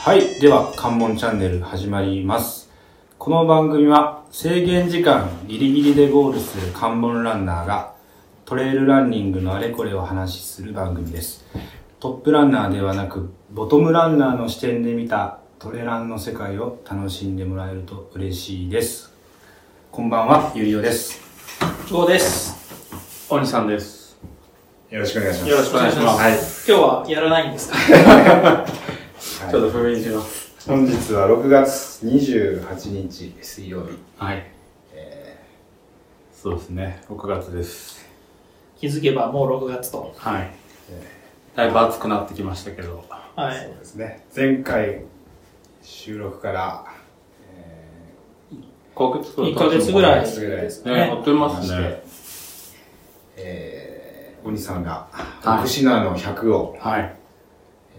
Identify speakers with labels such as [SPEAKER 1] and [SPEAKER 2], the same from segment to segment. [SPEAKER 1] はい。では、関門チャンネル始まります。この番組は、制限時間ギリギリでゴールする関門ランナーが、トレイルランニングのあれこれを話しする番組です。トップランナーではなく、ボトムランナーの視点で見たトレランの世界を楽しんでもらえると嬉しいです。こんばんは、ゆりおです。
[SPEAKER 2] 久保です。鬼さんです。
[SPEAKER 3] よろしくお願いします。
[SPEAKER 2] よろしくお願いします
[SPEAKER 3] はい。
[SPEAKER 2] 今日はやらないんですかちょっと不明します。
[SPEAKER 3] 本日は6月28日水曜日。
[SPEAKER 4] はい。そうですね。6月です。
[SPEAKER 2] 気づけばもう6月と。
[SPEAKER 4] はい。だいぶ暑くなってきましたけど。
[SPEAKER 2] は
[SPEAKER 3] そ。
[SPEAKER 2] いう
[SPEAKER 3] ですね。前回収録から、え
[SPEAKER 4] 1ヶ月
[SPEAKER 2] 1ヶ月ぐら
[SPEAKER 3] 1
[SPEAKER 2] い
[SPEAKER 3] ヶ月ぐらい
[SPEAKER 2] で
[SPEAKER 3] ですす
[SPEAKER 4] ね、
[SPEAKER 2] ね
[SPEAKER 4] や。ってますね。
[SPEAKER 3] ーえー、鬼さんが、
[SPEAKER 4] はい
[SPEAKER 3] 福島の100を
[SPEAKER 4] はい。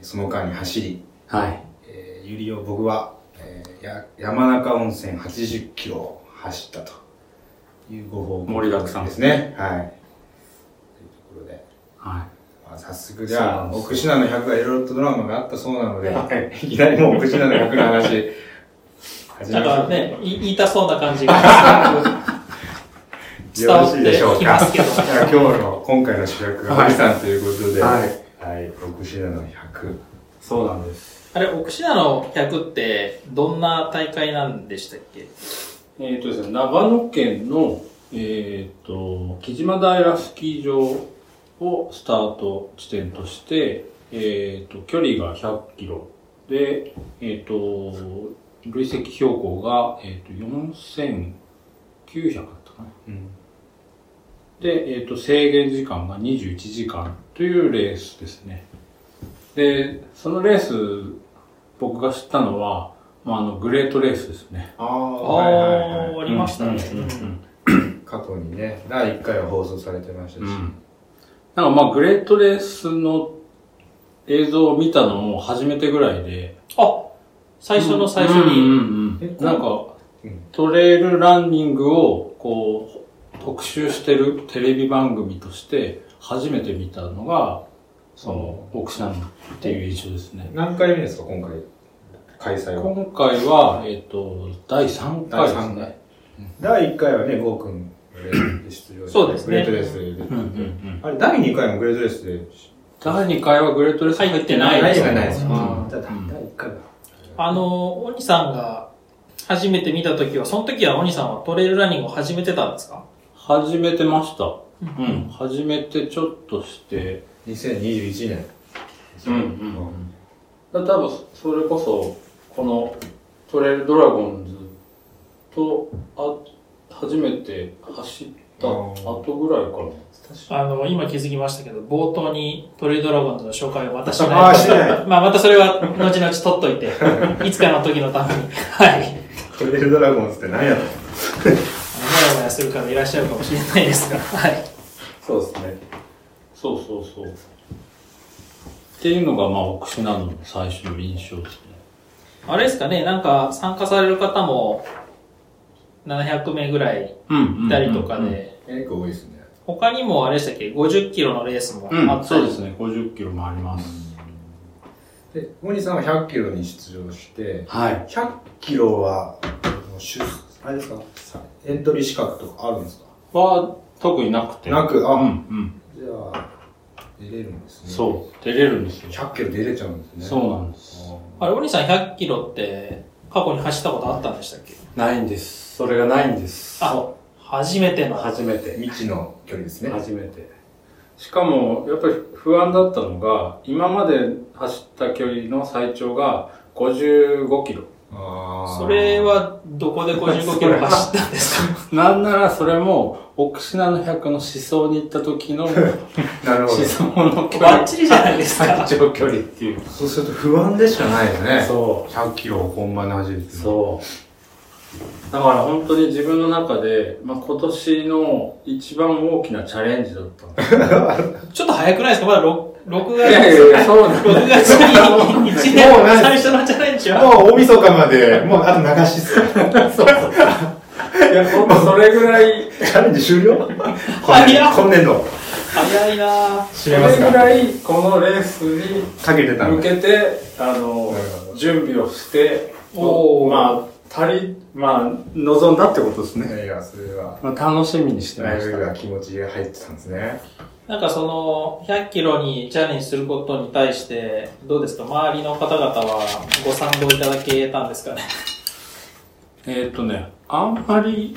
[SPEAKER 3] その間に走り、
[SPEAKER 4] はい。
[SPEAKER 3] えー、ゆりを僕は、えーや山中温泉80キロを走ったというご報告
[SPEAKER 4] 盛りだくさん
[SPEAKER 3] ですね。はい。というところで。
[SPEAKER 4] は
[SPEAKER 3] まあ早速じゃあ、
[SPEAKER 4] そうなんです
[SPEAKER 3] 奥品の100がいろいろとドラマがあったそうなので、、
[SPEAKER 4] は い
[SPEAKER 3] きなりもう奥品の100の話、 始
[SPEAKER 2] な
[SPEAKER 3] め
[SPEAKER 2] ん
[SPEAKER 3] ま
[SPEAKER 2] か
[SPEAKER 3] す
[SPEAKER 2] ね、い言いたそうな感じがすごく伝わってきますけど。
[SPEAKER 3] じゃあ今日の、今回の主役が
[SPEAKER 4] はい
[SPEAKER 3] 奥さんということ
[SPEAKER 4] い。
[SPEAKER 3] で、はい。奥品の100。
[SPEAKER 4] そうなんです。
[SPEAKER 2] あれ、奥品の100ってどんな大会なんでしたっけ
[SPEAKER 4] えっ、とですね、長野県の、えっ、と、木島平スキー場をスタート地点として、えっ、と、距離が100キロで、えっ、と、累積標高が、えっ、と、4900だったかな。
[SPEAKER 3] うん。
[SPEAKER 4] で、えっと制限時間が21時間というレースですね。で、そのレース、僕が知ったのは、まあ、あのグレートレースですね。
[SPEAKER 3] あ
[SPEAKER 2] あ
[SPEAKER 3] あ、
[SPEAKER 2] ー、
[SPEAKER 3] はいはいは
[SPEAKER 2] ありましたね。
[SPEAKER 4] うんうんうん
[SPEAKER 3] い。過去にね、第1回は放送されてましたし、
[SPEAKER 4] うんなんかまあ、グレートレースの映像を見たのも初めてぐらいで。
[SPEAKER 2] あ、最初の最初
[SPEAKER 4] うん
[SPEAKER 2] に。
[SPEAKER 4] うんうん
[SPEAKER 2] え
[SPEAKER 4] なんか
[SPEAKER 3] うん、
[SPEAKER 4] トレイルランニングを、こう、特集してるテレビ番組として、初めて見たのが、その、奥さんっていう印象ですね。
[SPEAKER 3] 何回目ですか、今回、開催は。
[SPEAKER 4] 今回は、えっ、と、第3回です
[SPEAKER 3] 第三
[SPEAKER 4] ね
[SPEAKER 3] 回。第1回はね、ゴー君が出場して
[SPEAKER 2] そうですね
[SPEAKER 3] グレートレースで出てて、
[SPEAKER 4] うんうんうん
[SPEAKER 3] あれ、第2回もグレートレースで
[SPEAKER 4] 第2回はグレートレース入ってない
[SPEAKER 3] な
[SPEAKER 4] で
[SPEAKER 3] い
[SPEAKER 4] す
[SPEAKER 3] が
[SPEAKER 4] ね
[SPEAKER 3] ないです
[SPEAKER 2] う
[SPEAKER 3] よ。
[SPEAKER 2] ん
[SPEAKER 3] じゃあ第一回だ。
[SPEAKER 2] あの、鬼さんが初めて見た時は、その時は鬼さんはトレイルランニングを始めてたんですか
[SPEAKER 4] 始めてました。
[SPEAKER 2] う
[SPEAKER 4] うん。始めてちょっとして、
[SPEAKER 3] 2021年。
[SPEAKER 4] うんうんだ多分それこそこのトレイルドラゴンズとあ初めて走った後ぐらいか
[SPEAKER 2] あの、今気づきましたけど、冒頭にトレイドラゴンズの紹介を私
[SPEAKER 3] ああ、してない。
[SPEAKER 2] まあ、またそれは、後々取っといて、いつ かの時のために、はい。
[SPEAKER 3] トレイルドラゴンズって何やろ
[SPEAKER 2] もやもやする方いらっしゃるかもしれないですが、はい。
[SPEAKER 4] なそうですねそうそうそうっていうのがまあ奥品の最初の印象ですね
[SPEAKER 2] あれですかね、なんか参加される方も、700名ぐらい
[SPEAKER 4] うん
[SPEAKER 2] いたりとかで、
[SPEAKER 3] 結構多いですね。
[SPEAKER 2] 他にもあれでしたっけ、50キロのレースも
[SPEAKER 4] うん、
[SPEAKER 2] あった
[SPEAKER 4] そ
[SPEAKER 2] り、
[SPEAKER 4] うですね50キロもあります、
[SPEAKER 3] で、モニさんは100キロに出場して、
[SPEAKER 4] はい
[SPEAKER 3] 100キロは、出、あれですかさエントリー資格とかあるんですか
[SPEAKER 4] は特になくて
[SPEAKER 3] なく、あ、
[SPEAKER 4] うんうん
[SPEAKER 3] じゃあ、出れるんですね。う。
[SPEAKER 4] そう出れるんですよ、
[SPEAKER 3] 100キロ出れちゃうんですね。
[SPEAKER 4] そうなんです
[SPEAKER 2] あれ、お兄さん100キロって、過去に走ったことあったんでしたっけ
[SPEAKER 4] ないんですそれがないんです
[SPEAKER 2] あ、初めての。
[SPEAKER 4] 初めて
[SPEAKER 3] 未知の距離ですね。
[SPEAKER 4] 初めてしかもやっぱり不安だったのが今まで走った距離の最長が55キロ
[SPEAKER 3] あー
[SPEAKER 2] それ、は、どこで55キロ走ったんですか
[SPEAKER 4] なんならそれも奥信濃の100の思想に行った時 の
[SPEAKER 3] なるほど。
[SPEAKER 4] 思想の距
[SPEAKER 2] バッ
[SPEAKER 4] 離
[SPEAKER 2] チリじゃないですか
[SPEAKER 4] 最。長距離っていう
[SPEAKER 3] そうすると不安でしかないよね。
[SPEAKER 4] そ
[SPEAKER 3] 100キロを本番で走るっていううのは
[SPEAKER 4] そうだから本当に自分の中で、まあ、今年の一番大きなチャレンジだった んです
[SPEAKER 2] ちょっと早くないですかまだ 6, 6
[SPEAKER 4] いやい
[SPEAKER 2] 月。
[SPEAKER 4] やいやそうなんだ
[SPEAKER 2] 6月に1年
[SPEAKER 3] もうない
[SPEAKER 2] 最初のチャレンジは。
[SPEAKER 3] もう大晦日まで、もうあと流しっす よ。
[SPEAKER 4] いや本当それぐらい
[SPEAKER 3] チャレンジ終了
[SPEAKER 2] 早っ
[SPEAKER 3] 今年度。
[SPEAKER 2] 早いな
[SPEAKER 3] 知れます
[SPEAKER 4] それぐ
[SPEAKER 3] から
[SPEAKER 4] いこのレースに
[SPEAKER 3] かけてたん
[SPEAKER 4] 向
[SPEAKER 3] だ
[SPEAKER 4] けて、あの
[SPEAKER 3] なるほ、ど
[SPEAKER 4] 準備をして、
[SPEAKER 2] おー
[SPEAKER 4] まあ、足り、まあ、望んだってことですね。
[SPEAKER 3] いやそれは
[SPEAKER 4] まあ、楽しみにしてま
[SPEAKER 3] ライ
[SPEAKER 4] し
[SPEAKER 3] ブ
[SPEAKER 4] た。
[SPEAKER 3] が気持ちが入ってたんですね
[SPEAKER 2] なんかその、100キロにチャレンジすることに対して、どうですか周りの方々はご賛同いただけたんですかね
[SPEAKER 4] えーっ、とね、あんまり、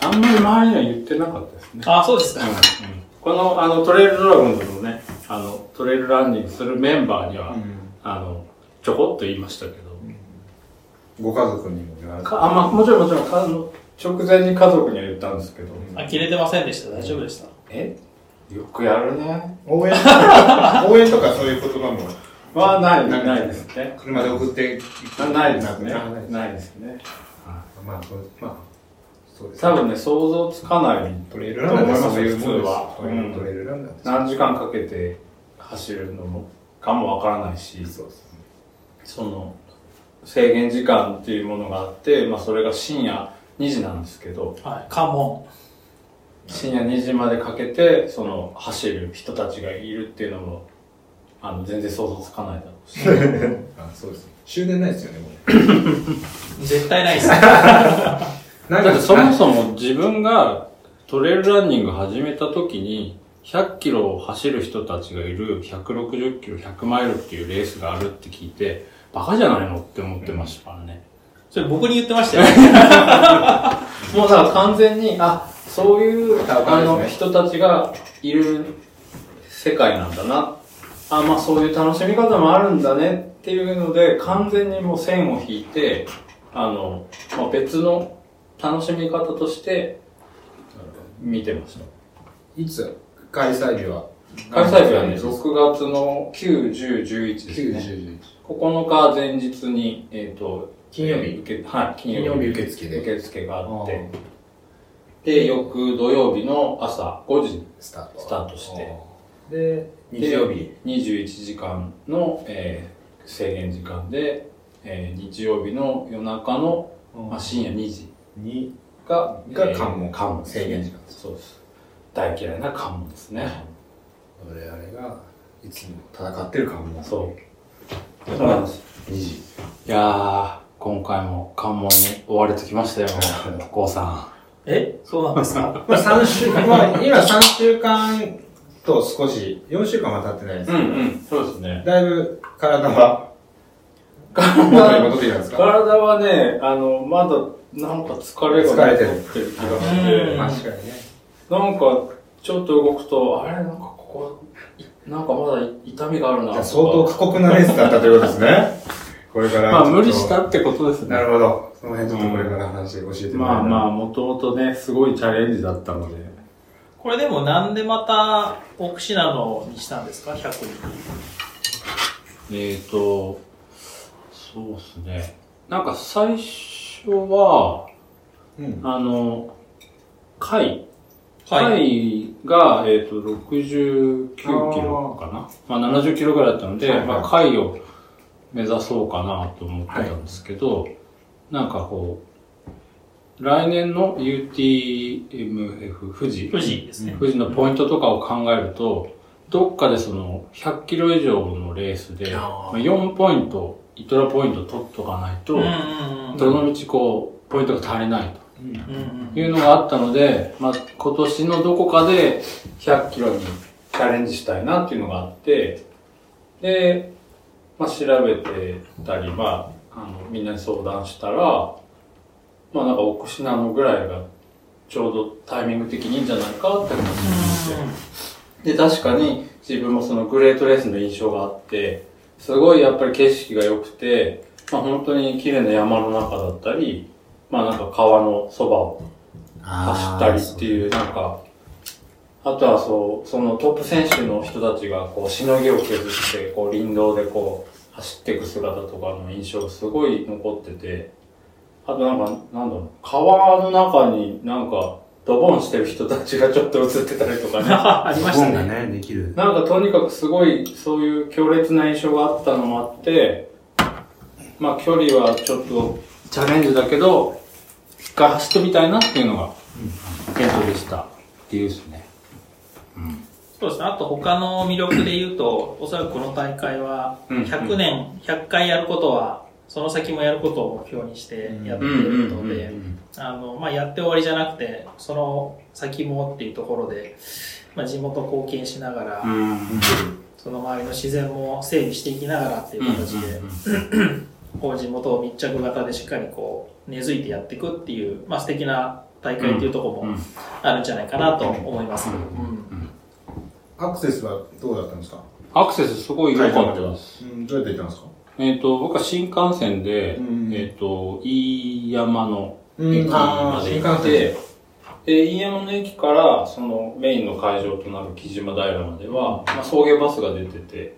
[SPEAKER 4] あんまり周りには言ってなかったですね。
[SPEAKER 2] あ、そうですか。
[SPEAKER 4] この、あの、トレイルドラゴンズのね、あの、トレイルランニングするメンバーには、あの、ちょこっと言いましたけど、
[SPEAKER 3] ご家族にも言われ
[SPEAKER 4] かあ、まあ、もちろんもちろんかあの、直前に家族には言ったんですけど、
[SPEAKER 3] ん
[SPEAKER 2] あ、切れてませんでした。大丈夫でした。
[SPEAKER 4] えよくやるね。
[SPEAKER 3] 応援応援とかそういう言葉も
[SPEAKER 4] は、ない、ないですね。
[SPEAKER 3] 車で送ってい
[SPEAKER 4] あないですね
[SPEAKER 3] なくならないで。す
[SPEAKER 4] ないですね。
[SPEAKER 3] まあそうまあそうですね
[SPEAKER 4] 多分ね、想像つかない。
[SPEAKER 3] トレイルランナーってそういうもんです
[SPEAKER 4] 普通はうん
[SPEAKER 3] トレイルランナーって
[SPEAKER 4] 何時間かけて走るのも、かもわからないし、
[SPEAKER 3] そうですね
[SPEAKER 4] その、制限時間っていうものがあって、まあ、それが深夜2時なんですけど、
[SPEAKER 2] はい。カモ
[SPEAKER 4] 深夜2時までかけて、その、走る人たちがいるっていうのも、あの、全然想像つかないだろうし。
[SPEAKER 3] あそうですね終電ないですよねもう
[SPEAKER 2] ン。絶対ないです。
[SPEAKER 3] な
[SPEAKER 4] だってそもそも自分がトレイルランニング始めた時に、100キロを走る人たちがいる160キロ100マイルっていうレースがあるって聞いて、バカじゃないのって思ってましたからね。
[SPEAKER 2] それ僕に言ってましたよ。
[SPEAKER 4] もうだから完全に、あ、そういう、
[SPEAKER 3] 多
[SPEAKER 4] あ
[SPEAKER 3] 分
[SPEAKER 4] の
[SPEAKER 3] です
[SPEAKER 4] 人たちがいる世界なんだな。あ、まあそういう楽しみ方もあるんだねっていうので、完全にもう線を引いて、あの、まあ、別の楽しみ方として見てました。
[SPEAKER 3] いつ開催日は
[SPEAKER 4] 開催日はね、
[SPEAKER 3] 9
[SPEAKER 4] 6月の9、10、11ですね。
[SPEAKER 3] 0
[SPEAKER 4] 9日前日に、えっ、と、
[SPEAKER 3] 金曜日
[SPEAKER 4] 受けはい、
[SPEAKER 3] 金
[SPEAKER 4] 金
[SPEAKER 3] 曜
[SPEAKER 4] 曜日
[SPEAKER 3] 日
[SPEAKER 4] 受
[SPEAKER 3] 受付で
[SPEAKER 4] 付があって、で、翌土曜日の朝5時に
[SPEAKER 3] スタート
[SPEAKER 4] スタートして、
[SPEAKER 3] で日曜日
[SPEAKER 4] 21時間の、えー制限時間で、えー日曜日の夜中の、まあ、深夜2時
[SPEAKER 3] に
[SPEAKER 4] が、
[SPEAKER 3] が
[SPEAKER 4] えー
[SPEAKER 3] 関門
[SPEAKER 4] 関門ですね
[SPEAKER 3] 制限時間です
[SPEAKER 4] そうです。大嫌いな関門ですね。
[SPEAKER 3] 我々がいつも戦ってる関門
[SPEAKER 4] そう。そうなんです。
[SPEAKER 3] 2時
[SPEAKER 4] いやー、今回も関門に追われてきましたよ、こうさ
[SPEAKER 2] えそうなんですか
[SPEAKER 3] まあ3週間まあ今3週間と少し4週間は経ってないです
[SPEAKER 4] ん。うん、そうですね。
[SPEAKER 3] だいぶ体は体は戻ってきたんですか
[SPEAKER 4] 体はね、あの、まだ、なんか疲れが
[SPEAKER 3] 疲れてる
[SPEAKER 4] 残ってる気が
[SPEAKER 2] うん
[SPEAKER 4] して、
[SPEAKER 3] 確かにね
[SPEAKER 4] なんか、ちょっと動くと、あれ、なんかここ、いなんかまだ痛みがあるな
[SPEAKER 3] じゃ
[SPEAKER 4] とか。
[SPEAKER 3] あ相当過酷なレースだったということです ねこれから
[SPEAKER 4] まあ、
[SPEAKER 3] ちょっと
[SPEAKER 4] 無理したってことです
[SPEAKER 3] な
[SPEAKER 4] ね。
[SPEAKER 3] るほどその辺ちょっとこれから話教えてもらえたら
[SPEAKER 4] まあまあ、もともとね、すごいチャレンジだったので。
[SPEAKER 2] これでもなんでまた、奥品のにしたんですか ?100 に。
[SPEAKER 4] えーと、そうですね。なんか最初は、
[SPEAKER 3] うん
[SPEAKER 4] あの、貝。
[SPEAKER 2] はい。
[SPEAKER 4] 貝が、えっ、と、69キロかな。まあ、70キロぐらいだったので、
[SPEAKER 3] はいはい
[SPEAKER 4] まあ、貝を目指そうかなと思ってたんですけど、なんかこう、来年の UTMF 富士。
[SPEAKER 2] 富士ですね。
[SPEAKER 4] 富士のポイントとかを考えると、どっかでその100キロ以上のレースで、
[SPEAKER 2] あー
[SPEAKER 4] まあ4ポイント、イトラポイント取っとかないと、
[SPEAKER 2] うんうんうん。
[SPEAKER 4] どの道こう、ポイントが足りないと。
[SPEAKER 2] うんうん
[SPEAKER 4] いうのがあったので、まあ、今年のどこかで100キロにチャレンジしたいなっていうのがあって、で、まあ、調べてたり、まあ、あの、みんなに相談したら、まあ、なんか、奥品のぐらいがちょうどタイミング的にいいんじゃないかって思って、で、確かに自分もそのグレートレースの印象があって、すごいやっぱり景色が良くて、まあ、本当に綺麗な山の中だったり、まあ、なんか川のそばを走ったりっていう、なんか、あとはそう、そのトップ選手の人たちがこう、しのぎを削って、こう、林道でこう、走っていく姿とかの印象がすごい残ってて、あとなんか、なんだろう、川の中になんか、ドボンしてる人たちがちょっと映ってたりとかね。
[SPEAKER 2] ありました
[SPEAKER 5] 本がね、
[SPEAKER 2] ね。
[SPEAKER 5] できる。
[SPEAKER 4] なんかとにかくすごいそういう強烈な印象があったのもあって、まあ距離はちょっとチャレンジだけど、一回走ってみたいなっていうのが、検討でしたっていうですね。
[SPEAKER 2] そうですね。あと他の魅力で言う と、おそらくこの大会は、
[SPEAKER 3] うんうん
[SPEAKER 2] 100年、100回やることは、その先もやることを目標にしてやって
[SPEAKER 3] う
[SPEAKER 2] い
[SPEAKER 3] ん
[SPEAKER 2] る
[SPEAKER 3] うん
[SPEAKER 2] の
[SPEAKER 3] うんう
[SPEAKER 2] で、
[SPEAKER 3] ん
[SPEAKER 2] あの、まあ、やって終わりじゃなくて、その先もっていうところで、まあ、地元貢献しながら、その周りの自然も整備していきながらっていう形で、こう地元を密着型でしっかりこう根付いてやっていくっていう、まあ、素敵な大会っていうところもあるんじゃないかなと思います。うん
[SPEAKER 3] アクセスはどうだったんですか
[SPEAKER 4] アクセスすごい良かったです。
[SPEAKER 3] うんどうやって行ったんですか
[SPEAKER 4] えっ、と、僕は新幹線で、
[SPEAKER 3] うん
[SPEAKER 4] えっ、と、飯山の
[SPEAKER 3] うん
[SPEAKER 4] 駅
[SPEAKER 3] あ
[SPEAKER 4] ま
[SPEAKER 3] ー
[SPEAKER 4] で
[SPEAKER 3] 新
[SPEAKER 4] 行っ
[SPEAKER 3] 幹
[SPEAKER 4] て、で、飯山の駅から、そのメインの会場となる木島平までは、まあ、送迎バスが出てて、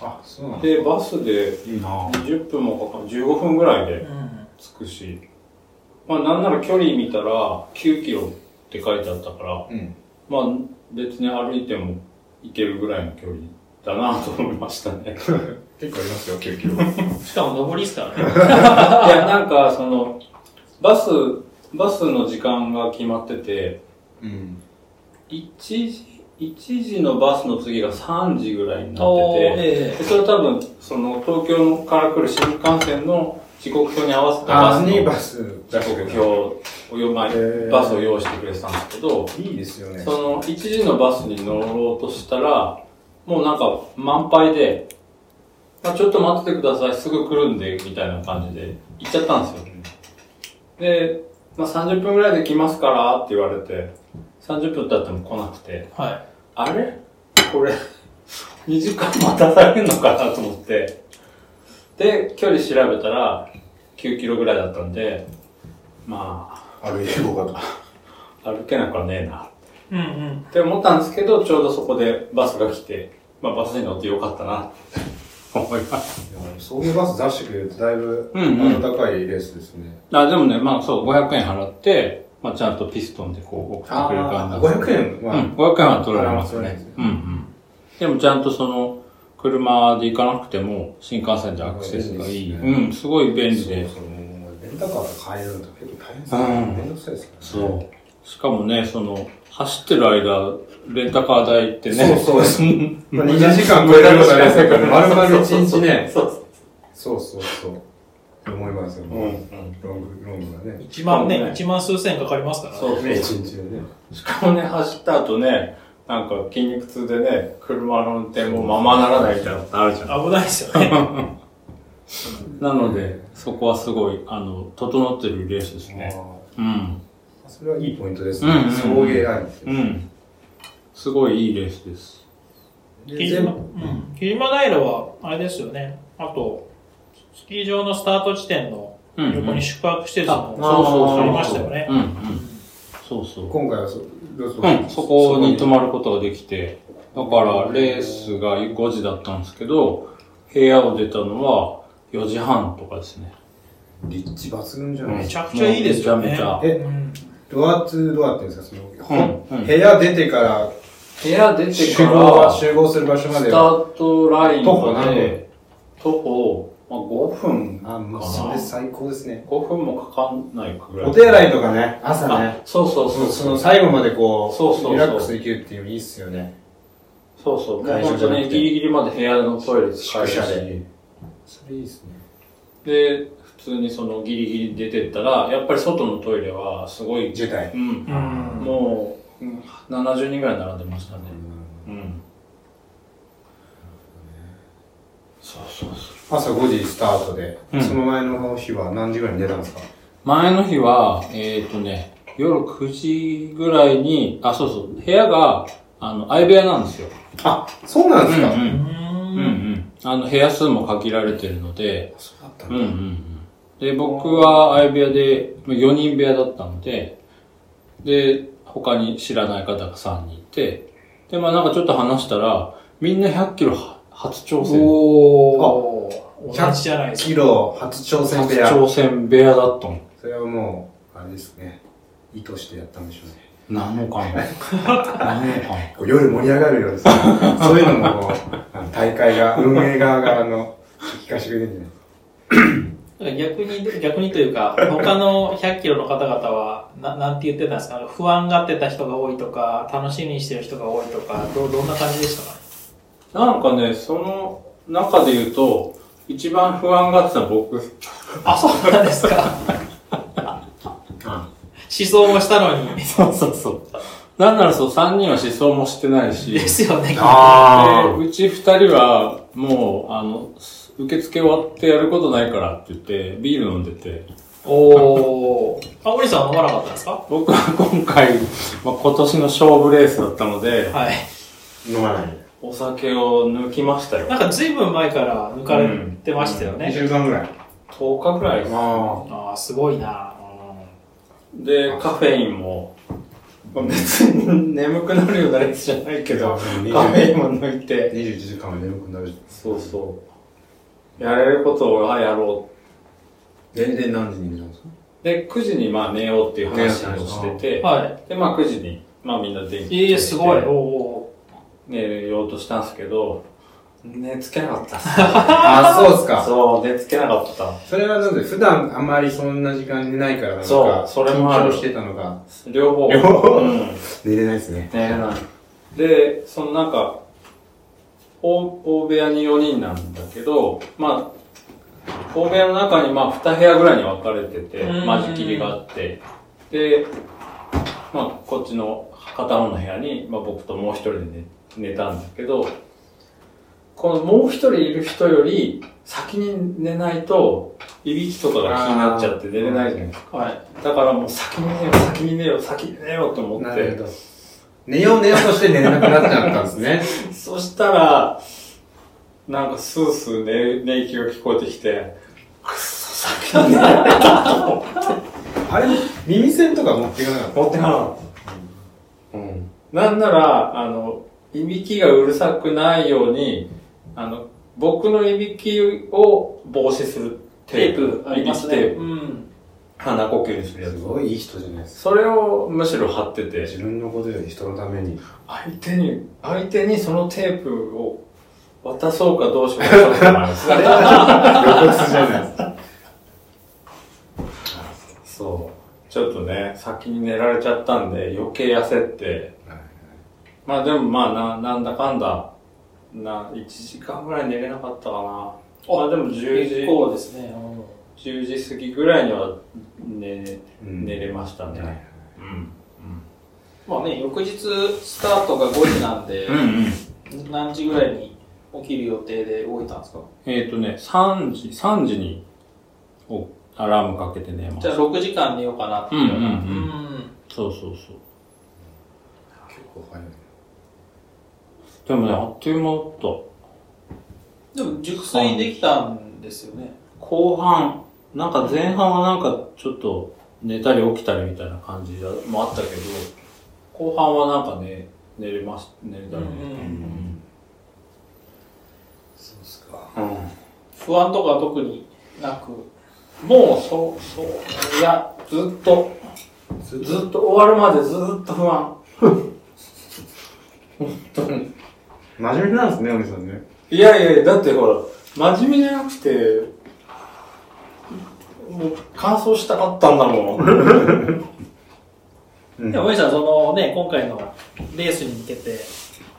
[SPEAKER 3] あ、そうなんだ。
[SPEAKER 4] で、バスで
[SPEAKER 3] いいなぁ。
[SPEAKER 4] 20分もかかる、15分ぐらいで
[SPEAKER 2] うん
[SPEAKER 4] 着くし、まあ、なんなら距離見たら9キロって書いてあったから、
[SPEAKER 3] うん。
[SPEAKER 4] まあ、別に歩いても行けるぐらいの距離だなと思いましたね。
[SPEAKER 3] 結構ありますよ、9キロ。
[SPEAKER 2] しかも上りですからね。
[SPEAKER 4] いや、なんか、その、バス、バスの時間が決まってて、
[SPEAKER 3] うん。
[SPEAKER 4] 1時、1時のバスの次が3時ぐらいにな
[SPEAKER 2] お
[SPEAKER 4] ってて、
[SPEAKER 2] え
[SPEAKER 4] でそれは多分、その、東京から来る新幹線の時刻表に合わせた
[SPEAKER 3] あ
[SPEAKER 4] バ
[SPEAKER 3] ー、
[SPEAKER 4] スの
[SPEAKER 3] にバ
[SPEAKER 4] 時
[SPEAKER 3] ス出して
[SPEAKER 4] 刻
[SPEAKER 3] く
[SPEAKER 4] 表
[SPEAKER 3] れ
[SPEAKER 4] をよ、まあ
[SPEAKER 3] へー
[SPEAKER 4] バスを用意してくれてたんですけど、
[SPEAKER 3] た。いいですよね
[SPEAKER 4] そ。の、1時のバスに乗ろうとしたら、もうなんか、満杯で、まあ、ちょっと待っててください、すぐ来るんで、みたいな感じで、行っちゃったんですよ。で、まあ、30分ぐらいで来ますから、って言われて、30分経っても来なくて、
[SPEAKER 2] えは
[SPEAKER 4] あれこれ、2時間待たされるのかなと思って。で、距離調べたら、9キロぐらいだったんで、ま
[SPEAKER 3] 歩いていこうか
[SPEAKER 4] あ、歩けなくはねえな、
[SPEAKER 2] い。うんうん。
[SPEAKER 4] って思ったんですけど、ちょうどそこでバスが来て、まあバスに乗ってよかったな、思います。
[SPEAKER 3] と。いや送迎バス出してくれるとだいぶ
[SPEAKER 4] うんうん
[SPEAKER 3] 暖かいレースですね。
[SPEAKER 4] あ、でもね、まあそう、500円払って、まあちゃんとピストンでこう、送ってくれる感じなんですけど
[SPEAKER 3] 500円
[SPEAKER 4] う
[SPEAKER 3] は
[SPEAKER 4] ん、500円は取られます
[SPEAKER 3] あ取られま
[SPEAKER 4] ね
[SPEAKER 3] す。
[SPEAKER 4] うんうん。でもちゃんとその、車で行かなくても、新幹線でアクセスがい
[SPEAKER 3] あ
[SPEAKER 4] い。
[SPEAKER 3] いいですね
[SPEAKER 4] うん、すごい便利
[SPEAKER 3] そう
[SPEAKER 4] で。
[SPEAKER 3] そうもうレンタカーで帰るのって結構大変です
[SPEAKER 4] う
[SPEAKER 3] ね
[SPEAKER 4] ん。
[SPEAKER 3] めんどくさいですからね。
[SPEAKER 4] う。しかもね、その、走ってる間、レンタカー代ってね。。
[SPEAKER 3] そうそう まあ、20時間超えられるからですから、丸々1日ね。
[SPEAKER 4] そうそう
[SPEAKER 3] そうそうそう。思いますよ
[SPEAKER 4] そう。うんう
[SPEAKER 3] ね。
[SPEAKER 4] ん。
[SPEAKER 3] ロング、ロングがね。
[SPEAKER 2] 1万
[SPEAKER 4] そう
[SPEAKER 2] ね、
[SPEAKER 4] ね
[SPEAKER 2] 一万数千円かかりますからね。
[SPEAKER 4] そう
[SPEAKER 3] ね、1日でね。
[SPEAKER 4] しかもね、走った後ね、なんか筋肉痛でね、車の運転もままならないみたいなことあるじゃん。
[SPEAKER 2] 危ないですよね。
[SPEAKER 4] なので、そこはすごい、あの、整ってるレースですね。
[SPEAKER 3] あ
[SPEAKER 4] うん。
[SPEAKER 3] ーそれはいいポイントです
[SPEAKER 4] うんうんう
[SPEAKER 3] ね。
[SPEAKER 4] ん
[SPEAKER 3] 送迎アイテム
[SPEAKER 4] うん。すごいいいレースです。
[SPEAKER 3] で
[SPEAKER 2] 霧
[SPEAKER 3] 全
[SPEAKER 2] 島、
[SPEAKER 3] 部
[SPEAKER 2] うん。霧島平は、あれですよね。あと、スキー場のスタート地点の
[SPEAKER 4] うんうん
[SPEAKER 2] 横に宿泊施設
[SPEAKER 4] あ
[SPEAKER 2] も、
[SPEAKER 4] そうそうそう
[SPEAKER 2] ありましたよね。
[SPEAKER 4] うんうん。そうそう。
[SPEAKER 3] 今回はそ、どうぞ
[SPEAKER 4] うん、そこに泊まることができて、だからレースが5時だったんですけど、部屋を出たのは4時半とかですね。
[SPEAKER 3] 立地抜群じゃない
[SPEAKER 2] め
[SPEAKER 3] です
[SPEAKER 2] ち
[SPEAKER 3] か。
[SPEAKER 2] ゃくちゃいいですよね。
[SPEAKER 4] めちゃめち
[SPEAKER 3] ゃ
[SPEAKER 2] うん
[SPEAKER 3] ドアツードアっていうんですか、その、
[SPEAKER 4] うんうん
[SPEAKER 3] 部屋出てから、
[SPEAKER 4] 部屋出てか
[SPEAKER 3] 集
[SPEAKER 4] ら、
[SPEAKER 3] 合、
[SPEAKER 4] ス
[SPEAKER 3] 集合する場所まで
[SPEAKER 4] タ
[SPEAKER 3] は。
[SPEAKER 4] ートライン
[SPEAKER 3] 徒歩
[SPEAKER 4] ま
[SPEAKER 3] 何
[SPEAKER 4] で
[SPEAKER 3] 分、
[SPEAKER 4] 徒歩、まあ、5分か
[SPEAKER 3] あ、もうそれ
[SPEAKER 4] な。
[SPEAKER 3] 最高ですね。
[SPEAKER 4] 5分もかかんないぐらい。
[SPEAKER 3] お手洗いとかね、朝
[SPEAKER 4] あ
[SPEAKER 3] ね。
[SPEAKER 4] そうそう
[SPEAKER 3] そ
[SPEAKER 4] そうう。
[SPEAKER 3] その最後までこう
[SPEAKER 4] そうそうそう
[SPEAKER 3] リラックスできるっていうのいいっすよね。
[SPEAKER 4] そうそう。もう
[SPEAKER 3] 会場
[SPEAKER 4] 本
[SPEAKER 3] じゃ
[SPEAKER 4] 当
[SPEAKER 3] なくて
[SPEAKER 4] にギリギリまで部屋のトイレ使え
[SPEAKER 3] 宿
[SPEAKER 4] るし
[SPEAKER 3] 舎でそれいいっすね。
[SPEAKER 4] で、普通にそのギリギリ出てったら、やっぱり外のトイレはすごい、
[SPEAKER 3] 自体。
[SPEAKER 4] う、
[SPEAKER 2] うんん。も
[SPEAKER 4] もううん70人ぐらい並んでましたね。うん。そうそうそう。
[SPEAKER 3] 朝5時スタートで、
[SPEAKER 4] うん
[SPEAKER 3] その前の日は何時ぐらいに出たんですか
[SPEAKER 4] 前の日は、えっ、とね、夜9時ぐらいに、あ、そうそう、部屋が、あの、相部屋なんですよ。
[SPEAKER 3] あ、そうなんですか、
[SPEAKER 4] う
[SPEAKER 2] う、うん
[SPEAKER 4] うん。うん
[SPEAKER 2] ん。
[SPEAKER 4] うん。あの、部屋数も限られてるので、
[SPEAKER 3] そうだった
[SPEAKER 4] うんん
[SPEAKER 3] だ。
[SPEAKER 4] うんうん。で、僕は相部屋で、4人部屋だったので、で、他に知らない方が3人いて、で、まあなんかちょっと話したら、みんな100キロは初挑戦。
[SPEAKER 2] おー。
[SPEAKER 3] あ
[SPEAKER 2] 同じじゃないです
[SPEAKER 3] キ
[SPEAKER 2] か。
[SPEAKER 3] ロ初挑戦部
[SPEAKER 4] 初
[SPEAKER 3] 屋。
[SPEAKER 4] 挑戦部屋だったの。
[SPEAKER 3] それはもう、あれですね。意図してやったんでしょうね。
[SPEAKER 4] なのか ななのかな
[SPEAKER 3] こう夜盛り上がるようですね。 そういうのもこう、あの大会が、運営側が、あの、聞かせてくれるんじゃないですか。
[SPEAKER 2] 逆に、逆にというか、他の100キロの方々は、ななんて言ってたんですかあの不安がってた人が多いとか、楽しみにしてる人が多いとか、どどんな感じでしたかね
[SPEAKER 4] なんかね、その中で言うと、一番不安がってたのは僕。
[SPEAKER 2] あ、そうなんですか。思想をしたの に。
[SPEAKER 4] そうそうそう。なんならそう、3人は思想もしてないし。
[SPEAKER 2] ですよね。
[SPEAKER 6] あ
[SPEAKER 4] でうち二人は、もう、あの、受付終わってやることないからって言って、ビール飲んでて、
[SPEAKER 2] おー。あ、森さんは飲まなかったんですか
[SPEAKER 4] 僕は今回、まあ、今年の勝負レースだったので、
[SPEAKER 2] はい。
[SPEAKER 3] 飲まない。
[SPEAKER 4] お酒を抜きましたよ。
[SPEAKER 2] なんかずいぶん前から抜かれてましたよ
[SPEAKER 3] 2
[SPEAKER 2] ね。
[SPEAKER 3] 週間ぐらい。
[SPEAKER 4] 10日くらいです
[SPEAKER 3] あ
[SPEAKER 2] ああ、すごいな
[SPEAKER 4] で、カフェインも、まあ別に眠くなるようなレースじゃないけど、カフェインも抜いて、
[SPEAKER 3] 21時間は眠くなる。
[SPEAKER 4] そうそう。やれることをやろ
[SPEAKER 3] 全然何時に寝たんですか
[SPEAKER 4] う。で、9時にまあ寝ようっていう話をしてて、
[SPEAKER 2] は
[SPEAKER 4] で、まあ9時に、まあみんな電
[SPEAKER 2] い。
[SPEAKER 4] 気
[SPEAKER 2] ええすごい。おーお
[SPEAKER 4] 消して寝ようとしたんですけど、寝つけなかったっす。
[SPEAKER 3] あ、そうっすか。
[SPEAKER 4] そう、寝つけなかった。
[SPEAKER 3] それはなんで、普段あんまりそんな時間寝ないからなのか、
[SPEAKER 4] そうそれもある
[SPEAKER 3] 緊張してたのか。
[SPEAKER 4] 両方。
[SPEAKER 3] 両方
[SPEAKER 4] うん
[SPEAKER 3] 寝れないですね。
[SPEAKER 4] 寝れない。で、そのなんか、大大部屋に4人なんだけど、まあ、大部屋の中にまあ2部屋ぐらいに分かれてて
[SPEAKER 2] う、ん
[SPEAKER 4] 間仕切りがあって、で、まあ、こっちの片方の部屋に、まあ、僕ともう一人で寝寝たんだけど、このもう一人いる人より先に寝ないと、いびきとかが気になっちゃって寝れないじゃないですか。
[SPEAKER 2] ーはい。
[SPEAKER 4] だからもう先に寝よう、先に寝よう、先に寝ようと思っ
[SPEAKER 3] な
[SPEAKER 4] て
[SPEAKER 3] る、ほど。寝よう寝ようとして寝れなくなっちゃったんですね。
[SPEAKER 4] そしたら、なんかスースー寝、寝息が聞こえてきて、くっそ、先に寝られたと思って。
[SPEAKER 3] あれ、耳栓とか持っていかなかっ。
[SPEAKER 4] 持ってなかった
[SPEAKER 3] うん。
[SPEAKER 4] た。なんなら、あの、いびきがうるさくないように、あの、僕のいびきを防止する
[SPEAKER 2] テ
[SPEAKER 4] テー
[SPEAKER 2] ー
[SPEAKER 4] プ、
[SPEAKER 2] プあ
[SPEAKER 4] い
[SPEAKER 2] り
[SPEAKER 4] び
[SPEAKER 2] ま
[SPEAKER 4] き
[SPEAKER 2] す
[SPEAKER 4] テ
[SPEAKER 2] ね。
[SPEAKER 4] ープ、
[SPEAKER 2] うん。
[SPEAKER 4] 鼻呼吸にするや
[SPEAKER 3] す
[SPEAKER 4] つ。
[SPEAKER 3] ごいいい人じゃないですか。
[SPEAKER 4] それをむしろ貼ってて、
[SPEAKER 3] 自分のことより人のため に。
[SPEAKER 4] 相手に、相手にそのテープを渡そうかどうしようかちょっと迷う
[SPEAKER 3] あれは露骨じゃないですか。
[SPEAKER 4] そう。ちょっとね、先に寝られちゃったんで、余計焦って。
[SPEAKER 3] はい
[SPEAKER 4] まあでもまあな、なんだかんだ、な、1時間ぐらい寝れなかったかな。まあでも
[SPEAKER 2] 結
[SPEAKER 4] 10
[SPEAKER 2] 構ですね。うん
[SPEAKER 4] 時、10時過ぎぐらいには寝、
[SPEAKER 3] うん
[SPEAKER 4] 寝れましたね。うん。
[SPEAKER 2] まあね、翌日スタートが5時なんで、
[SPEAKER 4] うんうん。
[SPEAKER 2] 何時ぐらいに起きる予定で動いたんですか
[SPEAKER 4] えっ、とね、3時、3時に、お、アラームかけて寝ま
[SPEAKER 2] じ
[SPEAKER 4] す。
[SPEAKER 2] ゃあ6時間寝ようかなっていうような。
[SPEAKER 4] うんうんうん
[SPEAKER 2] うん
[SPEAKER 4] そうそうそう。
[SPEAKER 3] 結構早い。
[SPEAKER 4] でもね、あっという間だった。
[SPEAKER 2] でも熟睡できたんですよね。
[SPEAKER 4] 後半、なんか前半はなんかちょっと寝たり起きたりみたいな感じもあったけど、後半はなんかね、寝れます、寝れたりね。
[SPEAKER 2] うんうん
[SPEAKER 3] そうっすか。
[SPEAKER 2] 不安とかは特になく。
[SPEAKER 4] もう、そう、そう、いや、ずっと、ずっと終わるまでずっと不安。
[SPEAKER 3] 真面目なんですね、おみさんね。
[SPEAKER 4] いやいやいや、だってほら、真面目じゃなくて、もう、乾燥したかったんだもん。
[SPEAKER 3] うん
[SPEAKER 2] でも、おじさん、そのね、今回のレースに向けて、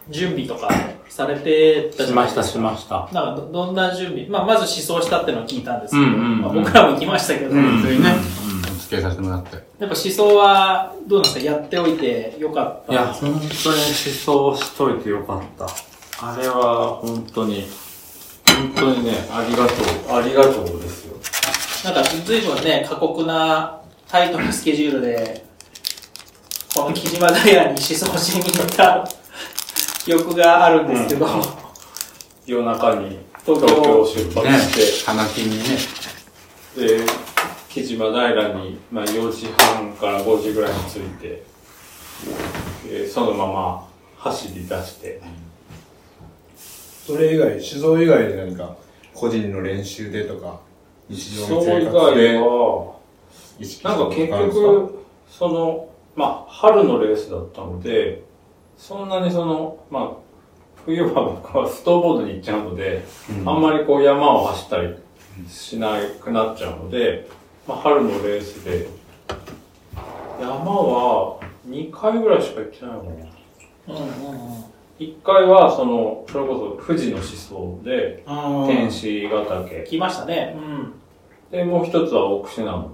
[SPEAKER 2] 準備とかされてたじ
[SPEAKER 4] し
[SPEAKER 2] ゃな
[SPEAKER 4] ま
[SPEAKER 2] い
[SPEAKER 4] し
[SPEAKER 2] で
[SPEAKER 4] た、
[SPEAKER 2] す
[SPEAKER 4] し
[SPEAKER 2] か。
[SPEAKER 4] ました。
[SPEAKER 2] なんかど、どんな準備まあ、まず思想したってのは聞いたんですけど、
[SPEAKER 4] うんうんうん
[SPEAKER 2] まあ、僕らも行きましたけど、
[SPEAKER 4] うん
[SPEAKER 3] 普通にね、お付き合いさせてもらって。
[SPEAKER 2] やっぱ思想はどうなんですかやっておいてよかった
[SPEAKER 4] いや、本当に思想しといてよかった。あれは、本当に、本当にね、ありがとう、ありがとうですよ。
[SPEAKER 2] なんか随分ね、過酷なタイトなスケジュールで、この木島ダイヤに思想しに行った記憶があるんですけど、
[SPEAKER 4] うん夜中に
[SPEAKER 2] 東
[SPEAKER 4] 東
[SPEAKER 2] 京
[SPEAKER 4] 京を出
[SPEAKER 3] ね
[SPEAKER 4] 発し、
[SPEAKER 3] 花金にね。
[SPEAKER 4] て、で、木島平に、まあ、4時半から5時ぐらいに着いて、でそのまま走り出して、
[SPEAKER 3] それ以外、酒造以外で何か、個人の練習でとか、日常
[SPEAKER 4] そ
[SPEAKER 3] の
[SPEAKER 4] う
[SPEAKER 3] 生
[SPEAKER 4] 以外
[SPEAKER 3] 活で、
[SPEAKER 4] は、
[SPEAKER 3] 意識
[SPEAKER 4] なんか結
[SPEAKER 3] してることあるんです
[SPEAKER 4] 局、その、まあ、春のレースだったので、そんなにその、まあ、冬は僕はストーボードに行っちゃうので、
[SPEAKER 3] うん
[SPEAKER 4] あんまりこう山を走ったりしなくなっちゃうので、まあ、春のレースで、山は2回ぐらいしか行ってないのかな。
[SPEAKER 2] うんうんうん。
[SPEAKER 4] 1回は、その、それこそ富士の思想で、
[SPEAKER 2] あ
[SPEAKER 4] 天使ヶ岳。
[SPEAKER 2] 来ましたね。うん。
[SPEAKER 4] で、もう一つは奥信濃の思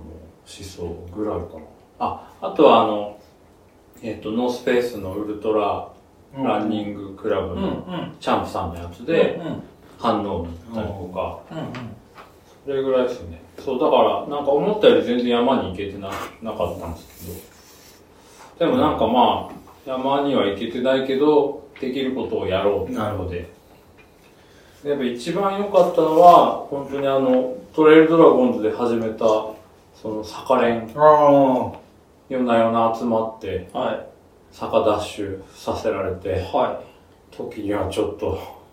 [SPEAKER 4] 想ぐらいかな。あ、あとはあの、えっ、と、ノースペースのウルトラランニングクラブ
[SPEAKER 2] うんう
[SPEAKER 4] の
[SPEAKER 2] ん。
[SPEAKER 4] チャンプさんのやつ
[SPEAKER 2] う
[SPEAKER 4] で、
[SPEAKER 2] んうん
[SPEAKER 4] 反応だったりとか、
[SPEAKER 2] うん
[SPEAKER 4] それぐらいですよね。そう、だから、なんか思ったより全然山に行けてななかったんですけど。でもなんかまあ、山には行けてないけど、できることをやろうってことで。でやっぱ一番良かったのは、本当にあの、トレイルドラゴンズで始めた、その坂連、
[SPEAKER 3] あ
[SPEAKER 4] 夜な夜な集まって、
[SPEAKER 2] は
[SPEAKER 4] 坂ダッシュさせられ
[SPEAKER 2] い。
[SPEAKER 4] て、
[SPEAKER 2] は
[SPEAKER 4] 時にはちょっと、
[SPEAKER 3] あ。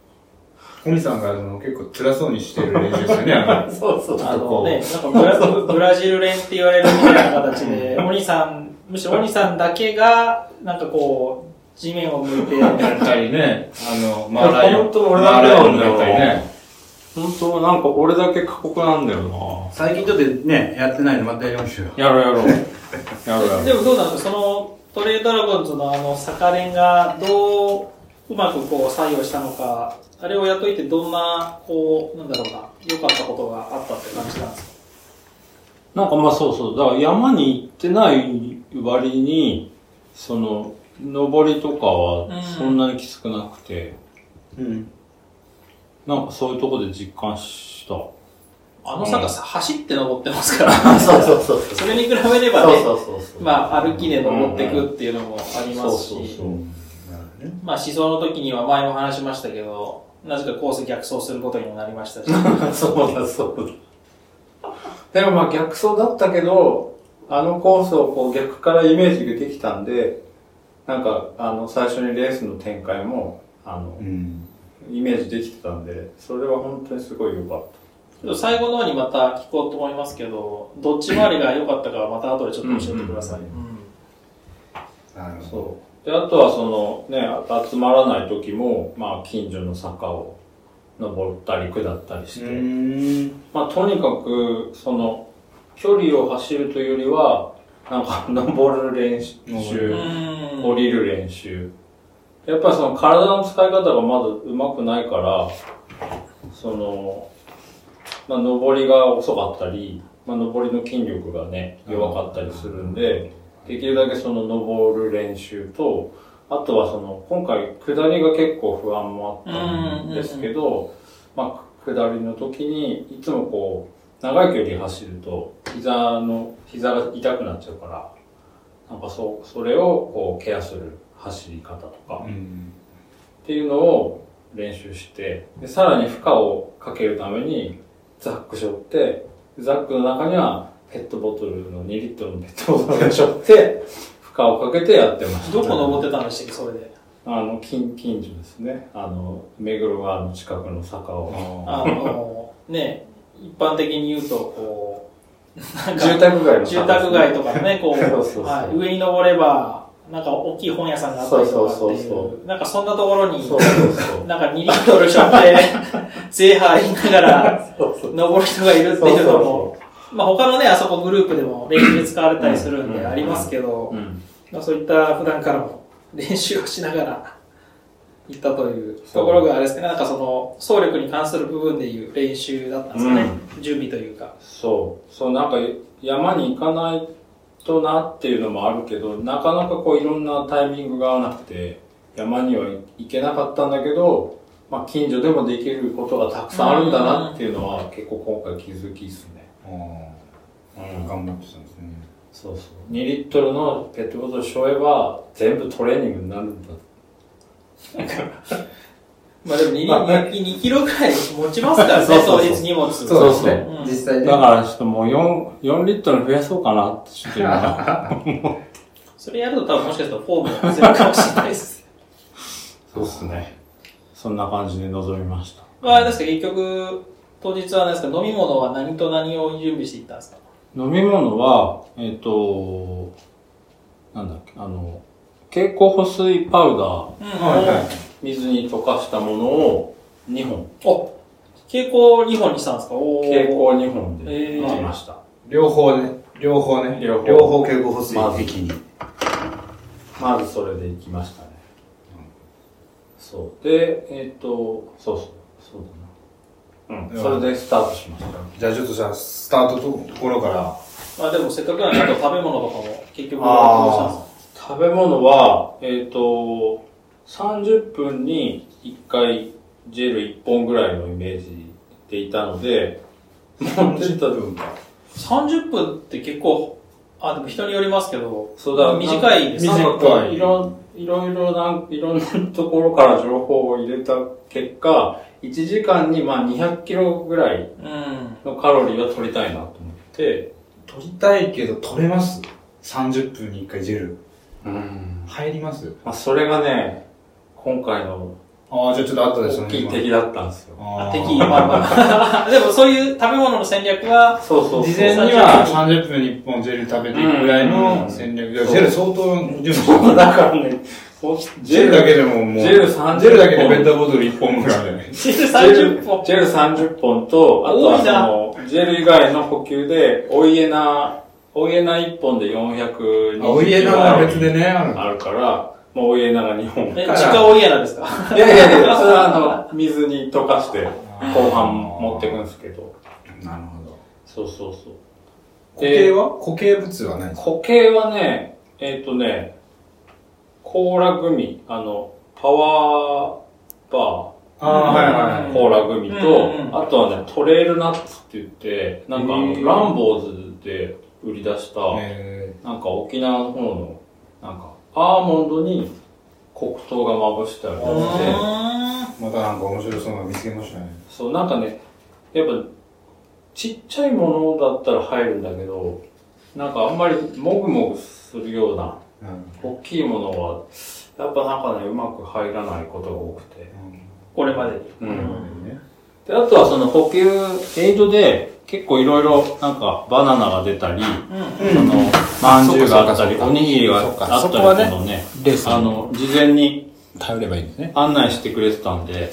[SPEAKER 3] コミさんがあの結構辛そうにしてる練習ですよね、 あの。
[SPEAKER 4] そうそう
[SPEAKER 2] い。
[SPEAKER 3] ょ
[SPEAKER 2] あ
[SPEAKER 3] っとこ
[SPEAKER 2] の
[SPEAKER 3] う
[SPEAKER 2] ね、なんかブラ ブラジル連って言われるみたいな形で、鬼さん、むしろ鬼さんだけが、なんかこう、地面を向いて、
[SPEAKER 3] やったりね、あの、マー
[SPEAKER 4] や
[SPEAKER 3] ライオン。
[SPEAKER 4] 本当俺だけなん
[SPEAKER 3] マーラ
[SPEAKER 4] だよ
[SPEAKER 3] イオンやったりね。
[SPEAKER 4] 本当なんか俺だけ過酷なんだよな
[SPEAKER 7] 最近ちょっとね、やってないのまたやりましょうよ。
[SPEAKER 4] やろうやろう。やろうやろう。
[SPEAKER 2] でもどうなんですかそのトレードラゴンズのあの坂連がどううまくこう作用したのか、あれをやっといてどんな、こう、なんだろうな、良かったことがあったって感じなんですか
[SPEAKER 4] なんかまあそうそう。だから山に行ってない割に、その、登りとか
[SPEAKER 2] うん
[SPEAKER 4] はそんなにきつくなくて、
[SPEAKER 7] うん。
[SPEAKER 4] なんかそういうとこで実感した。
[SPEAKER 2] あの坂さ、走って登ってますから、
[SPEAKER 4] そうそうそう。
[SPEAKER 2] それに比べればね、
[SPEAKER 4] そうそうそう。
[SPEAKER 2] まあ歩きで登っていくっていうのもありますし、
[SPEAKER 4] そうそうそう
[SPEAKER 2] まあ思想の時には前も話しましたけど、なぜかコース逆走することにもなりましたし、
[SPEAKER 4] そうだそうだ。でもまあ逆走だったけど、あのコースをこう逆からイメージができたんで、なんかあの最初にレースの展開も、あの
[SPEAKER 7] う、ん。
[SPEAKER 4] イメージできてたんで、それは本当にすごい良かっ
[SPEAKER 2] ちょっと最後の方にまた聞こうと思いますけど、どっち回りが良かったかはまた後でちょっと教えてください。
[SPEAKER 4] うん
[SPEAKER 3] なる
[SPEAKER 4] た。
[SPEAKER 3] ほど。
[SPEAKER 4] そう。で、あとはそのね、集まらない時も、まあ近所の坂を登ったり下ったりして、
[SPEAKER 7] ん。
[SPEAKER 4] まあ、とにかく、その、距離を走るというよりは、なんか、登る練
[SPEAKER 2] う
[SPEAKER 4] 習、
[SPEAKER 2] ん
[SPEAKER 4] 降りる練習。やっぱりその、体の使い方がまだ上手くないから、その、まあ、登りが遅かったり、まあ、登りの筋力がね、弱かったりするんで、できるだけその、登る練習と、あとはその、今回、下りが結構不安もあったんですけど、まあ、下りの時に、いつもこう、長い距離走ると、膝の、膝が痛くなっちゃうから、なんかそう、それをこう、ケアする走り方とか、
[SPEAKER 7] うん。
[SPEAKER 4] っていうのを練習して、でさらに負荷をかけるために、ザック背負って、ザックの中には、ペットボトルの2リットルのペットボトルを背負って、負荷をかけてやってました。
[SPEAKER 2] どこ登ってたんでしたっけ、それで。
[SPEAKER 4] あの、近、近所ですね。あの、目黒川の近くの坂を。
[SPEAKER 2] あの、ね、一般的に言うと、こう、なん
[SPEAKER 4] 住
[SPEAKER 2] か、
[SPEAKER 4] 宅街の
[SPEAKER 2] 住宅街とかね、こ
[SPEAKER 4] そうそうそう
[SPEAKER 2] う、はい上に登れば、なんか大きい本屋さんがあったりとかって
[SPEAKER 4] そうそうそう
[SPEAKER 2] いう、なんかそんなところに、
[SPEAKER 4] そうそうそう
[SPEAKER 2] なんか2リットルしょって、 ゼーハー言いながら、 登る人がいるっていうのも、まあ他のね、あそこグループでも練習で使われたりするん
[SPEAKER 4] う
[SPEAKER 2] で
[SPEAKER 4] ん
[SPEAKER 2] ありますけど
[SPEAKER 4] う、ん、
[SPEAKER 2] まあそういった普段からも練習をしながら行ったというところがあれですね、なんかその、走力に関する部分でいう練習だったんですかね、準備というか。
[SPEAKER 4] そうそうなんか山に行かないとなっていうのもあるけどなかなかこういろんなタイミングが合わなくて山には行けなかったんだけど、まあ、近所でもできることがたくさんあるんだなっていうのは結構今回気づきですね、
[SPEAKER 7] ああ。頑張ってたんですね。
[SPEAKER 4] そうそう2リットルのペットボトルしょえば全部トレーニングになるんだ
[SPEAKER 2] まあでも 2,
[SPEAKER 4] まあね
[SPEAKER 2] 2キロぐらい持ちますからね、
[SPEAKER 4] そうそうそう
[SPEAKER 2] 当日荷物。
[SPEAKER 4] そうですね
[SPEAKER 2] うん
[SPEAKER 3] 実際ね。
[SPEAKER 4] だからちょっともう 4, 4リットル増やそうかなってちょっと 今
[SPEAKER 2] それやると多分もしかしたらフォームが崩れるかもしれないです。
[SPEAKER 4] そうですねそんな感じで臨みました
[SPEAKER 2] まあ、あれですか、結局、当日は何ですか、飲み物は何と何を準備していったんですか
[SPEAKER 4] 飲み物は、えっ、と、なんだっけ、あの、蛍光補水パウダー、
[SPEAKER 2] うん。
[SPEAKER 3] はいはい。
[SPEAKER 4] 水に溶かしたものを2本、
[SPEAKER 2] お蛍光2本にしたんですかおー
[SPEAKER 4] 蛍光2本で
[SPEAKER 2] えー
[SPEAKER 4] 飲みました。
[SPEAKER 3] 両方ね。両方ね。
[SPEAKER 4] 両方
[SPEAKER 3] 両方経口補水
[SPEAKER 4] まず
[SPEAKER 3] 液に。
[SPEAKER 4] まずそれで行きましたね。そう。で、えっ、と、そうそう、そうだな。うん、それでスタートしました。
[SPEAKER 3] じゃあちょっとじゃあ、スタートのところから。
[SPEAKER 2] まあでもせっかくなんで、あと食べ物とかも結局、
[SPEAKER 3] あ
[SPEAKER 4] 食べ物は、えっ、と、30分に1回ジェル1本ぐらいのイメージでいたので、持ってった分か。
[SPEAKER 2] 30分って結構、あ、でも人によりますけど、
[SPEAKER 4] そうだ、
[SPEAKER 2] 短いです
[SPEAKER 4] な
[SPEAKER 2] ね。
[SPEAKER 4] んか
[SPEAKER 3] 短い
[SPEAKER 4] いろいろいろなん、いろんなところから情報を入れた結果、1時間にまあ200キロぐらい
[SPEAKER 2] うん。
[SPEAKER 4] のカロリーは取りたいなと思って、
[SPEAKER 3] 取りたいけど、取れます ?30 分に1回ジェル。
[SPEAKER 4] うん。
[SPEAKER 3] 入ります
[SPEAKER 4] まあ、それがね、今回の
[SPEAKER 3] ああ、じゃあちょっと後でそ
[SPEAKER 4] 大
[SPEAKER 3] の
[SPEAKER 4] きい敵だったんですよ。
[SPEAKER 3] あー
[SPEAKER 2] 敵、まあまあ。で もそういう食べ物の戦略は、
[SPEAKER 4] そうそうそう。
[SPEAKER 3] 事前には30分に1本ジェル食べていくぐらいの戦略で、
[SPEAKER 4] うん
[SPEAKER 3] ジェル相当準備して
[SPEAKER 4] そう
[SPEAKER 3] る
[SPEAKER 4] だからね、
[SPEAKER 3] ジェルだけでももう、
[SPEAKER 4] ジェル30
[SPEAKER 3] ジェルだけでペットボトル1本ぐらいだよね。
[SPEAKER 2] 実
[SPEAKER 4] ジェ
[SPEAKER 2] 際
[SPEAKER 4] ル
[SPEAKER 2] 30分。
[SPEAKER 4] ジェル30本と、あと
[SPEAKER 2] 多いな
[SPEAKER 4] はその、ジェル以外の補給で、お家な、お家な1本で420キロ
[SPEAKER 3] お家のは別でね、ある
[SPEAKER 4] あるから、もうお家なが2本。
[SPEAKER 2] え、近お家なんですか
[SPEAKER 4] いやいやいや、それはあの、水に溶かして、後半持ってくんですけど。
[SPEAKER 3] なるほど。
[SPEAKER 4] そうそうそう。
[SPEAKER 3] 固形は固形物はないんですか
[SPEAKER 4] 固形はね、えっ、とね、コーラグミ、あの、パワーバ
[SPEAKER 3] あー
[SPEAKER 2] うん
[SPEAKER 4] ー、コーラグミと、
[SPEAKER 2] うんうん
[SPEAKER 4] あとはね、トレイルナッツって言って、なんかあ
[SPEAKER 3] へ
[SPEAKER 4] の、
[SPEAKER 3] ー
[SPEAKER 4] ランボーズで売り出した、
[SPEAKER 3] え
[SPEAKER 4] なんか沖縄の方の、なんか、アーモンドに黒糖がまぶしてあるや
[SPEAKER 2] う
[SPEAKER 4] つで、
[SPEAKER 3] ー
[SPEAKER 2] ー
[SPEAKER 3] またなんか面白そうなの見つけましたね。
[SPEAKER 4] そう、なんかね、やっぱ、ちっちゃいものだったら入るんだけど、なんかあんまりもぐもぐするような、
[SPEAKER 3] うん
[SPEAKER 4] 大きいものは、やっぱなんかね、うまく入らないことが多くて。
[SPEAKER 2] んこれまでに。
[SPEAKER 4] う。
[SPEAKER 3] うんんね
[SPEAKER 4] で、あとはその補給、エイドで、結構いろいろ、なんか、バナナが出たり、
[SPEAKER 2] うん。
[SPEAKER 4] その、まんじゅうがあった
[SPEAKER 8] そっかそっ
[SPEAKER 4] り、
[SPEAKER 8] か
[SPEAKER 4] おにぎりがあ
[SPEAKER 8] そっか
[SPEAKER 4] ったりって
[SPEAKER 8] そこはね
[SPEAKER 4] いうのをね、
[SPEAKER 8] レースに
[SPEAKER 4] あの、事前に
[SPEAKER 8] 頼ればいいんですね。
[SPEAKER 4] 案内してくれてたんで、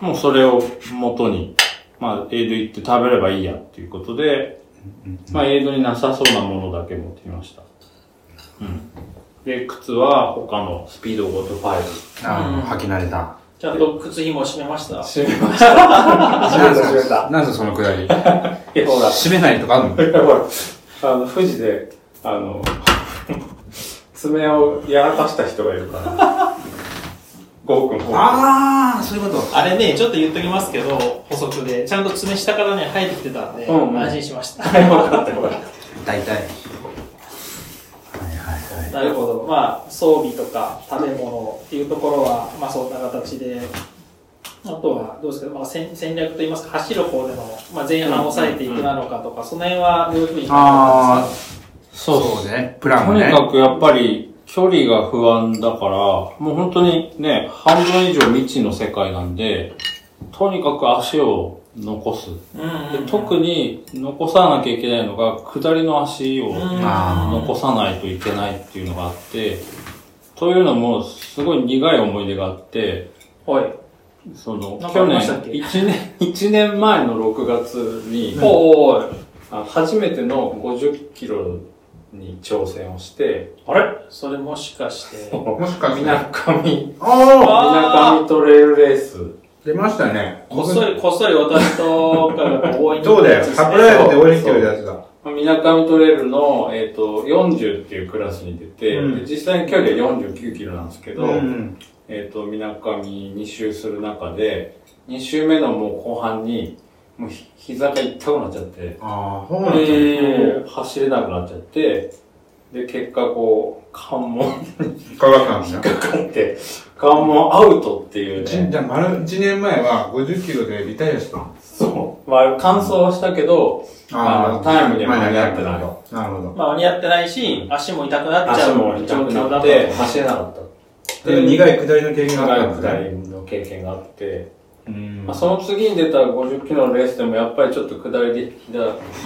[SPEAKER 4] もうそれを元に、まあ、エイド行って食べればいいやっていうことで、まあ、エイドになさそうなものだけ持ってきました。うん。で、靴は他のスピードゴート5。
[SPEAKER 3] あー、履き慣れた。
[SPEAKER 2] ちゃんと靴紐を締めました。
[SPEAKER 3] なんすか
[SPEAKER 4] 閉めた
[SPEAKER 3] なんすかそのくだり。
[SPEAKER 4] いや、ほら、
[SPEAKER 3] 閉めないとかあるの
[SPEAKER 4] いやほら、 あの、富士で、あの、 爪をやらかした人がいるから。ゴーくん、ゴ ー
[SPEAKER 3] ああ、そういうこと。
[SPEAKER 2] あれね、ちょっと言っときますけど、補足で、ちゃんと爪下からね、生えてきてたんで、
[SPEAKER 4] うんうん
[SPEAKER 2] 安心しました。
[SPEAKER 4] くん。分かった、分かっ
[SPEAKER 3] 大体。
[SPEAKER 2] なるほど。まあ、装備とか食べ物っていうところは、まあ、そんな形で、あとは、どうですか、まあ、戦戦略といいますか、走る方での、まあ、前半抑えていくなのかとか、その辺はどういうふうに考えてま
[SPEAKER 3] あ
[SPEAKER 2] す
[SPEAKER 4] た。
[SPEAKER 3] そうね。プラン
[SPEAKER 4] と
[SPEAKER 3] も
[SPEAKER 4] に
[SPEAKER 3] ね。
[SPEAKER 4] かくやっぱり、距離が不安だから、もう本当にね、半分以上未知の世界なんで、とにかく足を残す。
[SPEAKER 2] かうん
[SPEAKER 4] で特に残さなきゃいけないのが、下りの足を
[SPEAKER 2] うん
[SPEAKER 3] あ
[SPEAKER 4] 残さないといけないっていうのがあって、というのも、すごい苦い思い出があって、
[SPEAKER 2] はい。
[SPEAKER 4] その、
[SPEAKER 2] なんかあ
[SPEAKER 4] 去
[SPEAKER 2] り
[SPEAKER 4] 年
[SPEAKER 2] ましたっ、け
[SPEAKER 4] 1年、 一年前の6月に、
[SPEAKER 2] おーおい。
[SPEAKER 4] あ初めての50キロに挑戦をして、
[SPEAKER 2] あれそれもしかして。
[SPEAKER 3] もしか
[SPEAKER 4] み
[SPEAKER 3] し
[SPEAKER 4] な
[SPEAKER 3] て。
[SPEAKER 4] かみ、
[SPEAKER 3] ああ
[SPEAKER 4] みなか
[SPEAKER 2] あ
[SPEAKER 4] みトレイルレース。
[SPEAKER 3] 出ましたね。
[SPEAKER 2] こっそり、こっそり私とかが応援に
[SPEAKER 3] そうだよ。サプライズで
[SPEAKER 4] 応
[SPEAKER 3] 追
[SPEAKER 4] 援
[SPEAKER 3] い
[SPEAKER 4] に
[SPEAKER 3] に
[SPEAKER 4] 来
[SPEAKER 3] 来
[SPEAKER 4] て
[SPEAKER 3] て
[SPEAKER 4] る
[SPEAKER 3] る
[SPEAKER 4] や
[SPEAKER 3] やつだ。
[SPEAKER 4] みなかみトレイルの、えっ、と、40っていうクラスに出て、
[SPEAKER 3] うん
[SPEAKER 4] で実際に距離は49キロなんですけど、
[SPEAKER 3] うん。
[SPEAKER 4] えっ、と、みなかみ2周する中で、2周目のもう後半に、もうひ膝が痛くなっちゃって、
[SPEAKER 3] ああ、そうなんだ。
[SPEAKER 4] で走れなくなっちゃって、で、結果こう、関門
[SPEAKER 3] 科学なんですよ。
[SPEAKER 4] かかって、 関門アウトっていう
[SPEAKER 3] じ
[SPEAKER 4] ね、
[SPEAKER 3] じゃあ、丸1年前は50キロでリタイアしたの
[SPEAKER 4] そう、まあ、完走はしたけど、あのタイムには間に合ってない
[SPEAKER 3] なるほど。
[SPEAKER 2] まあ、間に合ってないし、足も痛くなっちゃ
[SPEAKER 4] 足
[SPEAKER 2] う
[SPEAKER 4] も痛
[SPEAKER 2] 状
[SPEAKER 4] く
[SPEAKER 2] 況
[SPEAKER 4] な
[SPEAKER 2] だ
[SPEAKER 4] っ、
[SPEAKER 2] ってた。
[SPEAKER 4] 走れなかっ
[SPEAKER 3] で、苦い下りの経験
[SPEAKER 4] た。
[SPEAKER 3] があ
[SPEAKER 4] 長
[SPEAKER 3] っ
[SPEAKER 4] い
[SPEAKER 3] たんだね。
[SPEAKER 4] 下りの経験があって、
[SPEAKER 3] うん
[SPEAKER 4] まあ、その次に出た50キロのレースでもやっぱりちょっと下りで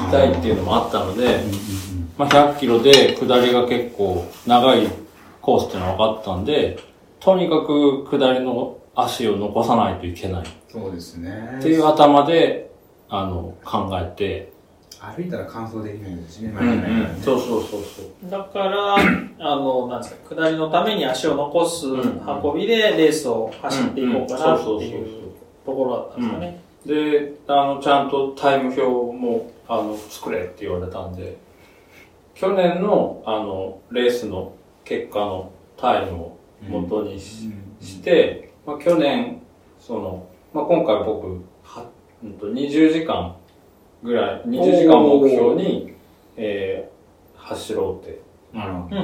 [SPEAKER 4] 痛いっていうのもあったので、まあ、100キロで下りが結構長いコースっていうのは分かったんで、とにかく下りの足を残さないといけない。
[SPEAKER 3] そうですね。
[SPEAKER 4] っていう頭で、あの、考えて、
[SPEAKER 3] 歩いたら乾燥できないですね、
[SPEAKER 4] う
[SPEAKER 3] 間
[SPEAKER 4] ん
[SPEAKER 3] 違いないから
[SPEAKER 4] うん
[SPEAKER 3] ね。
[SPEAKER 4] そうそうそうそう。
[SPEAKER 2] だから、 あの、なんですか、下りのために足を残す運びでレースを走っていこうかなって
[SPEAKER 4] んん
[SPEAKER 2] い
[SPEAKER 4] そうそ
[SPEAKER 2] ところだったんですかね。
[SPEAKER 4] うそうで、あの、ちゃんとタイム表も、あの、作れって言われたんで、去年の、あの、レースの結果のタイムを元にし,、して、まあ、去年、その、まあ、今回僕、はうんと20時間ぐらい、20時間を目標に、えー走ろうって
[SPEAKER 3] なるほ
[SPEAKER 2] うんうん。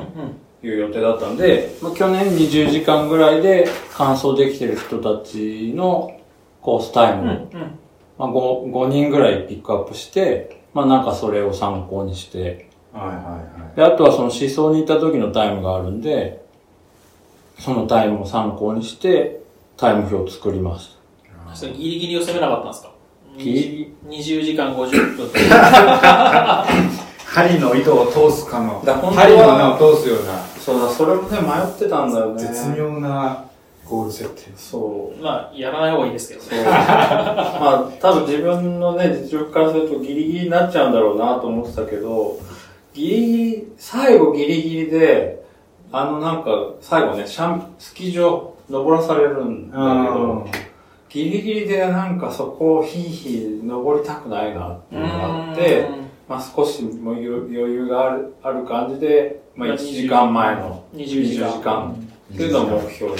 [SPEAKER 4] いう予定だったんで、まあ、去年20時間ぐらいで完走できてる人たちのコースタイ
[SPEAKER 2] う
[SPEAKER 4] ムを、
[SPEAKER 2] んうん。
[SPEAKER 4] まあ、5, 5人ぐらいピックアップして、まあなんかそれを参考にして、
[SPEAKER 3] ど。はいはいはい。
[SPEAKER 4] で、あとはその思想に行った時のタイムがあるんで、そのタイムを参考にして、タイム表を作りました。
[SPEAKER 2] それギリギリを攻めなかったんですか
[SPEAKER 4] ギリ
[SPEAKER 2] 20時間50分。
[SPEAKER 3] 針の糸を通すかの、
[SPEAKER 4] だから本当は
[SPEAKER 3] 針の穴を通すような、
[SPEAKER 4] そうだ、それもね、迷ってたんだよね。
[SPEAKER 3] 絶妙なゴール設定。
[SPEAKER 4] そう。
[SPEAKER 2] まあ、やらない方がいいですけどね。
[SPEAKER 4] そう まあ、多分自分のね、実力からするとギリギリになっちゃうんだろうなと思ってたけど、ギリギリ、最後ギリギリで、あのなんか、最後ね、シャン、スキー場、登らされるんだけ
[SPEAKER 3] うん
[SPEAKER 4] ど、ギリギリでなんかそこをヒーヒー登りたくないなっていうのがあって、まあ少しもう余裕があるある感じで、まあ1時間前の
[SPEAKER 2] 20時間。
[SPEAKER 4] 20時間っていうのを目標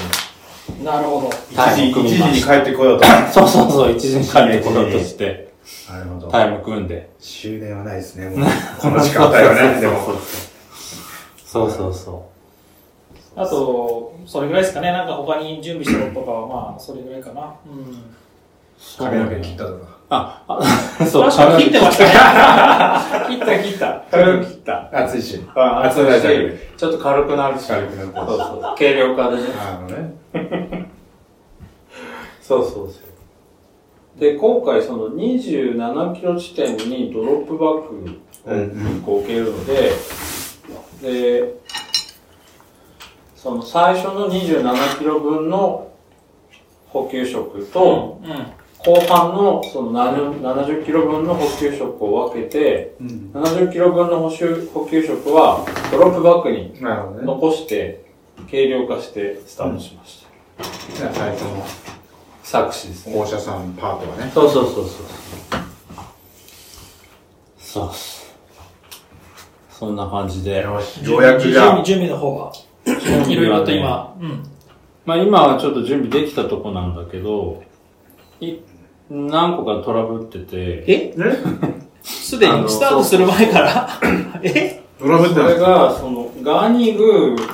[SPEAKER 4] に。
[SPEAKER 2] なるほど。
[SPEAKER 3] 一
[SPEAKER 4] タ
[SPEAKER 3] 時、
[SPEAKER 4] イム
[SPEAKER 3] 一
[SPEAKER 4] 組み
[SPEAKER 3] 時
[SPEAKER 4] ま
[SPEAKER 3] に
[SPEAKER 4] し
[SPEAKER 3] 帰ってこようと。
[SPEAKER 4] た。 そうそうそう、1時間でこようとして、
[SPEAKER 3] なるほど。
[SPEAKER 4] タイム組んで。
[SPEAKER 3] 終電はないですね、もう。この時間帯は ね、でも。
[SPEAKER 4] そうそうそ
[SPEAKER 2] あと、それぐらいですかね。なんか他に準備したこととかは、まあ、それぐらいかな。うん。
[SPEAKER 4] う。
[SPEAKER 3] 髪の毛切ったとか。
[SPEAKER 4] あ、あそう、
[SPEAKER 2] 確かに切ってましたね。切った切った。
[SPEAKER 4] 軽く切った。
[SPEAKER 3] 暑いし。
[SPEAKER 4] あ
[SPEAKER 3] 暑いし。
[SPEAKER 4] ちょっと軽くなるし。
[SPEAKER 3] 軽くなるし
[SPEAKER 4] そうそう。軽量化でね。
[SPEAKER 3] あのね。
[SPEAKER 4] そうそうそう。で、今回その27キロ地点にドロップバックをこう受けるので、で、その最初の27キロ分の補給食と、
[SPEAKER 2] うん。うん
[SPEAKER 4] 後半のその70 70キロ分の補給食を分けて、
[SPEAKER 3] うん。
[SPEAKER 4] 70キロ分の補修補給食はドロップバッグに
[SPEAKER 3] なるほどね。
[SPEAKER 4] 残して、軽量化してスタートしました。
[SPEAKER 3] じゃあ最初の
[SPEAKER 4] 作詞ですね。
[SPEAKER 3] 放射さんパートはね。
[SPEAKER 4] そうそうそうそう。そうっす。そんな感じで。
[SPEAKER 3] しようやくじゃあ。
[SPEAKER 2] 準備準備の方は、いろいろと今、うん。
[SPEAKER 4] まあ今はちょっと準備できたとこなんだけど、い何個かトラブってて、
[SPEAKER 2] えすでにスタートする前からえ
[SPEAKER 3] ブログっ
[SPEAKER 4] そ
[SPEAKER 3] て
[SPEAKER 4] れ
[SPEAKER 3] の
[SPEAKER 4] が、その、ガーニーグー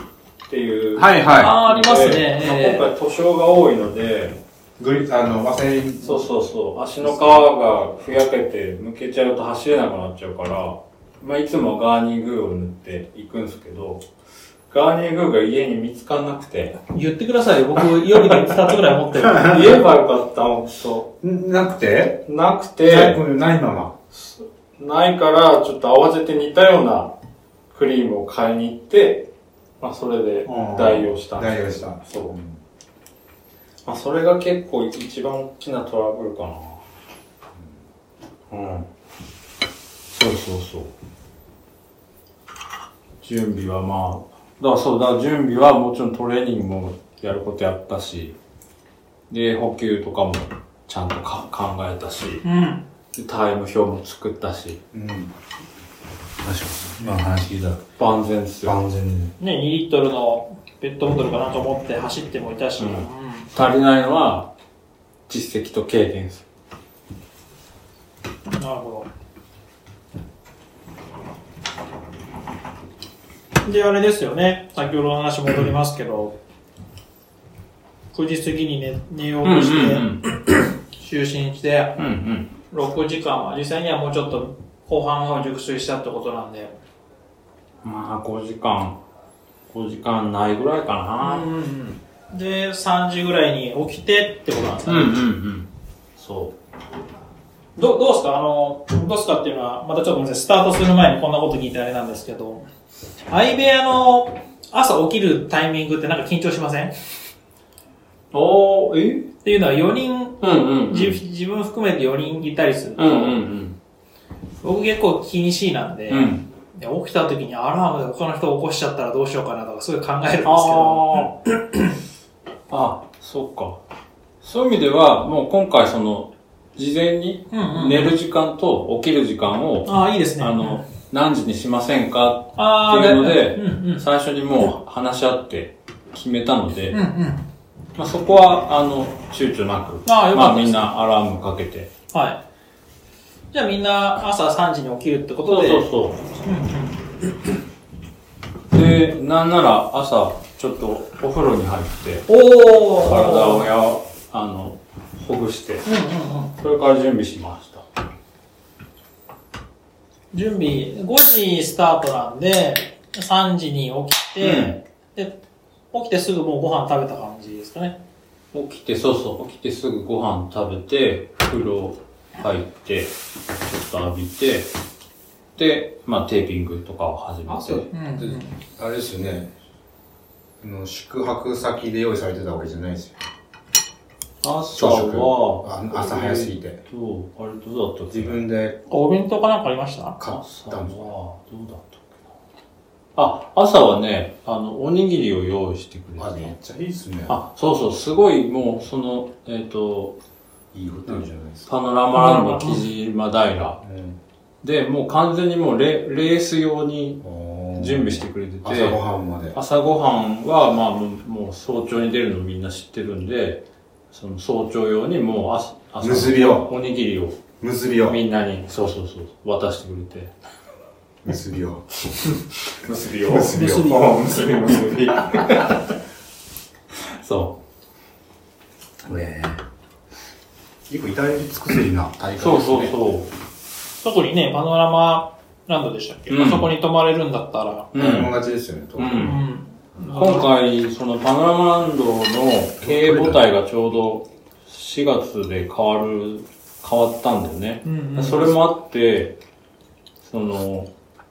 [SPEAKER 4] っていう、
[SPEAKER 3] はいは
[SPEAKER 2] あーありますね
[SPEAKER 4] で
[SPEAKER 2] ええ
[SPEAKER 4] まあ今回、塗装が多いので、
[SPEAKER 3] い。グリあの、ワセリン。
[SPEAKER 4] そうそうそう、足の皮がふやけて、むけちゃうと走れなくなっちゃうから、まあ、いつもガーニーグーを塗っていくんですけど、ガーニーグーが家に見つかんなくて、
[SPEAKER 2] 言ってくださいよ。僕、予備で2つぐらい持ってる。
[SPEAKER 4] 言えばよかった、ほんと。
[SPEAKER 3] んなくて
[SPEAKER 4] なく
[SPEAKER 3] 最
[SPEAKER 4] て、
[SPEAKER 3] 後にないまま。
[SPEAKER 4] ないから、ちょっと慌てて似たようなクリームを買いに行って、まあ、それで代用したんです
[SPEAKER 3] 代用した。
[SPEAKER 4] そう
[SPEAKER 3] うん。
[SPEAKER 4] まあ、それが結構一番大きなトラブルかな。うん。そうそうそう。準備はまあ、だからそうだ、準備はもちろんトレーニングもやることやったし、で、補給とかもちゃんとか考えたし、
[SPEAKER 2] うん。
[SPEAKER 4] でタイム表も作ったし、
[SPEAKER 3] うん。確かに。今の話聞いたら。
[SPEAKER 4] 万全ですよ。
[SPEAKER 3] 万全に。
[SPEAKER 2] ね、2リットルのペットボトルかなんか持って走ってもいたし。
[SPEAKER 4] う
[SPEAKER 2] うんん。
[SPEAKER 4] 足りないのは、実績と経験です。
[SPEAKER 2] なるほど。で、あれですよね。先ほどの話戻りますけど、9時過ぎに寝寝ようとして、就寝して、
[SPEAKER 4] うんうん。
[SPEAKER 2] 6時間は、実際にはもうちょっと後半を熟睡したってことなんで、
[SPEAKER 4] まあ、5時間、5時間ないぐらいかな。
[SPEAKER 2] で、3時ぐらいに起きてってことなんですか
[SPEAKER 4] うん
[SPEAKER 2] ね。
[SPEAKER 4] うんうん。そ
[SPEAKER 2] どどうですかあの、どうですかっていうのは、またちょっとごめんなさい、スタートする前にこんなこと聞いてあれなんですけど、相部屋の朝起きるタイミングってなんか緊張しませんっ
[SPEAKER 4] う。おー、え
[SPEAKER 2] ていうのは4人、
[SPEAKER 4] うんうん。
[SPEAKER 2] じ自分含めて4人いたりすると、
[SPEAKER 4] うんうんうん。
[SPEAKER 2] 僕結構気にしいなんで、
[SPEAKER 4] うん。
[SPEAKER 2] で起きた時にアラームで他の人を起こしちゃったらどうしようかなとか、そういう考えるんですけど、
[SPEAKER 4] ああ。あ、そっか。そういう意味では、もう今回その、事前に
[SPEAKER 2] うんうんうん
[SPEAKER 4] 寝る時間と起きる時間を、
[SPEAKER 2] ああ、いいですね。
[SPEAKER 4] あの、何時にしませんか
[SPEAKER 2] ああ、
[SPEAKER 4] っていうので
[SPEAKER 2] うんうん。
[SPEAKER 4] 最初にもう話し合って決めたので
[SPEAKER 2] うん、うん。
[SPEAKER 4] まあ、そこは、あの、躊躇なく、
[SPEAKER 2] ああよかっ
[SPEAKER 4] まあ
[SPEAKER 2] たで
[SPEAKER 4] み
[SPEAKER 2] す
[SPEAKER 4] んなアラームかけて。
[SPEAKER 2] はい。じゃあみんな朝3時に起きるってこと
[SPEAKER 4] そう
[SPEAKER 2] で、
[SPEAKER 4] そうそう。で、なんなら朝、ちょっとお風呂に入って、
[SPEAKER 2] おお
[SPEAKER 4] 体をや、あの、ほぐして、
[SPEAKER 2] うんうんうん。
[SPEAKER 4] それから準備しました。
[SPEAKER 2] 準備、5時スタートなんで、3時に起きて、
[SPEAKER 4] うん
[SPEAKER 2] で、起きてすぐもうご飯食べた感じですかね。
[SPEAKER 4] 起きて、そうそう、起きてすぐご飯食べて、風呂入って、ちょっと浴びて、で、まあテーピングとかを始
[SPEAKER 3] あ、
[SPEAKER 4] め
[SPEAKER 3] そう
[SPEAKER 4] て。。
[SPEAKER 2] うんうん
[SPEAKER 3] あれですよね。あの宿泊先で用意されてたわけじゃないですよ。
[SPEAKER 4] 朝
[SPEAKER 3] 朝食
[SPEAKER 4] は、
[SPEAKER 3] あ朝早すぎて。
[SPEAKER 4] と、あれどうだったっけ
[SPEAKER 3] 自分で
[SPEAKER 2] お弁当かなんかありました
[SPEAKER 3] 買っ
[SPEAKER 4] 朝
[SPEAKER 3] た
[SPEAKER 4] は
[SPEAKER 3] んです
[SPEAKER 4] ど
[SPEAKER 3] よ。
[SPEAKER 4] うだったっけなあ、朝はね、あの、おにぎりを用意してくれ
[SPEAKER 3] あ、め
[SPEAKER 4] て
[SPEAKER 3] っちゃいいですね
[SPEAKER 4] た。。あ、そうそう、すごいもう、その、えっ、と、
[SPEAKER 3] いいホテルじゃないですか。
[SPEAKER 4] パノラマランド木島平
[SPEAKER 3] うん
[SPEAKER 4] で、もう完全にもうレレース用に
[SPEAKER 3] おー
[SPEAKER 4] 準備してくれてて、
[SPEAKER 3] 朝ごはんまで。
[SPEAKER 4] 朝ごはんは、まあ、もうもう早朝に出るのみんな知ってるんで、その早朝用にもう朝、朝
[SPEAKER 3] 結びを
[SPEAKER 4] おにぎりを
[SPEAKER 3] 結びを。
[SPEAKER 4] みんなに、そうそうそう、渡してくれて。
[SPEAKER 3] 結びを。
[SPEAKER 4] 結び
[SPEAKER 3] 結びを。
[SPEAKER 2] 結び
[SPEAKER 3] うん結び結び。
[SPEAKER 4] そう。
[SPEAKER 3] ねえ。よく至れり尽くせりな大会ですね。
[SPEAKER 4] そうそうそ
[SPEAKER 2] 特にね、パノラマランドでしたっけ、
[SPEAKER 4] うん
[SPEAKER 2] あそこに泊まれるんだったら、
[SPEAKER 4] う。う
[SPEAKER 3] 買い物
[SPEAKER 4] ん。
[SPEAKER 3] 勝ちですよね、と
[SPEAKER 4] う。
[SPEAKER 2] うんん。
[SPEAKER 4] 今回、そのパノラマランドの経営母体がちょうど4月で変わる、変わったんだよね。
[SPEAKER 2] うんうん
[SPEAKER 4] それもあって、その、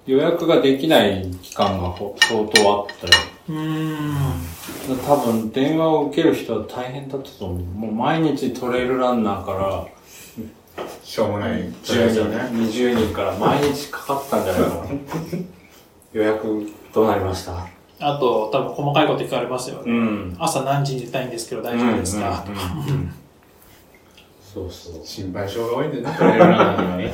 [SPEAKER 4] 予約ができない期間がほ相当あったよ。
[SPEAKER 2] うーん。
[SPEAKER 4] 多分電話を受ける人は大変だったと思う。もう毎日トレイルランナーから
[SPEAKER 3] しょうもない。
[SPEAKER 4] 10人、。20人から毎日かかったんじゃないかな。 予約どうなりました
[SPEAKER 2] あと、多分細かいこと聞かれますよね。
[SPEAKER 4] うん。
[SPEAKER 2] 朝何時に出たいんですけど大丈夫ですか、
[SPEAKER 4] うんうんうんうんそうそう。
[SPEAKER 3] 心配性が多いんでね、トレーラーね。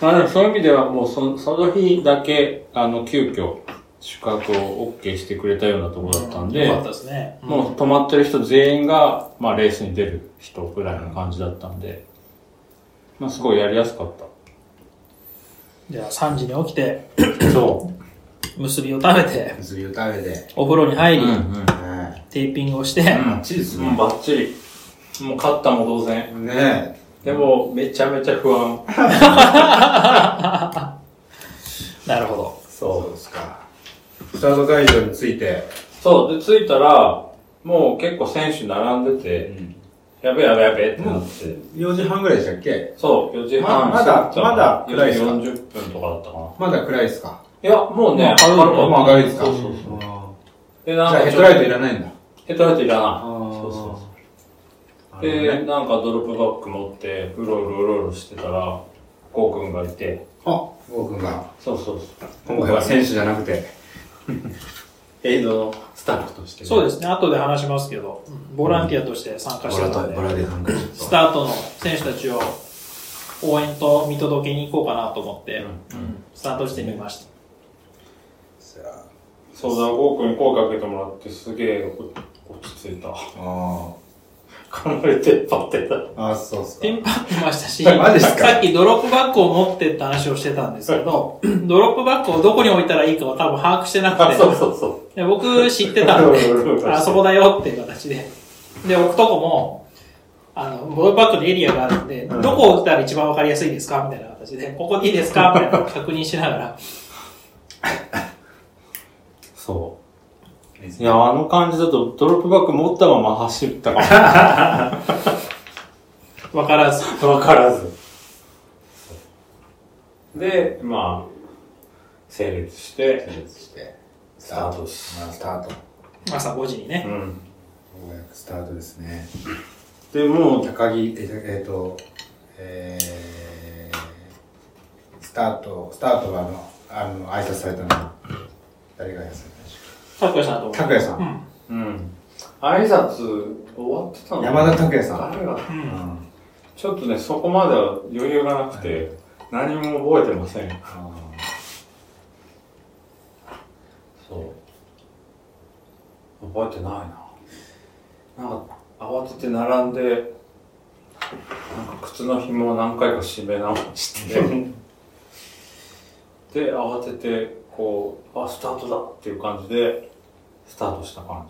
[SPEAKER 4] まあでもそういう意味ではもうそその日だけ、あの、急遽宿泊を OK してくれたようなところだったんで、
[SPEAKER 2] よかったですね。うん
[SPEAKER 4] もう泊まってる人全員が、まあレースに出る人ぐらいの感じだったんで、まあすごいやりやすかっ
[SPEAKER 2] じゃあ3時に起きて、
[SPEAKER 4] た。そ
[SPEAKER 2] 結びを食べて、
[SPEAKER 3] 結びを食べて。
[SPEAKER 2] お風呂に入
[SPEAKER 4] う
[SPEAKER 2] り、
[SPEAKER 4] んうん。
[SPEAKER 3] ね
[SPEAKER 2] テーピングをして、
[SPEAKER 3] え。チーズ
[SPEAKER 4] うん、
[SPEAKER 3] ね
[SPEAKER 4] バッチリ。もう勝ったも同然。
[SPEAKER 3] ね
[SPEAKER 4] でも、めちゃめちゃ不安。
[SPEAKER 2] なるほど。
[SPEAKER 3] え。そうですか。スタート会場について。
[SPEAKER 4] そう、で、着いたら、もう結構選手並んでて、やべやべやべってなって。
[SPEAKER 3] 4時半ぐらいでしたっけ
[SPEAKER 4] そう、4時半。
[SPEAKER 3] ままだまだ暗い
[SPEAKER 4] 4
[SPEAKER 3] っ
[SPEAKER 4] 時
[SPEAKER 3] すか
[SPEAKER 4] 40分とかだったかな。
[SPEAKER 3] まだ暗いですか
[SPEAKER 4] いや、もうね、
[SPEAKER 3] あ、
[SPEAKER 4] 明るかった
[SPEAKER 3] もう明るいですか
[SPEAKER 4] そうそうそう。で、なん
[SPEAKER 3] じゃあヘ
[SPEAKER 4] か
[SPEAKER 3] ッドライトいらないんだ。
[SPEAKER 4] ヘッドライトいらない。
[SPEAKER 3] そ
[SPEAKER 4] そうそう
[SPEAKER 3] そう
[SPEAKER 4] で、
[SPEAKER 3] で、
[SPEAKER 4] なんかドロップバッグ持って、うろうろうろうろしてたら、ゴーくんがいて、
[SPEAKER 3] あ、ゴーくんが、
[SPEAKER 4] そうそうそう。
[SPEAKER 3] 今回は選手じゃなくて、
[SPEAKER 4] エイドのスタッフとして、。
[SPEAKER 2] そうですすね、後で話しますけど、うんボランティアとして参加
[SPEAKER 3] ボ
[SPEAKER 2] して
[SPEAKER 3] ラ
[SPEAKER 2] たん
[SPEAKER 3] と
[SPEAKER 2] で、
[SPEAKER 3] ボラで参加し
[SPEAKER 2] ス
[SPEAKER 3] た。
[SPEAKER 2] タートの選手たちを応援と見届けに行こうかなと思って、うんスタートしてみました。
[SPEAKER 4] そうだ、ゴーくんに声かけてもらって、すげえお落ち着いた。
[SPEAKER 3] あ
[SPEAKER 4] かなりテンパってた。
[SPEAKER 3] あ、あ、そうっすか。
[SPEAKER 2] テンパってましたし、
[SPEAKER 3] マジっすか
[SPEAKER 2] さっきドロップバッグを持ってった話をしてたんですけど、ドロップバッグをどこに置いたらいいかは多分把握してなくて、
[SPEAKER 4] そうそうそう。
[SPEAKER 2] で僕知ってたん
[SPEAKER 4] うろうろうろうろし
[SPEAKER 2] で、
[SPEAKER 4] て
[SPEAKER 2] あそこだよっていう形で。で、置くとこも、あの、ボールバックのエリアがあるんで、
[SPEAKER 4] うん
[SPEAKER 2] どこを置いたら一番わかりやすいですかみたいな形で、ここでいいですかみたいなのを確認しながら。
[SPEAKER 4] そう。いや、あの感じだと、ドロップバッグ持ったまま走ったか
[SPEAKER 2] わからず。
[SPEAKER 4] も。わからず。で、まあ、整列して、
[SPEAKER 3] して、ス
[SPEAKER 4] スタートし。
[SPEAKER 3] まあ、スタート。よ
[SPEAKER 2] 朝5時にね。
[SPEAKER 4] ん。
[SPEAKER 3] うやくスタートですね。
[SPEAKER 4] で、もう、
[SPEAKER 3] 高木、えっ、えーと、えスタート、スタートはあの、あの、挨拶されたのは、誰が挨拶されたんでしょ
[SPEAKER 2] 拓也さん
[SPEAKER 3] う
[SPEAKER 2] と思
[SPEAKER 3] か
[SPEAKER 2] う。
[SPEAKER 3] 拓也さ。
[SPEAKER 2] うんん。
[SPEAKER 4] うん。挨拶終わってたの
[SPEAKER 3] 山田拓也さん
[SPEAKER 4] 誰が
[SPEAKER 2] う。
[SPEAKER 3] うんん。
[SPEAKER 4] ちょっとね、そこまでは余裕がなくて、何も覚えてません。そう。覚えてないな。なんか、慌てて並んで、なんか靴の紐を何回か締め直して、 で、慌てて、こう、あ、スタートだっていう感じで、スタートした感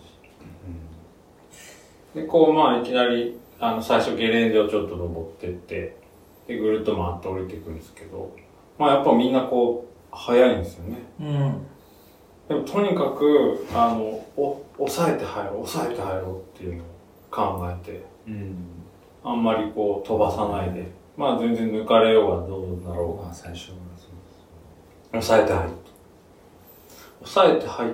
[SPEAKER 4] じ。で、こう、まあ、いきなり、あの、最初ゲレンデをちょっと登ってって、で、ぐるっと回って降りてくるんですけど、まあ、やっぱみんなこう、早いんですよね。
[SPEAKER 2] うん。
[SPEAKER 4] でもとにかく、あの、お、抑えて入ろう、抑えて入ろうっていうのを考えて、
[SPEAKER 3] うん。
[SPEAKER 4] あんまりこう飛ばさないで、まあ全然抜かれようがどうだろうが、
[SPEAKER 3] まあ、最初はそう
[SPEAKER 4] 抑えて入って。抑えて入っ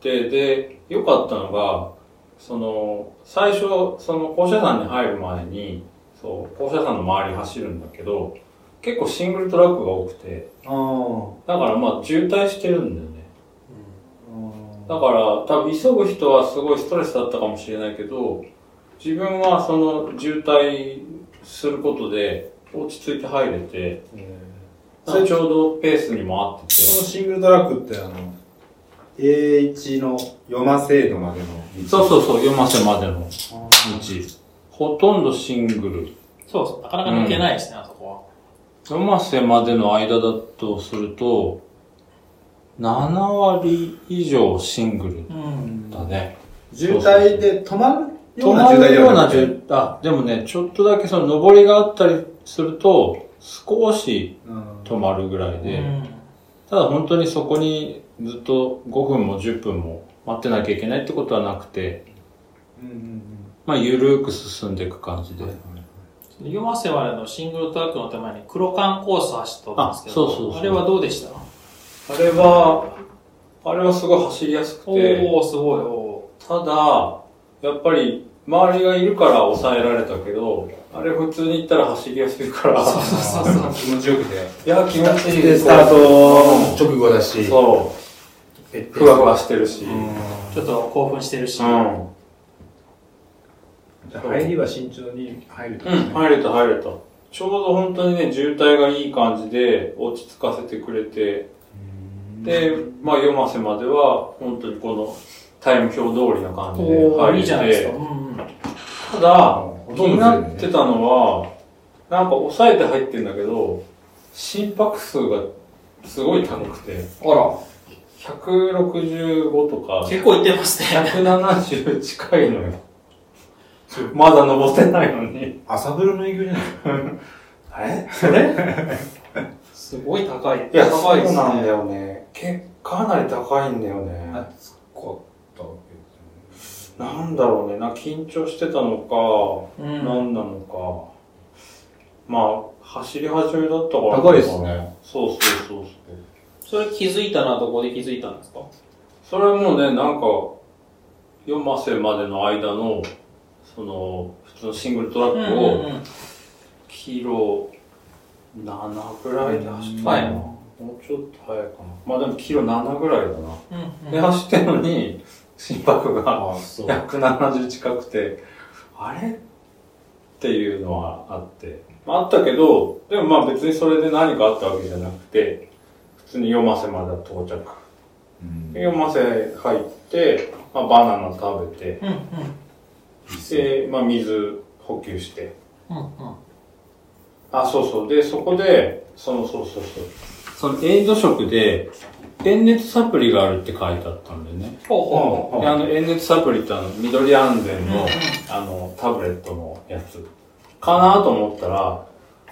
[SPEAKER 4] て、で、良かったのが、その、最初、その校舎山に入る前に、そう、校舎山の周り走るんだけど、結構シングルトラックが多くて、
[SPEAKER 3] あー
[SPEAKER 4] だからまあ渋滞してるんだよね。
[SPEAKER 3] あー。
[SPEAKER 4] だから多分急ぐ人はすごいストレスだったかもしれないけど自分はその渋滞することで落ち着いて入れて
[SPEAKER 3] え
[SPEAKER 4] それちょうどペースにも合って
[SPEAKER 3] ー
[SPEAKER 4] て
[SPEAKER 3] そのシングルトラックって、あの、A1 の読ませ度までの道。
[SPEAKER 4] そうそうそう読ませまでの道
[SPEAKER 3] あ
[SPEAKER 4] ほとんどシングル
[SPEAKER 2] そうそう。なかなか抜けないしね、あそこ
[SPEAKER 4] 読ませまでの間だとすると7割以上シングル
[SPEAKER 2] は。うん。
[SPEAKER 4] だね
[SPEAKER 3] ー渋滞で止まるよ
[SPEAKER 4] 止
[SPEAKER 3] う
[SPEAKER 4] ま
[SPEAKER 3] な渋滞
[SPEAKER 4] る
[SPEAKER 3] で
[SPEAKER 4] よう
[SPEAKER 3] はな
[SPEAKER 4] な
[SPEAKER 3] くて
[SPEAKER 4] 渋滞あでもねちょっとだけその上りがあったりすると少し
[SPEAKER 3] うん
[SPEAKER 4] 止まるぐらいうで、
[SPEAKER 2] ん。
[SPEAKER 4] ただ本当にそこにずっと5分も10分も待ってなきゃいけないってことはなくて、
[SPEAKER 3] うんうん
[SPEAKER 4] まあ、ゆるーく進んでいく感じで。
[SPEAKER 2] 読ませわれのシングルトラックの手前に黒缶コース走ったんですけど、
[SPEAKER 4] あそうそうそう
[SPEAKER 2] あれはどうでした
[SPEAKER 4] あれは、あれはすごい走りやすく
[SPEAKER 2] お
[SPEAKER 4] て、
[SPEAKER 2] おーすごい、お
[SPEAKER 4] ただ、やっぱり周りがいるから抑えられたけど、あれ普通に行ったら走りやすいか
[SPEAKER 2] ー
[SPEAKER 4] ら、
[SPEAKER 2] そうそう そうそう。
[SPEAKER 3] 気持ちよくて。
[SPEAKER 4] いや、気持ちいい。
[SPEAKER 3] で、スタート直後だし、
[SPEAKER 4] そ
[SPEAKER 3] ペッ
[SPEAKER 4] う、
[SPEAKER 3] ペ
[SPEAKER 4] ふわふわしてるし。
[SPEAKER 3] うん
[SPEAKER 2] ちょっと興奮してるし、
[SPEAKER 4] うん
[SPEAKER 3] じゃあ入りは慎重に入ると
[SPEAKER 4] うん、入れた入れた。ちょうど本当にね、渋滞がいい感じで落ち着かせてくれて、で、まあ、読ませまでは、本当にこのタイム表通りな感じで
[SPEAKER 2] おおいいじゃない
[SPEAKER 4] 入
[SPEAKER 2] ですか。
[SPEAKER 4] れ
[SPEAKER 2] う
[SPEAKER 4] て、
[SPEAKER 2] んうん、
[SPEAKER 4] ただ
[SPEAKER 3] う、ん
[SPEAKER 4] 気になってたのは、なんか抑えて入ってんだけど、心拍数がすごい高くて、
[SPEAKER 3] あら、
[SPEAKER 4] 165とか、
[SPEAKER 2] 結構いってますね。
[SPEAKER 4] 170近い のよ。まだ登ってないのに。
[SPEAKER 3] 朝風呂の営業じゃない
[SPEAKER 4] えそれ
[SPEAKER 2] すごい高い。
[SPEAKER 4] いや、
[SPEAKER 2] 高いです
[SPEAKER 4] そうなんだ
[SPEAKER 2] ね。
[SPEAKER 4] よね。けかなり高いんだよね。
[SPEAKER 3] 夏子と。
[SPEAKER 4] なんだろうね。な緊張してたの
[SPEAKER 2] う
[SPEAKER 4] か、なんんなのか。まあ、走り始めだったから。
[SPEAKER 3] 高いですね。
[SPEAKER 4] そうそうそうそう。
[SPEAKER 2] それ気づいたのはどこで気づいたんですか
[SPEAKER 4] それもね、なんか、読ませまでの間の、その、普通のシングルトラック
[SPEAKER 2] うん
[SPEAKER 4] を、
[SPEAKER 2] うん
[SPEAKER 4] キロ7ぐらいで走ったのかな
[SPEAKER 2] はい
[SPEAKER 4] もうちょっと早いかな。まあでも、キロ7ぐらいだな。
[SPEAKER 2] うん
[SPEAKER 4] で、走ってんのに、心拍が
[SPEAKER 3] あ、そう。
[SPEAKER 4] 170近くて、あれっていうのはあって。まあ、あったけど、でもまあ別にそれで何かあったわけじゃなくて、普通に読ませまで到着。
[SPEAKER 3] うん
[SPEAKER 4] 読ませ入って、まあバナナ食べて、
[SPEAKER 2] うんうん
[SPEAKER 4] で、まあ水補給して、
[SPEAKER 2] うんうん
[SPEAKER 4] あ、そうそう。で、そこで、その、そうそうそう。そのエイド食で、電熱サプリがあるって書いてあったんだよね。
[SPEAKER 2] ほうほうほ
[SPEAKER 4] であの、遠熱サプリってあの、緑安全の、あの、タブレットのやつ。かなと思ったら、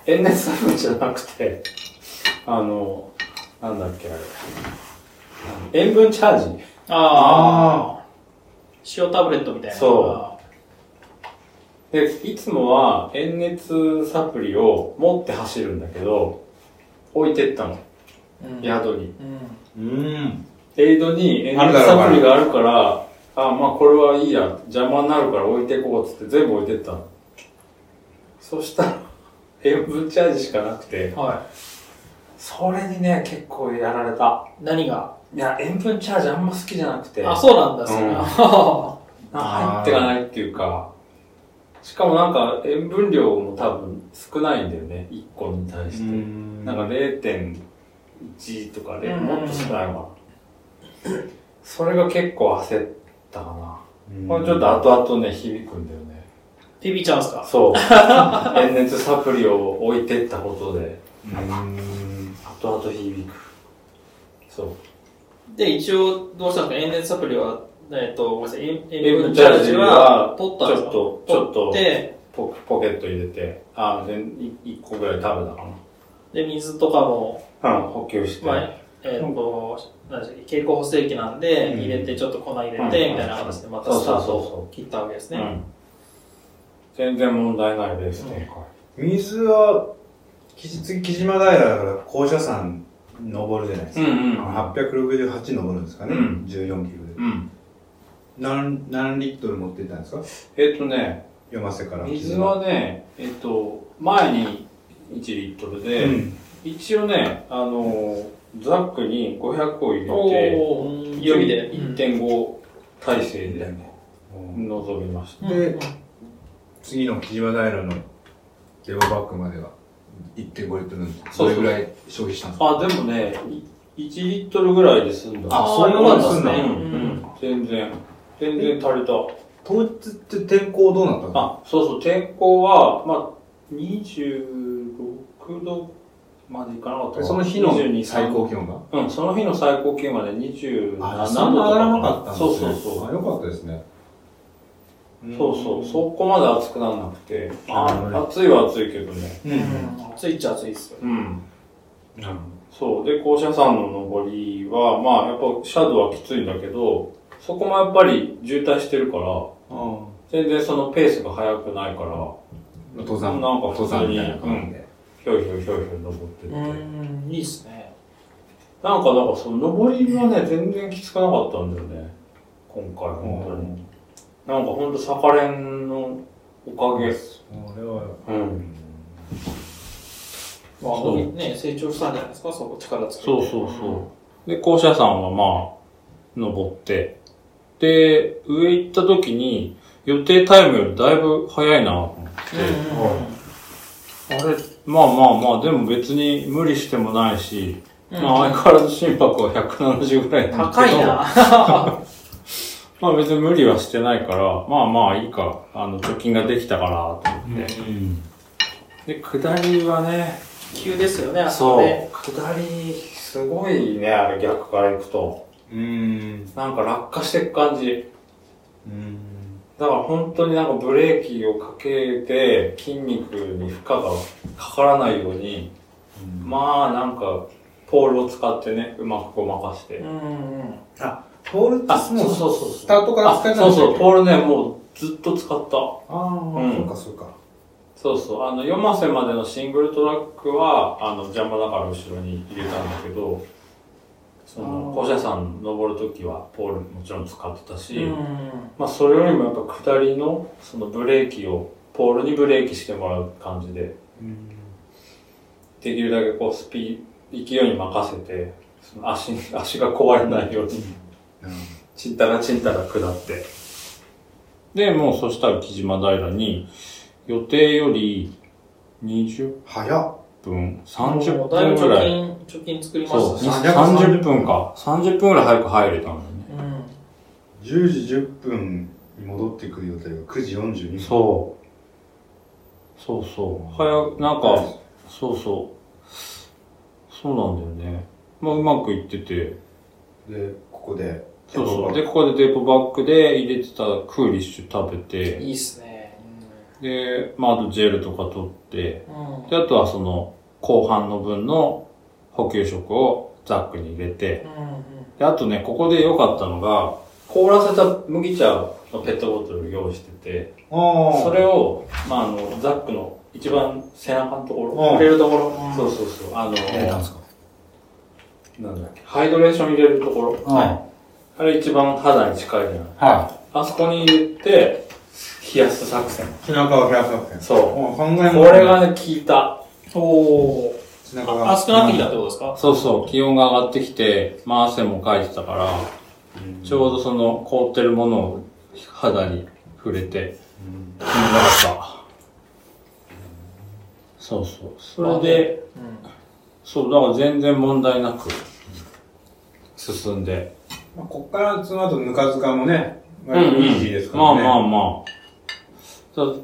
[SPEAKER 4] 遠熱サプリじゃなくて、あの、なんだっけ、あれ。あの塩分チャージ。
[SPEAKER 2] うああ塩タブレットみたいな
[SPEAKER 4] そで、いつもは、遠熱サプリを持って走るんだけど、置いてったの。
[SPEAKER 2] う、うん、
[SPEAKER 4] 宿に。
[SPEAKER 2] うん
[SPEAKER 3] うん。
[SPEAKER 4] エイドに遠熱サプリがあるから、あ、まあこれはいいや、邪魔になるから置いてこうっつって全部置いてったの。そしたら、塩分チャージしかなくて、
[SPEAKER 2] は
[SPEAKER 4] それにね、結構やられた。
[SPEAKER 2] 何が
[SPEAKER 4] いや、塩分チャージあんま好きじゃなくて、
[SPEAKER 2] あ、そうなんだ、それは。
[SPEAKER 4] なんか入ってかないっていうか、しかもなんか塩分量も多分少ないんだよね、1個に対して。なんか0.1とかで、
[SPEAKER 2] うん
[SPEAKER 4] もっと少ないわ。それが結構焦ったかな。これちょっと後々ね、響くんだよね。
[SPEAKER 2] ピピちゃんっすか
[SPEAKER 4] そう。塩熱サプリを置いてったことで、後々響く。そう。
[SPEAKER 2] で、一応、どうしたんですか塩熱サプリは、えっと、ごめんなさい、塩
[SPEAKER 4] 塩
[SPEAKER 2] 塩
[SPEAKER 4] 分
[SPEAKER 2] 分
[SPEAKER 4] チ
[SPEAKER 2] チ
[SPEAKER 4] ャ
[SPEAKER 2] ャ
[SPEAKER 4] ー
[SPEAKER 2] ー
[SPEAKER 4] ジ
[SPEAKER 2] ジ
[SPEAKER 4] は
[SPEAKER 2] は、取ったんですか
[SPEAKER 4] ちょっとちょっ
[SPEAKER 2] 取
[SPEAKER 4] と
[SPEAKER 2] て
[SPEAKER 4] ポポケット入れて、あ、で、1個ぐらい食べたか
[SPEAKER 2] で、水とかも、
[SPEAKER 4] な。うん、補給して。
[SPEAKER 2] まあ、えっと、何でしたっけ経口補正器なんで、
[SPEAKER 4] うん
[SPEAKER 2] 入れて、ちょっと粉入れ
[SPEAKER 4] うん
[SPEAKER 2] て、みたいな形で、また
[SPEAKER 4] そう
[SPEAKER 2] スタ
[SPEAKER 4] そう
[SPEAKER 2] ート
[SPEAKER 4] そ
[SPEAKER 2] を切ったわけです
[SPEAKER 4] う
[SPEAKER 2] ね。
[SPEAKER 4] ん。全然問題ないですね、こ
[SPEAKER 3] 水は、きじ次、木島平だから、校舎山登るじゃないです
[SPEAKER 4] れ。
[SPEAKER 3] か。
[SPEAKER 4] ん
[SPEAKER 3] 868登るんですかね。
[SPEAKER 4] うん
[SPEAKER 3] 14キロで。
[SPEAKER 4] うん。
[SPEAKER 3] 何、何リットル持ってったんですか
[SPEAKER 4] えっとね、
[SPEAKER 3] 読ませから。
[SPEAKER 4] 水はね、えっと、前に1リットルで、
[SPEAKER 3] うん
[SPEAKER 4] 一応ね、あの、ザックに500を入れて、
[SPEAKER 2] おー、予備で。
[SPEAKER 4] 1.5体制で
[SPEAKER 3] うん
[SPEAKER 4] 臨みました。
[SPEAKER 2] うん
[SPEAKER 3] で次の木島平のレゴバッグまでは1.5リットル
[SPEAKER 4] そうそう
[SPEAKER 3] どれぐらい消費したんですか
[SPEAKER 4] あ、でもね、い1リットルぐらいで済んだ。
[SPEAKER 2] あそういうもんですね
[SPEAKER 4] うんうん全然。全然足りた。
[SPEAKER 3] 当日って天候どうなったの
[SPEAKER 4] あ、そうそう、天候は、まあ、26度までいかなかった
[SPEAKER 3] で
[SPEAKER 4] か
[SPEAKER 3] その日の
[SPEAKER 4] 22
[SPEAKER 3] 最高気温が
[SPEAKER 4] うん、その日の最高気温まで27度とか。
[SPEAKER 3] そんな上がらなかったんです
[SPEAKER 4] そう
[SPEAKER 3] ね
[SPEAKER 4] そうそう。
[SPEAKER 3] あよかったですね
[SPEAKER 4] そうそう、そこまで暑くならなく
[SPEAKER 3] な
[SPEAKER 4] て。
[SPEAKER 3] るほ
[SPEAKER 4] あ暑いは暑いけどね。
[SPEAKER 3] う
[SPEAKER 2] うんん。ついっちゃついっすよ。
[SPEAKER 4] うん。
[SPEAKER 3] なる
[SPEAKER 4] そう。で、校舎山の上りは、まあ、やっぱ、シャドウはきついんだけど、そこもやっぱり渋滞してるから、
[SPEAKER 3] ほ
[SPEAKER 4] 全然そのペースが速くないから、
[SPEAKER 3] ど登山
[SPEAKER 4] なんか
[SPEAKER 3] 登
[SPEAKER 4] 普通
[SPEAKER 3] 山み
[SPEAKER 4] に
[SPEAKER 3] たいな感じで
[SPEAKER 4] ひょいひょいひょいひょい登ってって。
[SPEAKER 2] ん、いいっすね。
[SPEAKER 4] なんか、だからその登りはね、全然きつくなかったんだよね。今回、本当に。なんか本当、サカレンのおかげ。
[SPEAKER 3] これは
[SPEAKER 4] うん。
[SPEAKER 2] まあ
[SPEAKER 9] そう、
[SPEAKER 2] ね、成長したんじゃないですか、そこ力つけて。
[SPEAKER 9] そうそうそう。で、校舎山はまあ、登って、で、上行った時に、予定タイムよりだいぶ早いなと思って、あれ、まあまあまあ、でも別に無理してもないし、
[SPEAKER 2] うん
[SPEAKER 9] まあ相変わらず心拍は170ぐらいなんだ
[SPEAKER 2] 高
[SPEAKER 9] け
[SPEAKER 2] い
[SPEAKER 9] ど
[SPEAKER 2] な。
[SPEAKER 9] まあ別に無理はしてないから、まあまあいいか、あの、貯金ができたから、と思って。で、下りはね、
[SPEAKER 2] 急ですよね、あそこ
[SPEAKER 9] そう
[SPEAKER 2] ね。
[SPEAKER 4] 下り、すごいね、あれ逆から行くと。
[SPEAKER 3] うーん
[SPEAKER 4] なんか落下していく感じ。
[SPEAKER 3] うーん
[SPEAKER 4] だから本当になんかブレーキをかけて筋肉に負荷がかからないように、まあなんかポールを使ってね、うまくごまかして。
[SPEAKER 2] うんうん。
[SPEAKER 3] ポールって
[SPEAKER 4] あ、
[SPEAKER 3] も
[SPEAKER 4] そうそう
[SPEAKER 3] う
[SPEAKER 4] そうそう。
[SPEAKER 3] スタートから使えたんだっ
[SPEAKER 4] あ
[SPEAKER 3] け
[SPEAKER 4] そうそう、ポールね、もうずっと使った。
[SPEAKER 3] あ
[SPEAKER 4] う
[SPEAKER 3] あ
[SPEAKER 4] ん
[SPEAKER 3] そうかそうか
[SPEAKER 4] そうそう、あの、4マセまでのシングルトラックは、あの、邪魔だから後ろに入れたんだけど、その、校舎山登るときは、ポールもちろん使ってたし、
[SPEAKER 2] うん
[SPEAKER 4] まあ、それよりもやっぱ下りの、そのブレーキを、ポールにブレーキしてもらう感じで、できるだけこう、スピー、勢いに任せて、その足に、 足が壊れないように、ちんたらちんたら下って。
[SPEAKER 9] で、もうそしたら木島平に、予定より20
[SPEAKER 3] 早っ
[SPEAKER 9] 分、
[SPEAKER 2] も
[SPEAKER 9] 30
[SPEAKER 2] うだいぶ
[SPEAKER 9] 分ぐ
[SPEAKER 2] 貯
[SPEAKER 9] らい。
[SPEAKER 2] 金、貯金作りま
[SPEAKER 9] そう、
[SPEAKER 2] したね。
[SPEAKER 9] 30分か。30分ぐらい早く入れたんだよね。
[SPEAKER 2] うん。
[SPEAKER 3] 10時10分に戻ってくる予定が9時42分
[SPEAKER 9] そう。そうそう。早く、なんか、そうそう。そうなんだよね。まあ、うまくいってて。
[SPEAKER 3] でここで
[SPEAKER 9] そうそう。で、ここでデポバッグで入れてたクーリッシュ食べて、
[SPEAKER 2] いいっすね。
[SPEAKER 9] で、まあ、あとジェルとか取って、
[SPEAKER 2] うん。
[SPEAKER 9] で、あとはその、後半の分の補給食をザックに入れて、
[SPEAKER 2] う
[SPEAKER 9] で、あとね、ここで良かったのが、
[SPEAKER 4] 凍らせた麦茶のペットボトルを用意してて、
[SPEAKER 3] ああ
[SPEAKER 4] それを、まあ、あのザックの一番背中のとこ
[SPEAKER 3] うん
[SPEAKER 4] ろ、入れるところ、そうそうそう、あの、
[SPEAKER 3] か
[SPEAKER 4] なんだっけ、ハイドレーション入れるところ、
[SPEAKER 1] は
[SPEAKER 4] あれ一番肌に近いじゃない
[SPEAKER 1] い。。は
[SPEAKER 4] あそこに入れて、冷やす作戦。
[SPEAKER 3] 背中を開くわけ
[SPEAKER 4] そう。
[SPEAKER 3] もう考え
[SPEAKER 4] こ
[SPEAKER 3] も
[SPEAKER 4] れがね、効いた。
[SPEAKER 2] ん。おー。
[SPEAKER 3] なんか
[SPEAKER 2] あ暑くなってきたってことですか
[SPEAKER 4] そうそう、気温が上がってきて、まあ汗もかいてたから、ちょうどその凍ってるものを肌に触れて、気持ちよかった。そうそう。それで、そう、だから全然問題なく進んで。
[SPEAKER 3] まあ、こっからその後ぬか塚もね、
[SPEAKER 4] うん
[SPEAKER 3] 割とイージーですか
[SPEAKER 4] ま
[SPEAKER 3] ら
[SPEAKER 4] あ
[SPEAKER 3] ね。
[SPEAKER 4] まあまあ。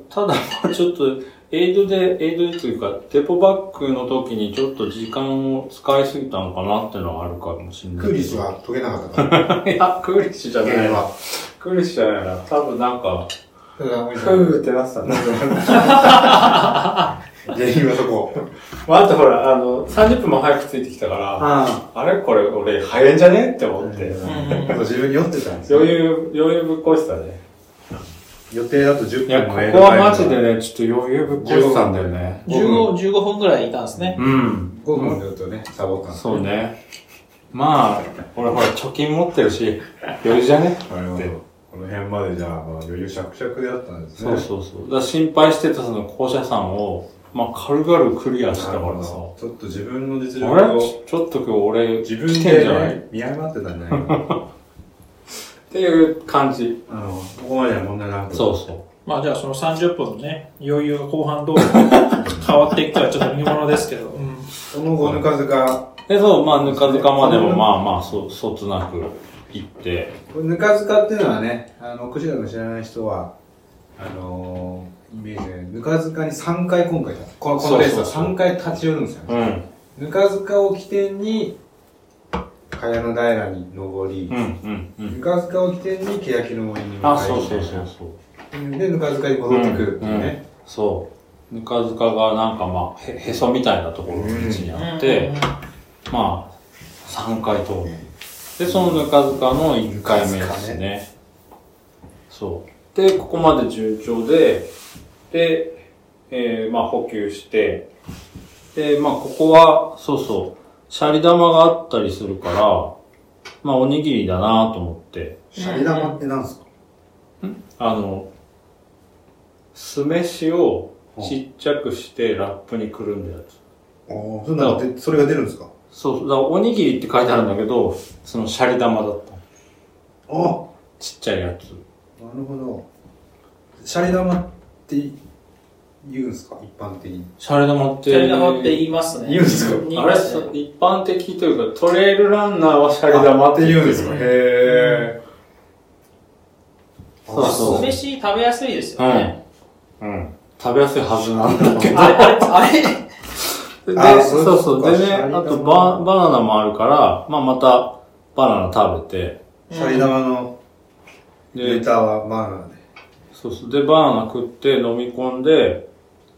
[SPEAKER 4] たた だ、まあちょっと、エイドで、エイドでというか、デポバッグの時にちょっと時間を使いすぎたのかなっていうのはあるかもしれない。
[SPEAKER 3] クーリッ シュは解けなかったから。
[SPEAKER 4] いや、クーリッシュじゃ
[SPEAKER 3] あ
[SPEAKER 4] ない
[SPEAKER 3] れ
[SPEAKER 4] わ。
[SPEAKER 3] は。
[SPEAKER 4] クーリッシュじゃないな。多分なんか、
[SPEAKER 3] それはもう一
[SPEAKER 10] ふーってなってたね。
[SPEAKER 3] 回原因はそこ。
[SPEAKER 10] まあ、あとほら、あの、30分も早くついてきたから、
[SPEAKER 3] あ
[SPEAKER 10] あれこれ俺早いんじゃねって思って。
[SPEAKER 3] あ。自分に酔ってたんですよ。
[SPEAKER 10] 余裕、余裕ぶっ壊してたね。
[SPEAKER 3] 予定だと10
[SPEAKER 4] いや、
[SPEAKER 3] 分
[SPEAKER 4] こ
[SPEAKER 3] も映
[SPEAKER 4] こ
[SPEAKER 3] 画
[SPEAKER 4] はマジでね、ちょっと余裕ぶっこしてたんだよね。
[SPEAKER 2] 15, 15分ぐらいいたんですね。
[SPEAKER 4] うん。
[SPEAKER 3] 5分ちょっとね、サボったんです
[SPEAKER 4] そうね。まあ、俺ほら、貯金持ってるし、余裕じゃね
[SPEAKER 3] あれはこの辺までじゃあ、まあ余裕しゃくしゃくであったんですね。
[SPEAKER 4] そうそうそう。だから心配してたその校舎山を、まあ、軽々クリアしたからさ。
[SPEAKER 3] ちょっと自分の実
[SPEAKER 4] あ
[SPEAKER 3] 力
[SPEAKER 4] れ
[SPEAKER 3] を
[SPEAKER 4] ちょっと今日俺、
[SPEAKER 3] 自分
[SPEAKER 4] 来てん
[SPEAKER 3] で
[SPEAKER 4] じゃないっ
[SPEAKER 3] ね見誤ってたんじゃないかな。
[SPEAKER 4] ていう感じ。
[SPEAKER 3] あの、ここまでは問題なく。
[SPEAKER 4] そうそ
[SPEAKER 2] まあじゃあその30分のね、余裕が後半どう 変わっていくかはちょっと見ものですけど。うん
[SPEAKER 3] その後、ぬか塚、
[SPEAKER 4] う。で、そう、まあ、ぬか塚までも、まあまあ、そう、そつなく行って、
[SPEAKER 3] これぬか塚っていうのはね、あの、くしらの知らない人は、あのー、イメージで、ぬか塚に3回今回だこのこのレースは
[SPEAKER 4] そうそうそう
[SPEAKER 3] 3回立ち寄るんですよね。
[SPEAKER 4] うん、
[SPEAKER 3] ぬか塚を起点に、茅野平に登り
[SPEAKER 4] うん、、うん、うん。
[SPEAKER 3] ぬか塚を起点に、欅の森に向かい
[SPEAKER 4] あ、そうそうそうそう。
[SPEAKER 3] で、ぬか塚に戻ってくるっていうね。
[SPEAKER 4] そう。ぬか塚がなんかまあ、へ、へそみたいなところの位置にあって、まあ、3回通る。で、そのぬか塚の1回目ですね。そう。
[SPEAKER 10] で、ここまで順調で、で、えー、まあ補給して、
[SPEAKER 4] で、まあ、ここは、そうそう、シャリ玉があったりするから、まあ、おにぎりだなと思って、
[SPEAKER 3] シャリ玉ってなんですか
[SPEAKER 4] あの、酢飯をちっちゃくしてラップにくるんだやつ。
[SPEAKER 3] ああ、そんなのでそれが出るんですか
[SPEAKER 4] そう、だからおにぎりって書いてあるんだけど、そのシャリ玉だった。
[SPEAKER 3] ああ
[SPEAKER 4] ちっちゃいやつ。
[SPEAKER 3] なるほど。シャリ玉って言うんすか一般的に。
[SPEAKER 4] シャレ玉って。
[SPEAKER 2] シャリ玉って言いますね。
[SPEAKER 3] 言うんですか
[SPEAKER 2] 言い
[SPEAKER 4] あれ、
[SPEAKER 2] ます
[SPEAKER 4] そ
[SPEAKER 2] ね
[SPEAKER 4] 一般的というか、トレイルランナーはシャレ玉って言うんですよ。
[SPEAKER 3] へえ。
[SPEAKER 4] そうそう。
[SPEAKER 2] 酢飯食べやすいですよね。
[SPEAKER 4] うん。うん。食べやすいはずなんだけど。
[SPEAKER 2] あれ、あれ、あれ
[SPEAKER 3] あ
[SPEAKER 4] で、
[SPEAKER 3] そういう
[SPEAKER 4] そ
[SPEAKER 3] こ
[SPEAKER 4] う
[SPEAKER 3] と
[SPEAKER 4] そう。
[SPEAKER 3] か
[SPEAKER 4] で
[SPEAKER 3] シ
[SPEAKER 4] ね、
[SPEAKER 3] ャリ玉
[SPEAKER 4] あとババナナもあるから、まあまたバナナ食べて、
[SPEAKER 3] シャリ玉の
[SPEAKER 4] で
[SPEAKER 3] ネ、タはバ
[SPEAKER 4] そうそう。で、バナナ食って飲み込んで、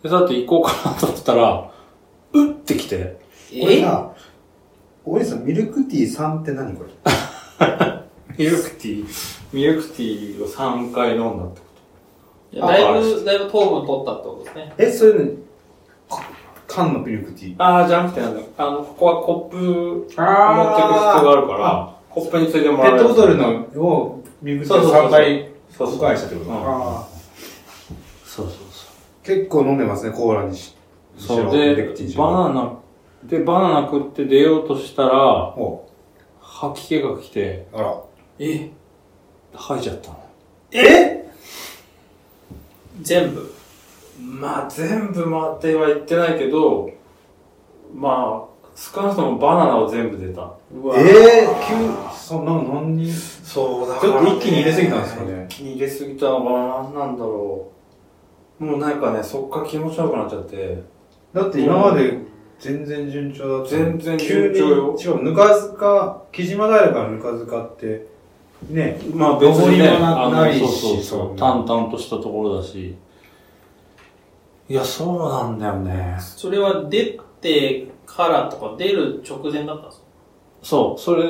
[SPEAKER 4] で、さて行こうかなと思ったら、 うってきて、
[SPEAKER 3] ナナで。俺
[SPEAKER 2] え
[SPEAKER 3] さ、俺さ、ミルクティー3って何これ
[SPEAKER 4] ミルクティー、ミルクティーを3回飲んだってこ
[SPEAKER 2] いやだいぶ、だいぶ糖分取ったってことですね。
[SPEAKER 3] え、それね、缶のミルクティー。
[SPEAKER 10] あー、じゃなくてなんだ、あの、ここはコップ持ってく必要があるから、コップについても
[SPEAKER 3] ペ
[SPEAKER 10] らえる
[SPEAKER 3] ットボトルのをミルクティーを3回
[SPEAKER 10] そうそう
[SPEAKER 3] お返しってこと
[SPEAKER 4] うん
[SPEAKER 3] あ
[SPEAKER 4] と。そうそうそう。
[SPEAKER 3] ー結構飲んでますね、コーラにししろ。
[SPEAKER 4] そう
[SPEAKER 3] ミ
[SPEAKER 4] で
[SPEAKER 3] ルクティーにし、ろ
[SPEAKER 4] バナナ、で、バナナ食って出ようとしたら、
[SPEAKER 3] お
[SPEAKER 4] 吐き気が来て、
[SPEAKER 3] あら。
[SPEAKER 4] え吐いちゃったの。
[SPEAKER 2] 全部。
[SPEAKER 10] まあ全部回っては言ってないけど、まあ、少なくともバナナを全部出た。うわ
[SPEAKER 3] ええー、急、そんな、何人
[SPEAKER 10] そうだ
[SPEAKER 3] ちょっと一気に入れすぎたんですかね
[SPEAKER 10] 一気に入れすぎたのかな、なんだろう。もうなんかね、そっから気持ち悪くなっちゃって。
[SPEAKER 3] だって今まで全然順調だったのに。
[SPEAKER 10] 全然順調よ
[SPEAKER 3] 急にしかも、ぬか塚、木島平からぬか塚って、ね、
[SPEAKER 4] まあ
[SPEAKER 3] 別にね
[SPEAKER 4] あ
[SPEAKER 3] な
[SPEAKER 4] の、
[SPEAKER 3] いし
[SPEAKER 4] そうそうそ
[SPEAKER 3] そう
[SPEAKER 4] う、淡々としたところだし。いや、そうなんだよね。
[SPEAKER 2] それは出てからとか、出る直前だったんですか
[SPEAKER 4] そう、それ、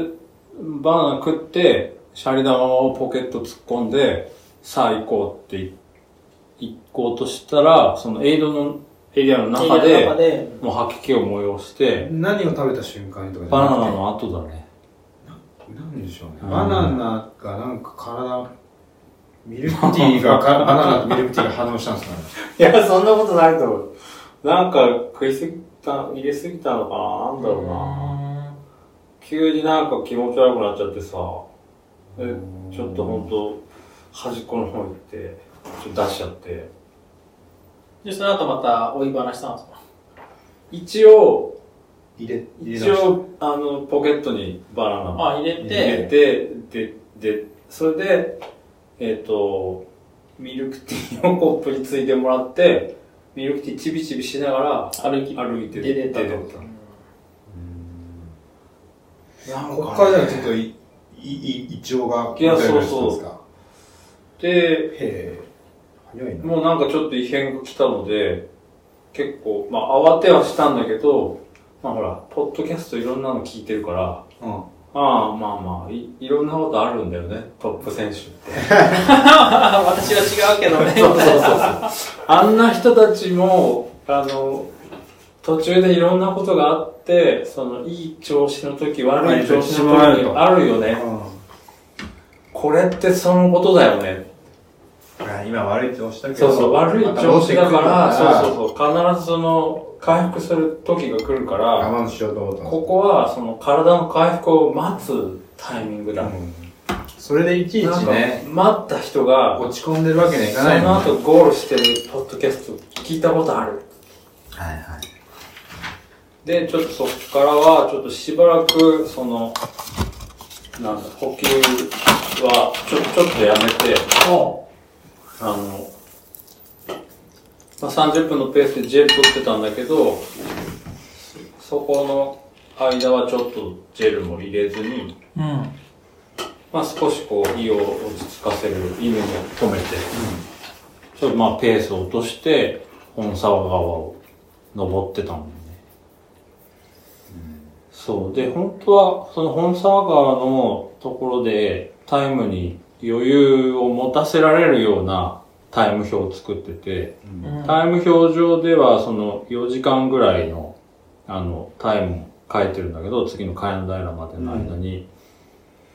[SPEAKER 4] バナナ食って、シャリ玉をポケット突っ込んで、さあ行こうって行こうとしたら、そのエイドのエリアの中
[SPEAKER 2] エリアの、中
[SPEAKER 4] で
[SPEAKER 2] で。
[SPEAKER 4] もう吐き気を催して、
[SPEAKER 3] 何を食べた瞬間にとかじゃ
[SPEAKER 4] バ
[SPEAKER 3] なく
[SPEAKER 4] ナ
[SPEAKER 3] て
[SPEAKER 4] ナの後だね。
[SPEAKER 3] なんでしょうね。
[SPEAKER 4] うん
[SPEAKER 3] バナナがなんか体、ミルクティーがか、 バナナとミルクティーが反応したんですかね。
[SPEAKER 10] いや、そんなことないと思う。なんか食いすぎ、
[SPEAKER 4] た、入れすぎたのかななんだろうな。急になんか気持ち悪くなっちゃってさ、でちょっとほんと、端っこの方行って、ちょっと出しちゃって。
[SPEAKER 2] で、その後また追い話したんですか
[SPEAKER 4] 一応、
[SPEAKER 3] 入れ、入れ
[SPEAKER 4] 一応、あの、ポケットにバナナを
[SPEAKER 2] あ、入れ
[SPEAKER 4] 入れ
[SPEAKER 2] て、
[SPEAKER 4] て、で、で、それで、えっ、と、ミルクティーをコップについてもらって、ミルクティーちびちびしながら
[SPEAKER 2] 歩き、
[SPEAKER 4] 歩いて
[SPEAKER 2] 出てった
[SPEAKER 4] 出
[SPEAKER 2] と
[SPEAKER 4] てった。
[SPEAKER 3] ここからだからちょっとい、い、い、胃腸が、
[SPEAKER 4] いやそうそう
[SPEAKER 3] うか。
[SPEAKER 4] で、
[SPEAKER 3] へえ。早いな。
[SPEAKER 4] もうなんかちょっと異変が来たので、結構、まあ慌てはしたんだけど、まあほら、ポッドキャストいろんなの聞いてるから、
[SPEAKER 3] うん。
[SPEAKER 4] ああ、まあまあい、いろんなことあるんだよね、トップ選手って。
[SPEAKER 2] あ私は違うけどね。
[SPEAKER 4] そうそうそうそう。あんな人たちも、あの、途中でいろんなことがあって、その、いい調子の時、悪い調子の
[SPEAKER 3] 悪い
[SPEAKER 4] 時
[SPEAKER 3] 調子も
[SPEAKER 4] あるよね。
[SPEAKER 3] う
[SPEAKER 4] これってそのことだよね。
[SPEAKER 3] んいや。今悪い調子だけ
[SPEAKER 4] そ
[SPEAKER 3] ど。
[SPEAKER 4] うそう、悪い
[SPEAKER 3] また
[SPEAKER 4] 調子だか
[SPEAKER 3] 戻ってくる
[SPEAKER 4] ら、そうそうそう、必ずその、回復する時が来るから、
[SPEAKER 3] 我慢しようと思ったんです
[SPEAKER 4] ここはその体の回復を待つタイミングだ。
[SPEAKER 3] それでいちい
[SPEAKER 4] なん
[SPEAKER 3] ち
[SPEAKER 4] か
[SPEAKER 3] ね、
[SPEAKER 4] 待った人が、
[SPEAKER 3] 落ち込んでるわけにはい
[SPEAKER 4] そ
[SPEAKER 3] かない
[SPEAKER 4] の
[SPEAKER 3] もん
[SPEAKER 4] 後ゴールしてるポッドキャスト聞いたことある。
[SPEAKER 3] はいはい。
[SPEAKER 4] で、ちょっとそこからは、ちょっとしばらく、その、なんだ、補給は、ちょ、ちょっとやめて、あの、まあ、30分のペースでジェル取ってたんだけど、そこの間はちょっとジェルも入れずに、
[SPEAKER 2] うん。
[SPEAKER 4] まあ、少しこう、胃を落ち着かせる意味も込めて、ちょっとまあ、ペースを落として、本沢川を登ってたもんね。そう。で、本当は、その本沢川のところで、タイムに余裕を持たせられるようなタイム表を作ってて、タイム表上では、その4時間ぐらいの、あの、タイムを書いてるんだけど、次の海の平までの間に、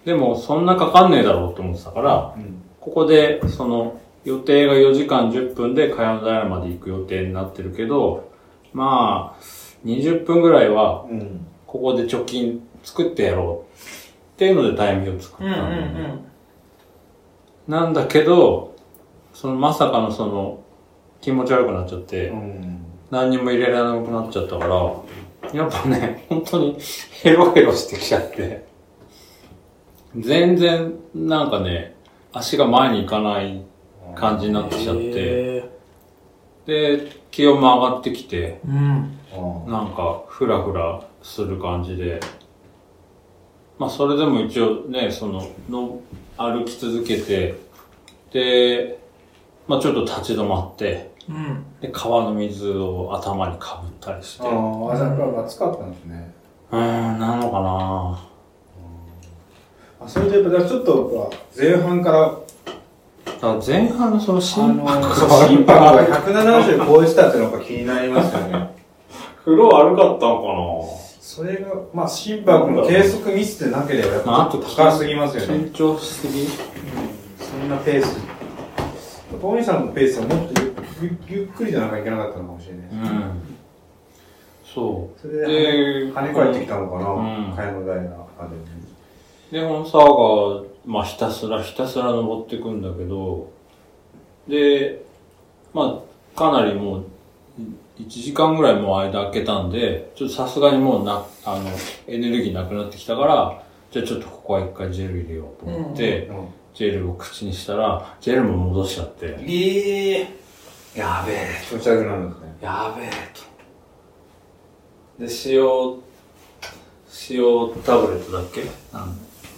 [SPEAKER 4] でも、そんなかかんねえだろうと思ってたから、ここで、その、予定が4時間10分で海の平まで行く予定になってるけど、まあ、20分ぐらいは、
[SPEAKER 3] うん。
[SPEAKER 4] ここで貯金作ってやろうっていうのでタイミングを作
[SPEAKER 2] う
[SPEAKER 4] っ
[SPEAKER 2] んうん
[SPEAKER 4] たのね、
[SPEAKER 2] うん。
[SPEAKER 4] なんだけど、そのまさかのその気持ち悪くなっちゃって、
[SPEAKER 3] うん。
[SPEAKER 4] 何にも入れられなくなっちゃったから、やっぱね、本当にヘロヘロしてきちゃって。全然なんかね、足が前に行かない感じになってきちゃって、
[SPEAKER 9] へ
[SPEAKER 4] で、気温も上がってきて、
[SPEAKER 2] うん。
[SPEAKER 3] うん
[SPEAKER 4] なんか、ふらふらする感じで。まあ、それでも一応ね、その、の歩き続けて、で、まあ、ちょっと立ち止まって、
[SPEAKER 2] うん。
[SPEAKER 4] で、川の水を頭にかぶったりして。
[SPEAKER 3] あ
[SPEAKER 4] う
[SPEAKER 3] あ、朝から暑かったんですね。
[SPEAKER 4] ーん、なのかな
[SPEAKER 3] あ、それで、だからちょっと、前半から、
[SPEAKER 4] だから前半のその
[SPEAKER 3] あ
[SPEAKER 4] 心
[SPEAKER 3] の、
[SPEAKER 4] 拍
[SPEAKER 3] 心拍が170超えてたってのが気になりますよね。
[SPEAKER 4] 風呂悪かったの
[SPEAKER 3] それが、まあ、心拍の計測ミスでなければ、やっ
[SPEAKER 4] かなまあ、
[SPEAKER 3] ぱ
[SPEAKER 4] あ
[SPEAKER 3] ちょ
[SPEAKER 4] と
[SPEAKER 3] っと高すぎますよね。
[SPEAKER 4] 緊張しすぎ
[SPEAKER 3] そんなペース。ポニーさんのペースはもっとゆゆゆっくりじゃなんかいけなかったのかもしれない。
[SPEAKER 4] うん。そう。
[SPEAKER 3] それ
[SPEAKER 4] で
[SPEAKER 3] で、跳ね返ってきたのか
[SPEAKER 4] うん
[SPEAKER 3] な、替えの代のあれ
[SPEAKER 4] で、本沢が、まあ、ひたすらひたすら登っていくんだけど、で、まあ、かなりもう、1時間ぐらいもう間空けたんで、ちょっとさすがにもうな、あの、エネルギーなくなってきたから、じゃあちょっとここは一回ジェル入れようと思って、
[SPEAKER 3] うんうん
[SPEAKER 4] ジェルを口にしたら、ジェルも戻しちゃって、
[SPEAKER 2] ええ。
[SPEAKER 4] やべえ、
[SPEAKER 3] 気持ち悪くなるんですね。
[SPEAKER 4] やべえと。で、塩、塩タブレットだっけなん
[SPEAKER 3] う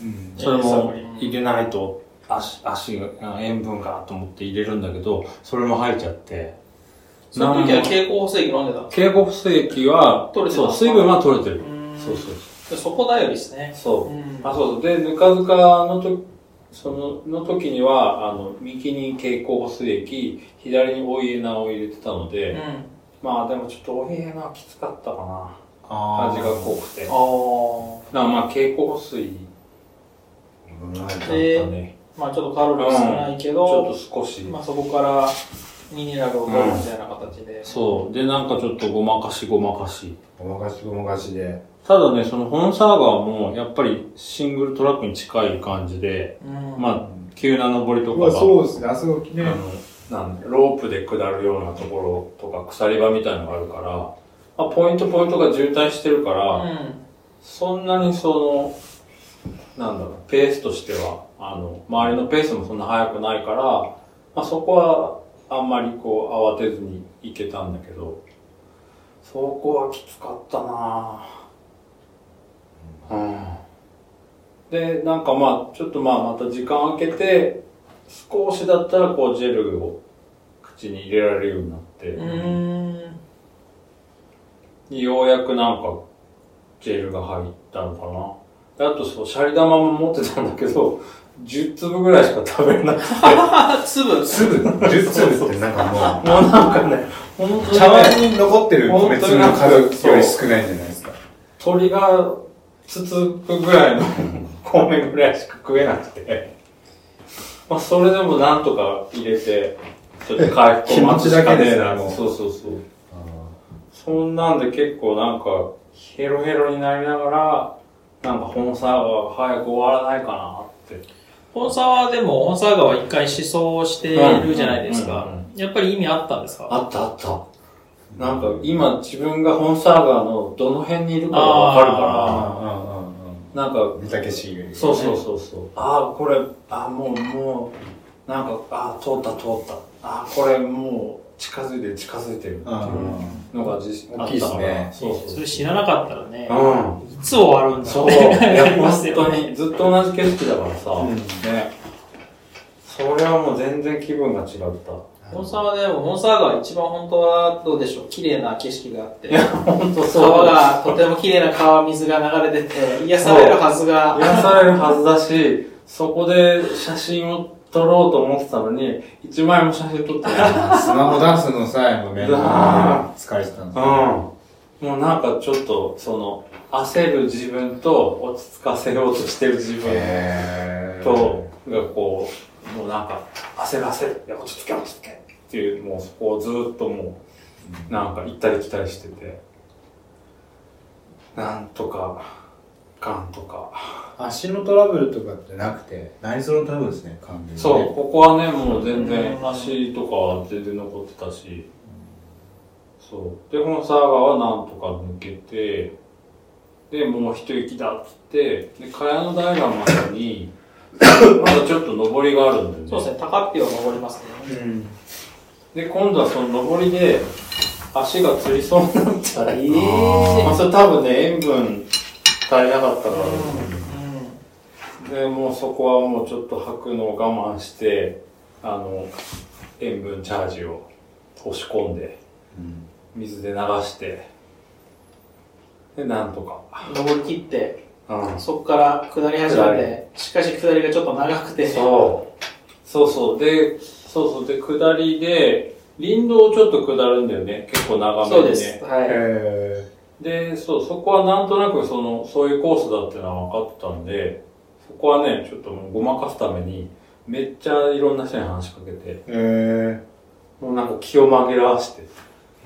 [SPEAKER 3] ん。
[SPEAKER 4] それも入れないと足足があ塩分がと思って入れるんだけどそれも入っちゃって
[SPEAKER 2] その時は
[SPEAKER 4] なんも
[SPEAKER 2] 蛍光補正器飲んでたんです
[SPEAKER 4] 経口補正液は
[SPEAKER 2] 取れて
[SPEAKER 4] そ
[SPEAKER 2] た
[SPEAKER 4] う水分は取れて
[SPEAKER 2] う
[SPEAKER 4] る
[SPEAKER 2] ん
[SPEAKER 4] そうそう
[SPEAKER 2] かそこだよりですね。
[SPEAKER 4] そうう、
[SPEAKER 2] ん
[SPEAKER 4] あそうそうでぬかずかのとそのの時にはあの右に経口補正液左にオイエナを入れてたので、
[SPEAKER 2] うん。あ
[SPEAKER 4] まあでもちょっとオイエナはきつかったかな
[SPEAKER 3] あ
[SPEAKER 4] 味が濃くてだか
[SPEAKER 2] あ。
[SPEAKER 4] らまあ経口補水
[SPEAKER 3] うん
[SPEAKER 4] だったね、
[SPEAKER 2] まあちょっとカロリー少ないけ
[SPEAKER 4] ちょっ
[SPEAKER 2] ど
[SPEAKER 4] と、少し
[SPEAKER 2] まあそこからミネラルを取るみたいな形で。
[SPEAKER 9] そう。で、なんかちょっとごまかしごまかし。
[SPEAKER 1] ごまかしごまかしで。
[SPEAKER 9] ただね、その本サーバーも、やっぱりシングルトラックに近い感じで、
[SPEAKER 2] うん
[SPEAKER 9] まあ、急な登りとか
[SPEAKER 3] まあ
[SPEAKER 9] が、
[SPEAKER 3] そうですね、あそこね。
[SPEAKER 9] あの
[SPEAKER 4] なんだロープで下るようなところとか鎖場みたいのがあるから、まあ、ポイントポイントが渋滞してるから、
[SPEAKER 2] うん
[SPEAKER 4] そんなにその、なんだろう、ペースとしては、あの、周りのペースもそんな速くないから、まあ、そこはあんまりこう慌てずに行けたんだけど、そこはきつかったなぁ。うん。で、なんかまあ、ちょっとまあ、また時間空けて、少しだったらこうジェルを口に入れられるようになって、
[SPEAKER 2] うん。
[SPEAKER 4] ようやくなんか、ジェルが入ったのかな。であと、そう、シャリ玉も持ってたんだけど、10粒ぐらいしか食べれなくて、
[SPEAKER 2] あ、粒。
[SPEAKER 1] 粒、10粒ってなんかも
[SPEAKER 4] もうなんかね、ほんと
[SPEAKER 3] 茶碗に残ってる米粒の数より
[SPEAKER 4] そう
[SPEAKER 3] 少ないんじゃないですか。
[SPEAKER 4] 鳥がつつくぐらいの米ぐらいしか食えなくて、まあ、それでもなんとか入れて、ちょっと回復を待つしか
[SPEAKER 3] 気持ちだ
[SPEAKER 4] ねえな
[SPEAKER 3] けですねもう
[SPEAKER 4] そうそうそう。そんなんで結構なんか、ヘロヘロになりながら、なんか本サーバーが早く終わらないかなって。
[SPEAKER 2] 本沢はでも、本沢川一回思想してるじゃないです
[SPEAKER 4] うんうん
[SPEAKER 2] か。やっぱり意味あったんですか
[SPEAKER 4] あったあった。なんか今自分が本サーバーのどの辺にいるかがわかるか
[SPEAKER 3] ああ、
[SPEAKER 4] ら、なんか、
[SPEAKER 3] 見たけしぐり。
[SPEAKER 4] そうそうそうそう。ああ、これ、ああ、もう、もう、なんか、ああ、通った通った。ああ、これもう、近づいてる近づいてるっていうのが実
[SPEAKER 3] うん大きいっすね
[SPEAKER 4] そうそう
[SPEAKER 2] それ知らなかったらね、
[SPEAKER 4] うん。
[SPEAKER 2] いつ終わるんだろ
[SPEAKER 4] そうう、い
[SPEAKER 2] ね
[SPEAKER 4] や本当に、ずっと同じ景色だから さ、ね。それはもう全然気分が違った。
[SPEAKER 2] 本沢でも、本沢川一番本当はどうでしょう綺麗な景色があって
[SPEAKER 4] い。や、本当そう。
[SPEAKER 2] 川が、とても綺麗な川水が流れてて、癒されるはずが、
[SPEAKER 4] 癒されるはずだし、そこで写真を撮ろうと思ってたのに、一枚も写真撮ってない。
[SPEAKER 3] スマホダンスの際のメンバーで疲れてたんで
[SPEAKER 4] うん。
[SPEAKER 3] すよ。
[SPEAKER 4] もうなんかちょっと、その、焦る自分と落ち着かせようとしてる自分
[SPEAKER 3] へー
[SPEAKER 4] と、がこう、もうなんか、焦る焦る、いや落ち着け落ち着けっていう、もうそこをずっともう、なんか行ったり来たりしてて、なんとか、かんとか。
[SPEAKER 3] 足のトラブルとかってなくて、内臓のトラブルですね、完全にね。
[SPEAKER 4] そう、ここはね、もう全
[SPEAKER 2] う
[SPEAKER 4] 然
[SPEAKER 2] ん
[SPEAKER 4] 足とかは全然残ってたし、そう。で、このサーガーはなんとか抜けて、で、もう一息だっつって、で、茅野平までに、 まだちょっと登りがあるんだ
[SPEAKER 2] そうです
[SPEAKER 4] よね。
[SPEAKER 2] ね、高っぴを登りますね。
[SPEAKER 3] うん。
[SPEAKER 4] で、今度はその登りで、足がつりそうになっちゃう。
[SPEAKER 2] え
[SPEAKER 4] まあ、それ多分ね、塩分足りなかったから、でもうそこはもうちょっと吐くのを我慢してあの塩分チャージを押し込んで水で流してでなんとか、
[SPEAKER 2] うん登り切って、
[SPEAKER 4] うん、
[SPEAKER 2] そこから下り始
[SPEAKER 4] 下
[SPEAKER 2] め
[SPEAKER 4] り
[SPEAKER 2] て、しかし下りがちょっと長くて、
[SPEAKER 4] そうそうそうでそうそうで下りで林道をちょっと下るんだよね結構長めにね
[SPEAKER 2] そうです。はい。
[SPEAKER 3] へ
[SPEAKER 4] で、そう、そこはなんとなくその、そういうコースだっていうのは分かってたんで、そこはね、ちょっともうごまかすために、めっちゃいろんな人に話しかけて、
[SPEAKER 3] ーへ
[SPEAKER 4] もうなんか気を紛らわして。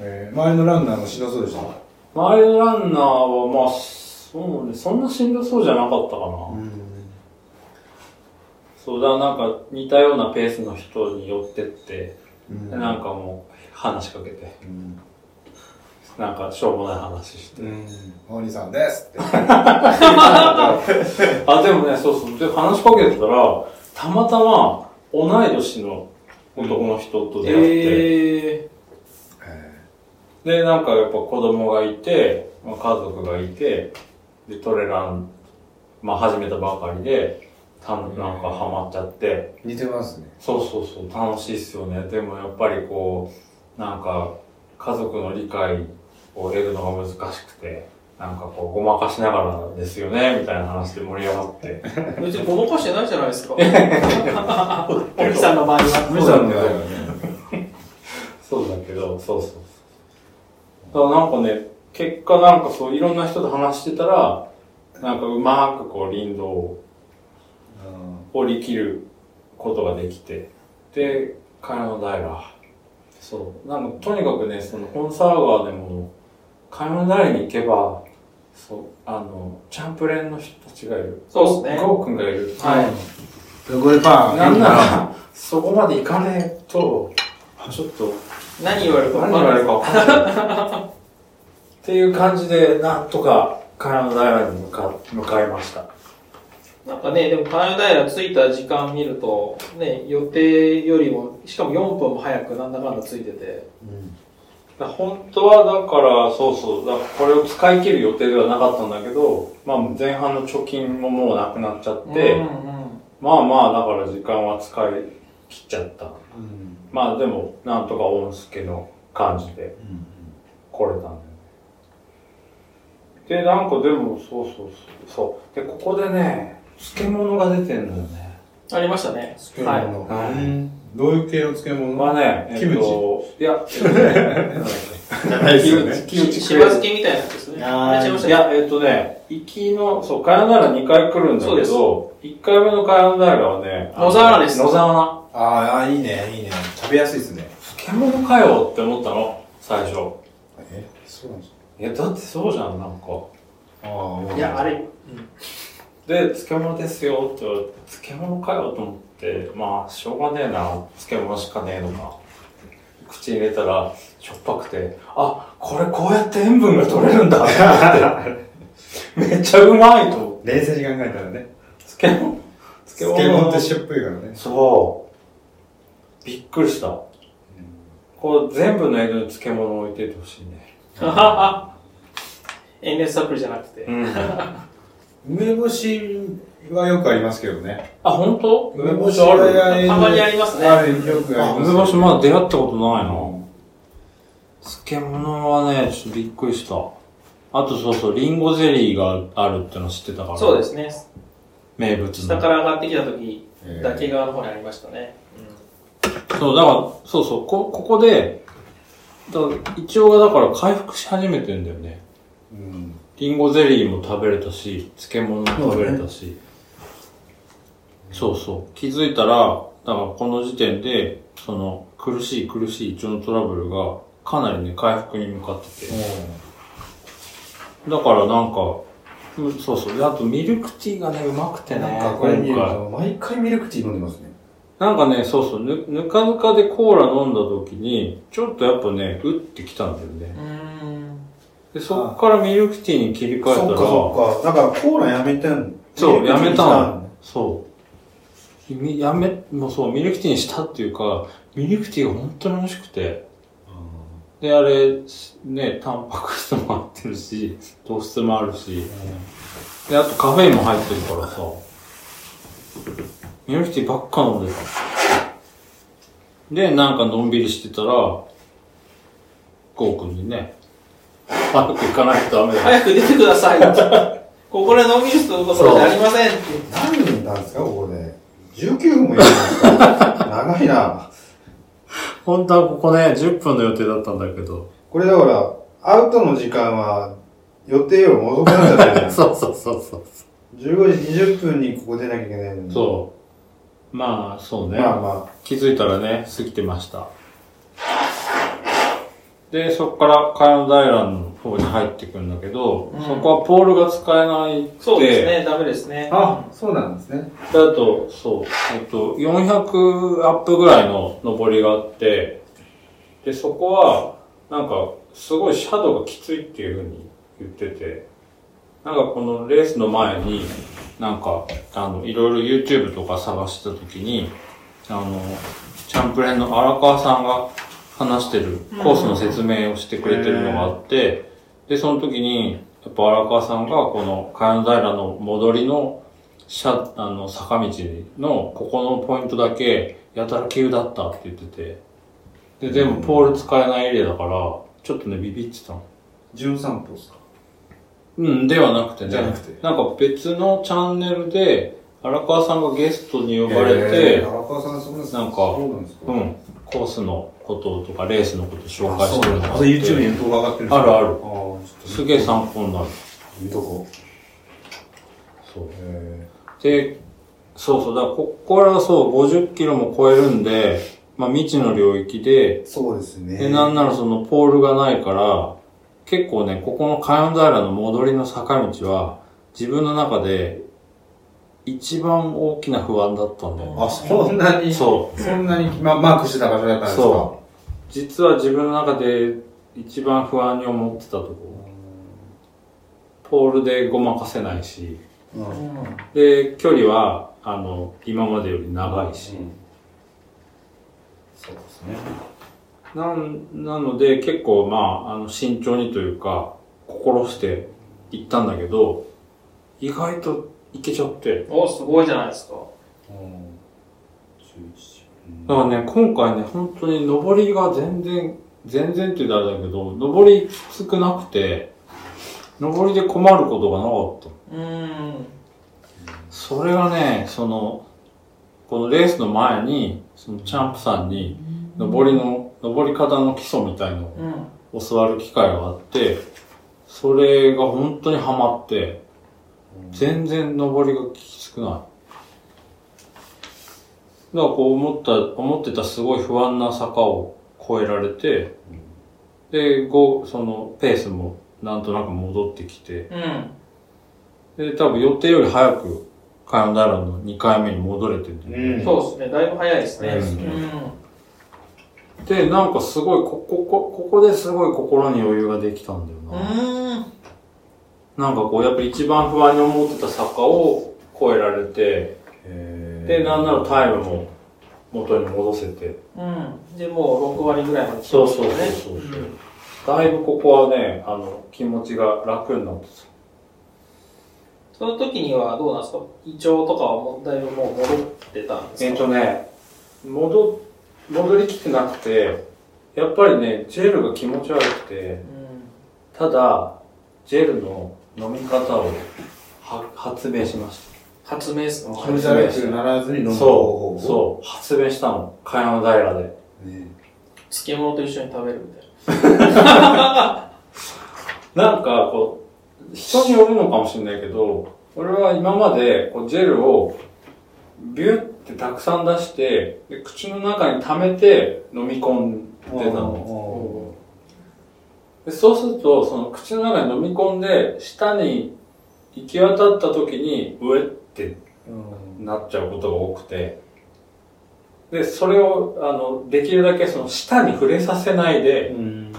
[SPEAKER 3] ー。周りのランナーもしなそうでした。
[SPEAKER 4] 周りのランナーは、まあ、そうね、そんなしんどそうじゃなかったかな。そうだ、なんか似たようなペースの人に寄ってって、
[SPEAKER 3] うん
[SPEAKER 4] でなんかもう話しかけて、
[SPEAKER 3] うん
[SPEAKER 4] なんかしょうもない話して。
[SPEAKER 3] お兄さんですって。
[SPEAKER 4] あ、でもね、そうそう。で、話しかけてたら、たまたま、同い年の男の人と出会って、
[SPEAKER 2] え
[SPEAKER 4] で、なんかやっぱ子供がいて、まあ、家族がいて、で、トレラン、まあ始めたばかりで、たなんかハマっちゃって、
[SPEAKER 3] 似てますね。
[SPEAKER 4] そうそうそう、楽しいっすよね。でもやっぱりこう、なんか、家族の理解を得るのが難しくて、なんかこう、ごまかしながらですよね、みたいな話で盛り上がって。
[SPEAKER 2] ー、別にごまかしてないじゃないです か。おみさんの場合は。
[SPEAKER 3] 兄さんではね。
[SPEAKER 4] そうだけど、そうそうそう。だからなんかね、結果なんかそういろんな人と話してたら、なんかうまくこう林道を折り切ることができて、で、金の平、そう。なんか、とにかくね、その、コンサーガーでも、雷に行けば、そう、あの、チャンプレーンの人たちがいる。
[SPEAKER 2] そうですね
[SPEAKER 4] ゴー君がいる。
[SPEAKER 2] はい。
[SPEAKER 3] これパー。
[SPEAKER 4] なんなら、そこまで行かねえと、ちょっと、
[SPEAKER 2] 何言われるか
[SPEAKER 4] 何
[SPEAKER 2] 分
[SPEAKER 4] が
[SPEAKER 2] かんないで
[SPEAKER 4] ある
[SPEAKER 2] す
[SPEAKER 4] か分かんない。っていう感じで、なんとか、金の平に向か向かいました。
[SPEAKER 2] なんかね、でも金谷平着いた時間見ると、ね、予定よりも、しかも4分も早くなんだかんだ着いてて、
[SPEAKER 4] だから本当はだから、そうそう、だからこれを使い切る予定ではなかったんだけど、まあ前半の貯金ももうなくなっちゃって、
[SPEAKER 2] うんうん
[SPEAKER 4] まあまあだから時間は使い切っちゃった。
[SPEAKER 3] うん
[SPEAKER 4] まあでも、なんとか恩助の感じで来れたんだよね。で、なんかでも、そうそうそう。そうで、ここでね、漬物が出てんのよね。
[SPEAKER 2] ありましたね。
[SPEAKER 3] 漬物。
[SPEAKER 4] はい
[SPEAKER 3] うんどういう系の漬物
[SPEAKER 4] まあね、
[SPEAKER 3] キムチ
[SPEAKER 4] チ いや、えっとねなんだっ
[SPEAKER 3] じゃない
[SPEAKER 4] けキムチ、キム
[SPEAKER 2] し
[SPEAKER 4] チ
[SPEAKER 2] しば漬けみたいなやつですね。
[SPEAKER 3] あー
[SPEAKER 2] あれ違いまし
[SPEAKER 4] い
[SPEAKER 2] たね。
[SPEAKER 4] や、えっとね、行きの、そう、カヤナラ2回来るんだ
[SPEAKER 2] そう
[SPEAKER 4] け
[SPEAKER 2] です
[SPEAKER 4] ど、1回目のカヤナラはね、
[SPEAKER 2] 野沢菜です
[SPEAKER 4] 野沢
[SPEAKER 3] ああ、いいね、いいね。食べやすいですね。
[SPEAKER 4] 菜。漬物かよって思ったの、最初。
[SPEAKER 3] え、そうなんですか
[SPEAKER 4] いや、だってそうじゃん、なんか。
[SPEAKER 3] ああ、
[SPEAKER 2] いや、あれ、
[SPEAKER 4] で、漬物ですよって言われて、漬物かよと思って、まあ、しょうがねえな、漬物しかねえのか。口に入れたら、しょっぱくて、あ、これこうやって塩分が取れるんだって 思って、めっちゃうまいと思って。
[SPEAKER 3] 冷静に考えたらね。
[SPEAKER 4] 漬物
[SPEAKER 3] 漬物ってしょっぱいからね。
[SPEAKER 4] そう。びっくりした。こう全部の江戸に漬物を置いててほしいね。
[SPEAKER 2] 遠慮サプリじゃなくて。
[SPEAKER 4] ん。 あ、
[SPEAKER 3] 梅干しはよくありますけどね。
[SPEAKER 4] 本当
[SPEAKER 3] 梅干しは
[SPEAKER 2] たまにありますね
[SPEAKER 3] あるよくあり
[SPEAKER 4] あ
[SPEAKER 3] ます。
[SPEAKER 4] 梅干しまだ出会ったことないな。
[SPEAKER 3] うん
[SPEAKER 4] 漬物はね、ちょっとびっくりした。あとそうそう、リンゴゼリーがあるっての知ってたから。
[SPEAKER 2] そうですね。
[SPEAKER 4] 名物の。
[SPEAKER 2] 下から上がってきた時
[SPEAKER 3] えー
[SPEAKER 2] だけ側の方にありましたね。うん
[SPEAKER 4] そう、だから、そうそう、こ、ここで、だ胃腸がだから回復し始めてんだよね。
[SPEAKER 3] うん。
[SPEAKER 4] リンゴゼリーも食べれたし、漬物も食べれたし。そうそう。気づいたら、だからこの時点で、その、苦しい苦しい胃腸のトラブルが、かなりね、回復に向かってて。だからなんか、うんそうそう。で、あとミルクティーがね、うまくてね。
[SPEAKER 3] なんかこれ見る
[SPEAKER 4] 今回
[SPEAKER 3] と、毎回ミルクティー飲んでますね。
[SPEAKER 4] なんかね、そうそう、ぬ、ぬかぬかでコーラ飲んだ時に、ちょっとやっぱね、うってきたんだよね。
[SPEAKER 2] うん。
[SPEAKER 4] で、そっからミルクティーに切り替えた
[SPEAKER 3] そ
[SPEAKER 4] ら、
[SPEAKER 3] っかそっか。だからコーラやめてん
[SPEAKER 4] そう、やめた
[SPEAKER 3] の
[SPEAKER 4] の。そう。みやめ、もうそう、ミルクティーにしたっていうか、ミルクティーが本当に美味しくて。で、あれ、しね、タンパク質も入ってるし、糖質もあるし、で、あとカフェインも入ってるからさ、ミルクティーばっか飲んでた。で、なんかのんびりしてたら、ゴーくんにね、 早く行かないとダメだよ。
[SPEAKER 2] 早く出てください って。ここで飲みる人のところじゃありませんって。
[SPEAKER 3] 何人いたんですか、ここで。19分もいたんですか長いな。
[SPEAKER 4] 本当はここね、10分の予定だったんだけど、
[SPEAKER 3] これだから、アウトの時間は予定よりも遅くなっちゃったじゃん。
[SPEAKER 4] そうそうそうそう。
[SPEAKER 3] 15時20分にここ出なきゃいけないのに。
[SPEAKER 4] そう。まあ、そうね。
[SPEAKER 3] まあま
[SPEAKER 4] 気づいたらね、過ぎてました。で、そこからカヤノダイランの方に入っていくんだけど、
[SPEAKER 2] うん
[SPEAKER 4] そこはポールが使えないって、
[SPEAKER 2] そうですね、ダメですね。
[SPEAKER 3] あ。あ、そうなんですね。
[SPEAKER 4] だと、そう、えっと、400アップぐらいの上りがあって、で、そこは、なんか、すごいシャドウがきついっていうふうに言ってて、なんかこのレースの前に、なんか、あの、いろいろ YouTube とか探してた時に、あの、チャンプレーンの荒川さんが話してるコースの説明をしてくれてるのがあって、で、その時に、やっぱ荒川さんがこの茅野平の戻りのシャあの坂道のここのポイントだけやたら急だったって言ってて、で、全部ポール使えないエリアだから、ちょっとね、ビビってたの。
[SPEAKER 3] 13歩ですか。
[SPEAKER 4] うん、ではなくてね。
[SPEAKER 3] じゃなくて
[SPEAKER 4] んか別のチャンネルで、荒川さんがゲストに呼ばれ
[SPEAKER 3] え
[SPEAKER 4] て
[SPEAKER 3] ー、荒川さんそうなんです
[SPEAKER 4] なんか
[SPEAKER 3] そうなんです
[SPEAKER 4] う
[SPEAKER 3] か。
[SPEAKER 4] ん、コースのこととかレースのこと紹
[SPEAKER 3] あ
[SPEAKER 4] 介
[SPEAKER 3] そ
[SPEAKER 4] して
[SPEAKER 3] う
[SPEAKER 4] る
[SPEAKER 3] なん
[SPEAKER 4] のが
[SPEAKER 3] だ
[SPEAKER 4] あっ
[SPEAKER 3] そ
[SPEAKER 4] て
[SPEAKER 3] れ YouTube に動画上がってるんです
[SPEAKER 4] あるあ
[SPEAKER 3] あ
[SPEAKER 4] る
[SPEAKER 3] あ、ち。ょっと。
[SPEAKER 4] すげえ参考になる。
[SPEAKER 3] 見とこう。
[SPEAKER 4] そう。
[SPEAKER 3] え
[SPEAKER 4] で、そうそう、だからここからそう、50キロも超えるんで、まあ未知の領域で、
[SPEAKER 3] そうですね。
[SPEAKER 4] で、なんならそのポールがないから、結構ね、ここの海音平の戻りの坂道は、自分の中で一番大きな不安だったんだよね。
[SPEAKER 3] あ、そんなに、そ
[SPEAKER 4] そ
[SPEAKER 3] んなに、ま、マークしてた場所だったんで
[SPEAKER 4] う。
[SPEAKER 3] すか
[SPEAKER 4] そう。実は自分の中で一番不安に思ってたとこ。ポールでごまかせないし、
[SPEAKER 3] うん
[SPEAKER 4] で、距離は、あの、今までより長いし。
[SPEAKER 3] そうですね。
[SPEAKER 4] なんなので結構まああの慎重にというか心して行ったんだけど意外といけちゃって
[SPEAKER 2] お、すごいじゃないですか。
[SPEAKER 3] うん
[SPEAKER 4] だからね今回ね本当に上りが全然全然って言うとあれだけど上りきつくなくて上りで困ることがなかっ
[SPEAKER 2] うーん。
[SPEAKER 4] たそれがねそのこのレースの前にそのチャンプさんに上りの上り方の基礎みたいのを
[SPEAKER 2] うん。
[SPEAKER 4] 教わる機会があって、それが本当にハマって、全然登りがきつくない。だからこう思った、思ってたすごい不安な坂を越えられて、で、ご、そのペースもなんとなく戻ってきて、
[SPEAKER 2] うん。
[SPEAKER 4] で、多分予定より早く、海洋ダラの2回目に戻れてるんだよね、
[SPEAKER 3] うん
[SPEAKER 2] そうですね。だいぶ早いですね。
[SPEAKER 4] 早いです
[SPEAKER 2] う
[SPEAKER 4] ね
[SPEAKER 2] ん。
[SPEAKER 4] で、なんかすごい、ここ、こここですごい心に余裕ができたんだよ
[SPEAKER 2] う
[SPEAKER 4] な。
[SPEAKER 2] ーん。
[SPEAKER 4] なんかこう、やっぱり一番不安に思ってた坂を越えられて、で、なんならタイムも元に戻せて。
[SPEAKER 2] うん。で、もう6割ぐらいまで来て
[SPEAKER 4] そ
[SPEAKER 2] ま
[SPEAKER 4] う
[SPEAKER 2] す
[SPEAKER 4] そ
[SPEAKER 2] ね
[SPEAKER 4] うそうそう、だいぶここはね、あの、気持ちが楽になって
[SPEAKER 2] その時にはどうなんですか胃腸とかはもうだいぶもう戻ってたんで
[SPEAKER 4] た。え
[SPEAKER 2] す
[SPEAKER 4] っ
[SPEAKER 2] か
[SPEAKER 4] とね、戻、戻りきってなくて、やっぱりね、ジェルが気持ち悪くて、ただ、ジェルの飲み方をは発明しまし
[SPEAKER 2] 発明ですか
[SPEAKER 3] 気持ち悪くならずに飲
[SPEAKER 4] た。
[SPEAKER 3] む
[SPEAKER 4] そ
[SPEAKER 3] 方法
[SPEAKER 4] う、そう、発明したの。茅野平で。
[SPEAKER 3] う。ね
[SPEAKER 2] 漬物と一緒に食べるみたい
[SPEAKER 4] なんか、こう、人によるのかもしれないけど、俺は今まで、こう、ジェルを、ビュってたくさん出して、で口の中に溜めて飲み込んでたの。
[SPEAKER 3] の。
[SPEAKER 4] でそうすると、その口の中に飲み込んで、舌に行き渡った時に、上って
[SPEAKER 3] うん
[SPEAKER 4] なっちゃうことが多くて、で、それを、あの、できるだけその舌に触れさせないで
[SPEAKER 3] うん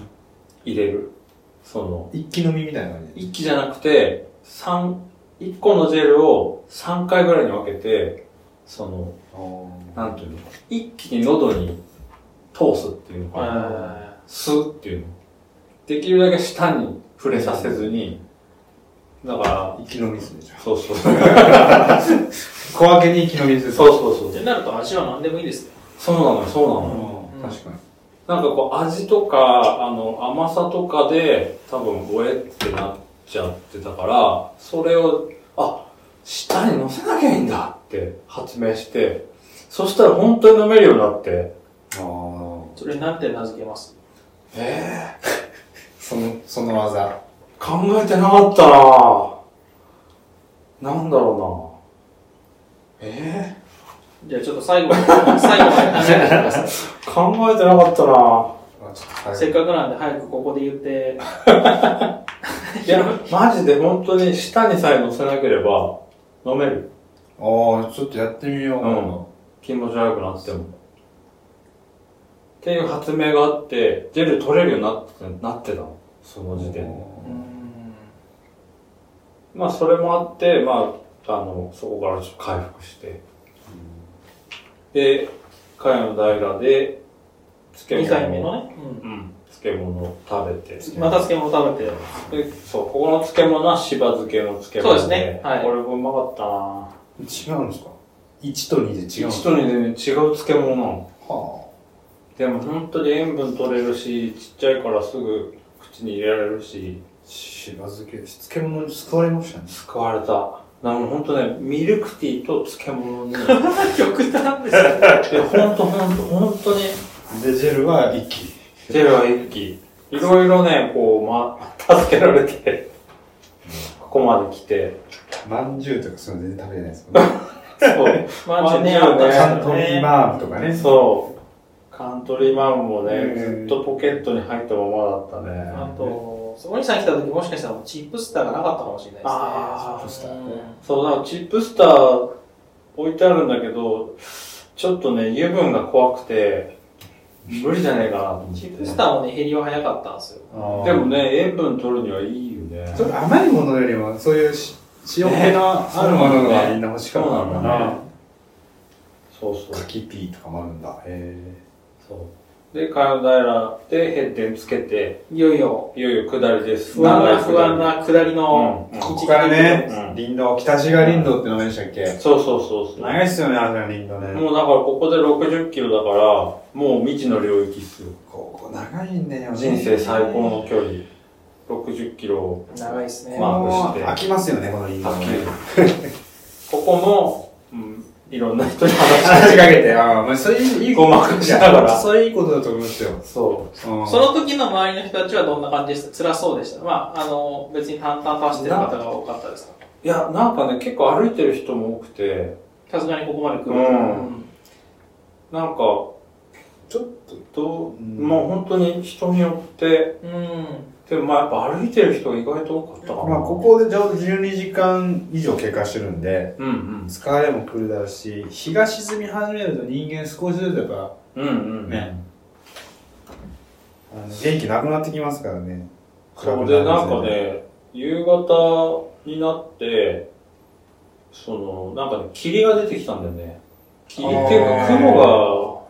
[SPEAKER 4] 入れる。その、
[SPEAKER 3] 一気飲みみたいな感じ。
[SPEAKER 4] 一気じゃなくて、三、一個のジェルを3回ぐらいに分けて、その、なんていうの、一気に喉に通すっていうのか
[SPEAKER 2] な。
[SPEAKER 4] な、
[SPEAKER 2] は
[SPEAKER 4] 吸うっていうの。できるだけ舌に触れさせずに、だか
[SPEAKER 3] 一気飲みですね、じゃ
[SPEAKER 4] ら、そうそう。 そう
[SPEAKER 3] あ小分けに一気飲みですね。
[SPEAKER 4] そうそ
[SPEAKER 2] い。っ
[SPEAKER 4] う。
[SPEAKER 2] てなると味は何でもいいですね。
[SPEAKER 4] そうなのよ、そうなのよ。
[SPEAKER 3] うん確かに。
[SPEAKER 4] なんかこう、味とか、あの、甘さとかで、多分、ごえってなっちゃってたから、それを、あ、舌に乗せなきゃいいんだって発明して、そしたら本当に飲めるようになって、
[SPEAKER 3] そ
[SPEAKER 2] それなんて名付けます
[SPEAKER 4] ええ
[SPEAKER 3] の、その技。
[SPEAKER 4] 考えてなかったなぁなんだろうなぁええ
[SPEAKER 2] じゃあちょっと最後に、最後まで考えてください。
[SPEAKER 4] 考えてなかったな ぁ
[SPEAKER 2] せっかくなんで早くここで言って、
[SPEAKER 4] いや、マジで本当に舌にさえ乗せなければ、飲める。
[SPEAKER 3] ああ、ちょっとやってみよう。
[SPEAKER 4] 気持ち悪くなっても。っていう発明があって、ジェル取れるようになってなってたの。その時点で。
[SPEAKER 2] うん
[SPEAKER 4] まあ、それもあって、まあ、あの、そこからちょっと回復して。で、海の平で、
[SPEAKER 2] 2
[SPEAKER 4] 漬
[SPEAKER 2] 回目
[SPEAKER 4] 物を。
[SPEAKER 2] のね、う
[SPEAKER 4] うん。漬物を食べて。
[SPEAKER 2] んまた漬物食べて、
[SPEAKER 4] でそう、ここの漬物はしば漬けの漬物で。
[SPEAKER 2] そうですねはい
[SPEAKER 4] これもうまかったな
[SPEAKER 3] 違うんですか ?1 と2で違うんです
[SPEAKER 4] 一
[SPEAKER 3] か
[SPEAKER 4] とにでね、違う漬物なの。
[SPEAKER 3] は
[SPEAKER 4] でも本当に塩分取れるし、ちっちゃいからすぐ口に入れられるし、
[SPEAKER 3] あ。しば漬け、漬物に救われましたね。
[SPEAKER 4] 救われた。なもう本当ね、ミルクティーと漬物に。で、
[SPEAKER 2] 極端ですね。
[SPEAKER 4] 本当本当本当に、
[SPEAKER 3] で、ジェルは一気。
[SPEAKER 4] ジェルは一気。いろいろね、こう、ま、助けられて、ここまで来て。
[SPEAKER 3] まんじゅうとかそういうの全然食べれない ですもんね。
[SPEAKER 4] そう。
[SPEAKER 2] まあ、
[SPEAKER 4] まあ
[SPEAKER 2] じゃあね、
[SPEAKER 4] じゃ
[SPEAKER 2] あ
[SPEAKER 4] あね
[SPEAKER 2] ったんです
[SPEAKER 3] ちゃん
[SPEAKER 2] けど
[SPEAKER 3] とイ
[SPEAKER 2] ね。
[SPEAKER 3] マームとかね。
[SPEAKER 4] そう。カントリーマンも
[SPEAKER 3] う
[SPEAKER 4] ね、
[SPEAKER 3] ん
[SPEAKER 4] ずっとポケットに入ったままだったね。
[SPEAKER 2] あと、そこにさん来た時もしかしたらチップスターがなかったかもしれないですね。
[SPEAKER 4] あ
[SPEAKER 2] チッ
[SPEAKER 4] ー
[SPEAKER 2] プスターね
[SPEAKER 4] そう、なんかチップスター置いてあるんだけど、ちょっとね、油分が怖くて、無理じゃねえかなと思って。
[SPEAKER 2] チップスターもね、減りは早かったんですよ。
[SPEAKER 4] でもね、塩分取るにはいいよね。
[SPEAKER 3] それ甘いものよりも、そういうし塩気のあるものがみんな欲しかったんだ
[SPEAKER 4] そうなん
[SPEAKER 3] な
[SPEAKER 4] だ。そうそう。
[SPEAKER 3] カキピーとかもあるんだ。へ
[SPEAKER 4] そう。で、カヨダイラでヘッデンつけて、
[SPEAKER 2] いよいよ、
[SPEAKER 4] いよいよ下りです。
[SPEAKER 2] 不安な
[SPEAKER 4] 長い
[SPEAKER 2] 不安な下りの
[SPEAKER 4] うんうん
[SPEAKER 2] 道
[SPEAKER 3] ここから
[SPEAKER 4] う
[SPEAKER 3] ね
[SPEAKER 4] ん、
[SPEAKER 3] 林道、北志賀林道って名前でしたっけ
[SPEAKER 4] そうそうそうそう。
[SPEAKER 3] 長いっすよね、あの林道ね。
[SPEAKER 4] もうだからここで60キロだから、もう未知の領域っすよ。
[SPEAKER 3] ここ長いんだよね。
[SPEAKER 4] 人生最高の距離。60キロを
[SPEAKER 2] 長いですね。
[SPEAKER 4] まあ
[SPEAKER 3] こ
[SPEAKER 4] マークして
[SPEAKER 3] の飽きますよね、この 林道
[SPEAKER 4] はっき
[SPEAKER 3] ね
[SPEAKER 4] り。ここも、うん、いろんな人に話し
[SPEAKER 3] 話しかけて、ああ、まあ、それいい、いい
[SPEAKER 4] ごまかしながら
[SPEAKER 3] それいいことだと思いますよ。
[SPEAKER 4] て。 そう。
[SPEAKER 3] うん
[SPEAKER 2] その時の周りの人たちはどんな感じでした辛そうでした。まあ、あの、別に淡々と走ってる方が多かったですか
[SPEAKER 4] いや、なんかね、結構歩いてる人も多くて、
[SPEAKER 2] さすがにここまで来ると。
[SPEAKER 4] うんなんか、
[SPEAKER 3] ちょっと、
[SPEAKER 4] ど
[SPEAKER 3] う
[SPEAKER 4] う、
[SPEAKER 3] ん
[SPEAKER 4] まあ本当に人によって、
[SPEAKER 2] うん。
[SPEAKER 4] でもまあやっぱ歩いてる人が意外と多かったかな。
[SPEAKER 3] まあ、ここでちょうど12時間以上経過してるんで、
[SPEAKER 4] うんうん。
[SPEAKER 3] 疲れも来るだろうし、日が沈み始めると人間少しずつやっぱ、
[SPEAKER 4] うんうん。
[SPEAKER 3] ねあの元気なくなってきますからね。
[SPEAKER 4] そうで、なんか
[SPEAKER 3] 暗くる
[SPEAKER 4] ね、夕方になって、その、なんかね、霧が出てきたんだよね。霧っていう
[SPEAKER 3] あ
[SPEAKER 4] か、
[SPEAKER 3] ー
[SPEAKER 4] 雲が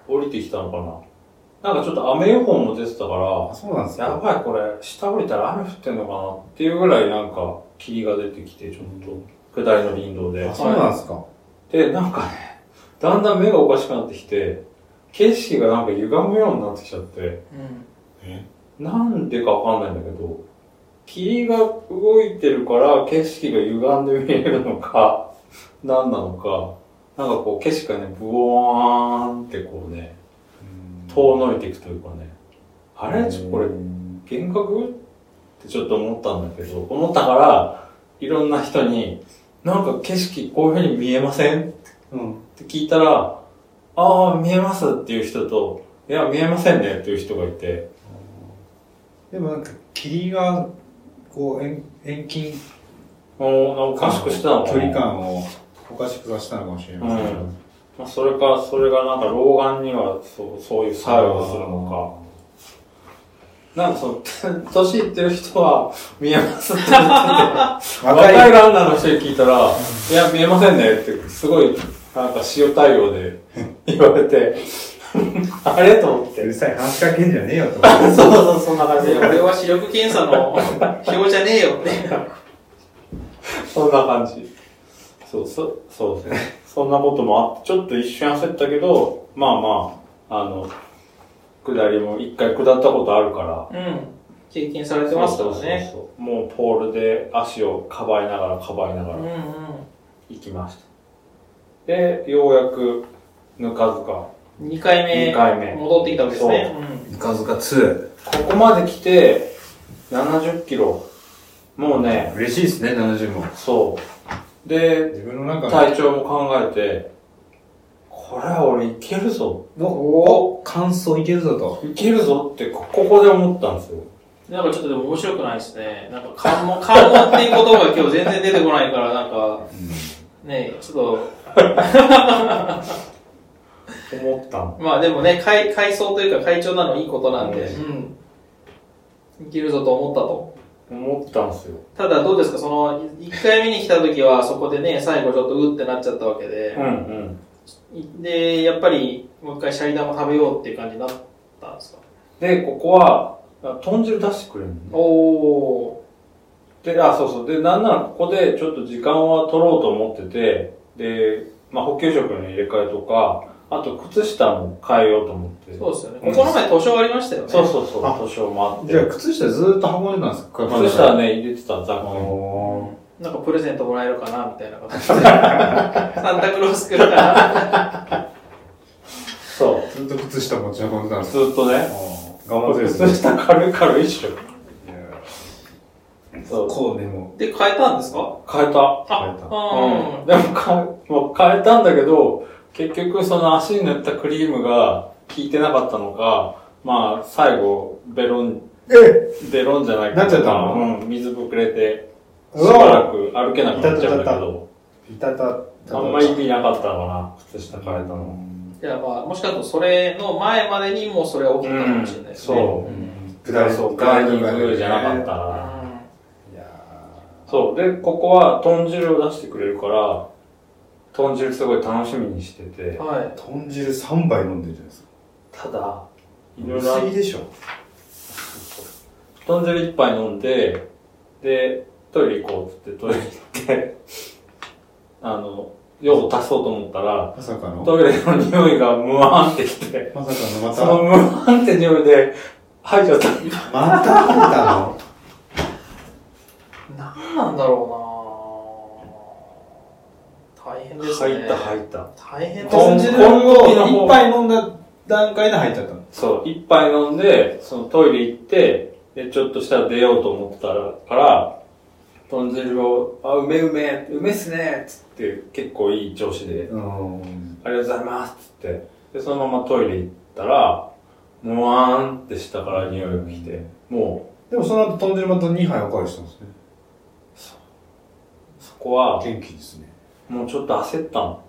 [SPEAKER 4] 降りてきたのかな。なんかちょっと雨予報も出てたから
[SPEAKER 3] あ、そうなんです、
[SPEAKER 4] や
[SPEAKER 3] か。
[SPEAKER 4] ばいこれ、下降りたら雨降ってんのかなっていうぐらいなんか、霧が出てきて、ちょっと、下りの林道で
[SPEAKER 3] あ、。そうなんですか。
[SPEAKER 4] で、なんかね、だんだん目がおかしくなってきて、景色がなんか歪むようになってきちゃって、
[SPEAKER 2] うん。
[SPEAKER 4] なんでかわかんないんだけど、霧が動いてるから景色が歪んで見えるのか、 何なのか、なんかこう景色がね、ブワーンってこうね、遠のいていくというかね、あれちょこれ
[SPEAKER 3] うん
[SPEAKER 4] 幻覚ってちょっと思ったんだけど、思ったから、いろんな人に、なんか景色こういう風に見えません
[SPEAKER 3] うん。
[SPEAKER 4] って聞いたら、ああ、見えますっていう人と、いや、見えませんねっていう人がいて、
[SPEAKER 3] でもなんか、霧が、こう、遠遠近
[SPEAKER 4] もう、おかしくしてたのか
[SPEAKER 3] 距
[SPEAKER 4] な
[SPEAKER 3] 離感をおかしくさせたのかもしれ
[SPEAKER 4] う
[SPEAKER 3] ませんけど。
[SPEAKER 4] ん。まあ、それか、それがなんか老眼にはそうそういう作用をするのか。なんかその、 年いってる人は見えますって言 ってて、若
[SPEAKER 3] 若い
[SPEAKER 4] いランナーの人に聞いたら、いや、見えませんねって、すごい、なんか塩対応で言われ て、あれと思
[SPEAKER 3] う
[SPEAKER 4] って。
[SPEAKER 3] るさい話しかけんじゃねえよと思って。
[SPEAKER 4] そうそう、そんな感じ
[SPEAKER 2] で、。俺は視力検査の表じゃねえよって。
[SPEAKER 4] そんな感じ。そう、そ、そうですね。そんなこともあって、ちょっと一瞬焦ったけど、まあまあ、あの、下りも一回下ったことあるから。
[SPEAKER 2] うん。経験されてますからね。
[SPEAKER 4] そうそうそうもうポールで足をかばいながらかばいなが
[SPEAKER 2] うん
[SPEAKER 4] ら
[SPEAKER 2] うん
[SPEAKER 4] 行きました。で、ようやく、ぬかずか。
[SPEAKER 2] 2回目
[SPEAKER 4] 二回目
[SPEAKER 2] 戻ってきたわけですね。
[SPEAKER 3] ぬかずか2。
[SPEAKER 4] ここまで来て、70キロ。もうね、
[SPEAKER 3] 嬉しいですね、70も。
[SPEAKER 4] そう。で、
[SPEAKER 3] 自分の中で。
[SPEAKER 4] 体調も考えて、これは俺いけるぞ
[SPEAKER 3] おお感想いけるぞと。
[SPEAKER 4] いけるぞってこ、ここで思ったんですよ。
[SPEAKER 2] うんなんかちょっとでも面白くないですね。なんか関門、関門っていう言葉が今日全然出てこないから、なんか、ねちょっと、
[SPEAKER 4] 思ったの。
[SPEAKER 2] まあでもね、会、会総というか会長なのいいことなんで、うん。いけるぞと思ったと。
[SPEAKER 4] 思ったんですよ。
[SPEAKER 2] ただどうですか、その、1回目に来た時は、そこでね、最後ちょっとうってなっちゃったわけで
[SPEAKER 4] う、ん
[SPEAKER 2] で、やっぱり、もう一回シャリ玉食べようっていう感じになったんですか
[SPEAKER 4] で、ここは、あ豚汁出してくれるのね。
[SPEAKER 2] おー。
[SPEAKER 4] で、あ、そうそう。で、なんならここでちょっと時間は取ろうと思ってて、で、まあ補給食の入れ替えとか、あと靴下も変えようと思って。
[SPEAKER 2] そうですよね。ここの前図書ありましたよね。
[SPEAKER 4] そうそうそう。
[SPEAKER 3] あ
[SPEAKER 4] 年をもあって。
[SPEAKER 3] じゃあ、靴下ずーっと運んでたんですか
[SPEAKER 4] 靴下は。ね、入れてた、雑貨
[SPEAKER 3] おー
[SPEAKER 2] なんかプレゼントもらえるかなみたいな形で。サンタクロース来るかな。
[SPEAKER 4] そ
[SPEAKER 3] ずっと靴下持ち運んでたん
[SPEAKER 4] う。
[SPEAKER 3] です
[SPEAKER 4] ず
[SPEAKER 3] か
[SPEAKER 4] っとね。
[SPEAKER 3] 頑張ってるんです
[SPEAKER 4] 靴
[SPEAKER 3] ね。
[SPEAKER 4] 下軽い軽いっしょ。そう。
[SPEAKER 3] こうでも。
[SPEAKER 2] で、変えたんですか
[SPEAKER 4] 変えた。
[SPEAKER 2] あ、
[SPEAKER 4] うん
[SPEAKER 2] う
[SPEAKER 4] でもか、もう変えたんだけど、結局その足に塗ったクリームが、聞いてなかったのか、まあ、最後、ベロン、
[SPEAKER 3] え
[SPEAKER 4] ベロンじゃないけど
[SPEAKER 3] なっちゃったの
[SPEAKER 4] うん、水ぶくれて、し
[SPEAKER 3] う
[SPEAKER 4] ばら
[SPEAKER 3] わ
[SPEAKER 4] く歩けなくなっちゃうんだけど、
[SPEAKER 3] いたたた
[SPEAKER 4] あんまり意味なかったのかな、靴下変えたの。
[SPEAKER 2] いや、まあ、もしかすると、それの前までにもうそれは起きてたかもしれないですね。
[SPEAKER 4] そう。
[SPEAKER 3] 下り
[SPEAKER 4] そう、
[SPEAKER 3] 下
[SPEAKER 4] ガ
[SPEAKER 3] り
[SPEAKER 4] ーニ
[SPEAKER 3] と
[SPEAKER 4] ング
[SPEAKER 3] かね
[SPEAKER 4] じゃなかったな。
[SPEAKER 2] う
[SPEAKER 3] いや
[SPEAKER 4] そう。で、ここは豚汁を出してくれるから、豚汁すごい楽しみにしてて
[SPEAKER 2] ん。、はい。
[SPEAKER 3] ー豚汁3杯飲んでるじゃないですか
[SPEAKER 4] ただ、いろいろあ
[SPEAKER 3] 薄いでしょ
[SPEAKER 4] 豚汁一杯飲んで、で、トイレ行こうって言ってトイレ行って、あの、用を足そうと思ったら、
[SPEAKER 3] まさかの
[SPEAKER 4] トイレの匂いがムワーンってきて、
[SPEAKER 3] まさかのま
[SPEAKER 4] そ
[SPEAKER 3] た
[SPEAKER 4] のムワーンって匂いで、吐いちゃった。
[SPEAKER 3] また食べたの
[SPEAKER 2] 何なんだろうな大変ですね。
[SPEAKER 4] 入った、入った。
[SPEAKER 2] 大変です
[SPEAKER 4] 豚
[SPEAKER 3] 豚
[SPEAKER 2] ね。
[SPEAKER 4] 汁
[SPEAKER 3] 汁
[SPEAKER 4] を
[SPEAKER 3] を
[SPEAKER 4] 一
[SPEAKER 3] 一
[SPEAKER 4] 杯
[SPEAKER 3] 杯飲んだ段階で入っちゃったの
[SPEAKER 4] そう、一杯飲んで、そのトイレ行って、で、ちょっとしたら出ようと思ったら、から、豚汁を、あ、うめうめ、うめっすねっつって、結構いい調子で、
[SPEAKER 3] うん
[SPEAKER 4] ありがとうございますっつって、で、そのままトイレ行ったら、もわーんって下から匂いが来て、も
[SPEAKER 3] でもその後豚汁また2杯おかわりしたんですね
[SPEAKER 4] う、そこは、
[SPEAKER 3] 元気ですね
[SPEAKER 4] もうちょっと焦ったの。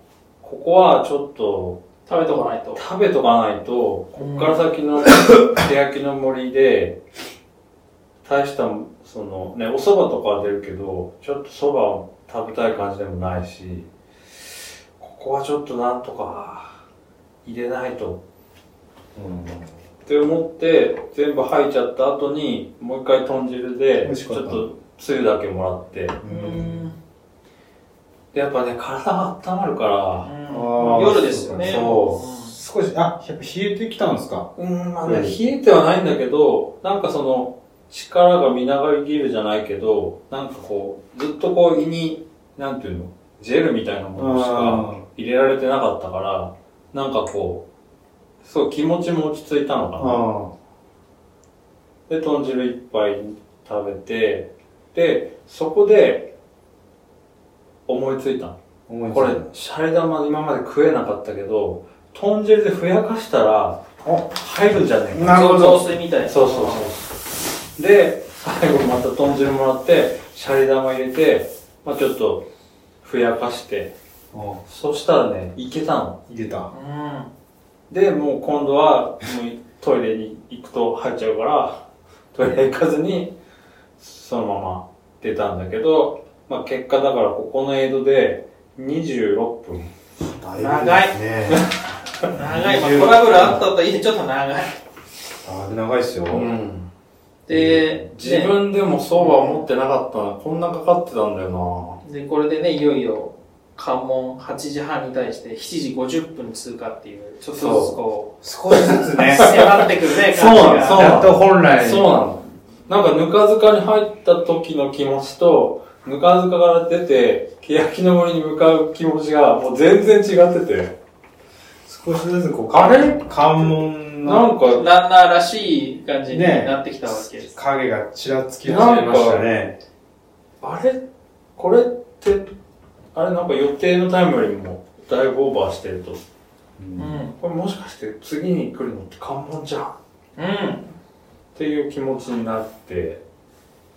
[SPEAKER 4] ここはちょっと、
[SPEAKER 2] 食べとかないと。
[SPEAKER 4] 食べとかないと、こっから先の、手焼きの森で、大した、そのね、お蕎麦とかは出るけど、ちょっと蕎麦を食べたい感じでもないし、ここはちょっとなんとか入れないと。って思って、全部吐いちゃった後に、もう一回豚汁
[SPEAKER 3] 美
[SPEAKER 4] で、
[SPEAKER 3] 味
[SPEAKER 4] ち
[SPEAKER 3] しかっ
[SPEAKER 4] ょ
[SPEAKER 3] た
[SPEAKER 4] っとつゆだけもらって、
[SPEAKER 3] う
[SPEAKER 2] うん
[SPEAKER 3] ん
[SPEAKER 4] でやっぱね、体が温まるか
[SPEAKER 2] うん夜ですよね。
[SPEAKER 4] そう、
[SPEAKER 3] 少しあやっぱ冷えてきたんですから
[SPEAKER 4] うん、まあ
[SPEAKER 3] う
[SPEAKER 4] ね、
[SPEAKER 3] ん
[SPEAKER 4] 冷えてはないんだけど、なんかその、力がみながりぎるじゃないけど、なんかこう、ずっとこう胃に、なんていうの、ジェルみたいなものしか入れられてなかったから、なんかこう、そう気持ちも落ち着いたのか
[SPEAKER 3] あ
[SPEAKER 4] な。で、豚汁一杯食べて、で、そこで、思いついたの
[SPEAKER 3] 思いつい
[SPEAKER 4] こ
[SPEAKER 3] た
[SPEAKER 4] れ、シャレ玉今まで食えなかったけど、豚汁でふやかしたら、入るんじゃねえか
[SPEAKER 2] な
[SPEAKER 3] な
[SPEAKER 2] る
[SPEAKER 3] る
[SPEAKER 2] ほ
[SPEAKER 3] ほ
[SPEAKER 2] ど。
[SPEAKER 3] ど
[SPEAKER 2] 雑炊みたいな。
[SPEAKER 4] そうそうそう。で、最後また豚汁もらって、シャリ玉入れて、まあちょっと、ふやかして、
[SPEAKER 3] うん
[SPEAKER 4] そしたらね、いけたの。
[SPEAKER 3] 入れた
[SPEAKER 2] うん。
[SPEAKER 4] で、もう今度は、もうトイレに行くと入っちゃうから、トイレ行かずに、そのまま出たんだけど、まあ結果だからここのエイドで、26分。
[SPEAKER 2] 長い
[SPEAKER 3] ね
[SPEAKER 2] 長い。まあ、トラブルあったとはいえ、ちょっと長い。
[SPEAKER 3] あー長いっすよ
[SPEAKER 4] ん。
[SPEAKER 2] で、
[SPEAKER 4] 自分でもそうは思ってなかったな。こんなかかってたんだよ
[SPEAKER 2] ねで、これでね、いよいよ、関門8時半に対して7時50分通過っていう、ちょっとずつこ
[SPEAKER 3] 少しずつ
[SPEAKER 2] う、
[SPEAKER 3] ね
[SPEAKER 2] 迫ってくるね、
[SPEAKER 4] そう
[SPEAKER 2] 感じが。
[SPEAKER 4] なのそう
[SPEAKER 3] やっと本
[SPEAKER 4] な。
[SPEAKER 3] 来
[SPEAKER 4] そうなの。なんか、ぬか塚に入った時の気持ちと、ぬか塚から出て、欅の森に向かう気持ちが、もう全然違ってて。
[SPEAKER 3] 少しずつこう
[SPEAKER 4] あれ
[SPEAKER 3] 関門
[SPEAKER 4] な
[SPEAKER 3] の
[SPEAKER 4] んか、
[SPEAKER 2] ランナーらしい感じになってきたわけです。
[SPEAKER 3] 影がちらつき始めましたね
[SPEAKER 4] あれこれって、あれなんか予定のタイムよりも、だいぶオーバーしてると。
[SPEAKER 2] うん。うん。
[SPEAKER 4] これもしかして次に来るのって関門じゃんっ
[SPEAKER 2] うん。
[SPEAKER 4] ていう気持ちになって。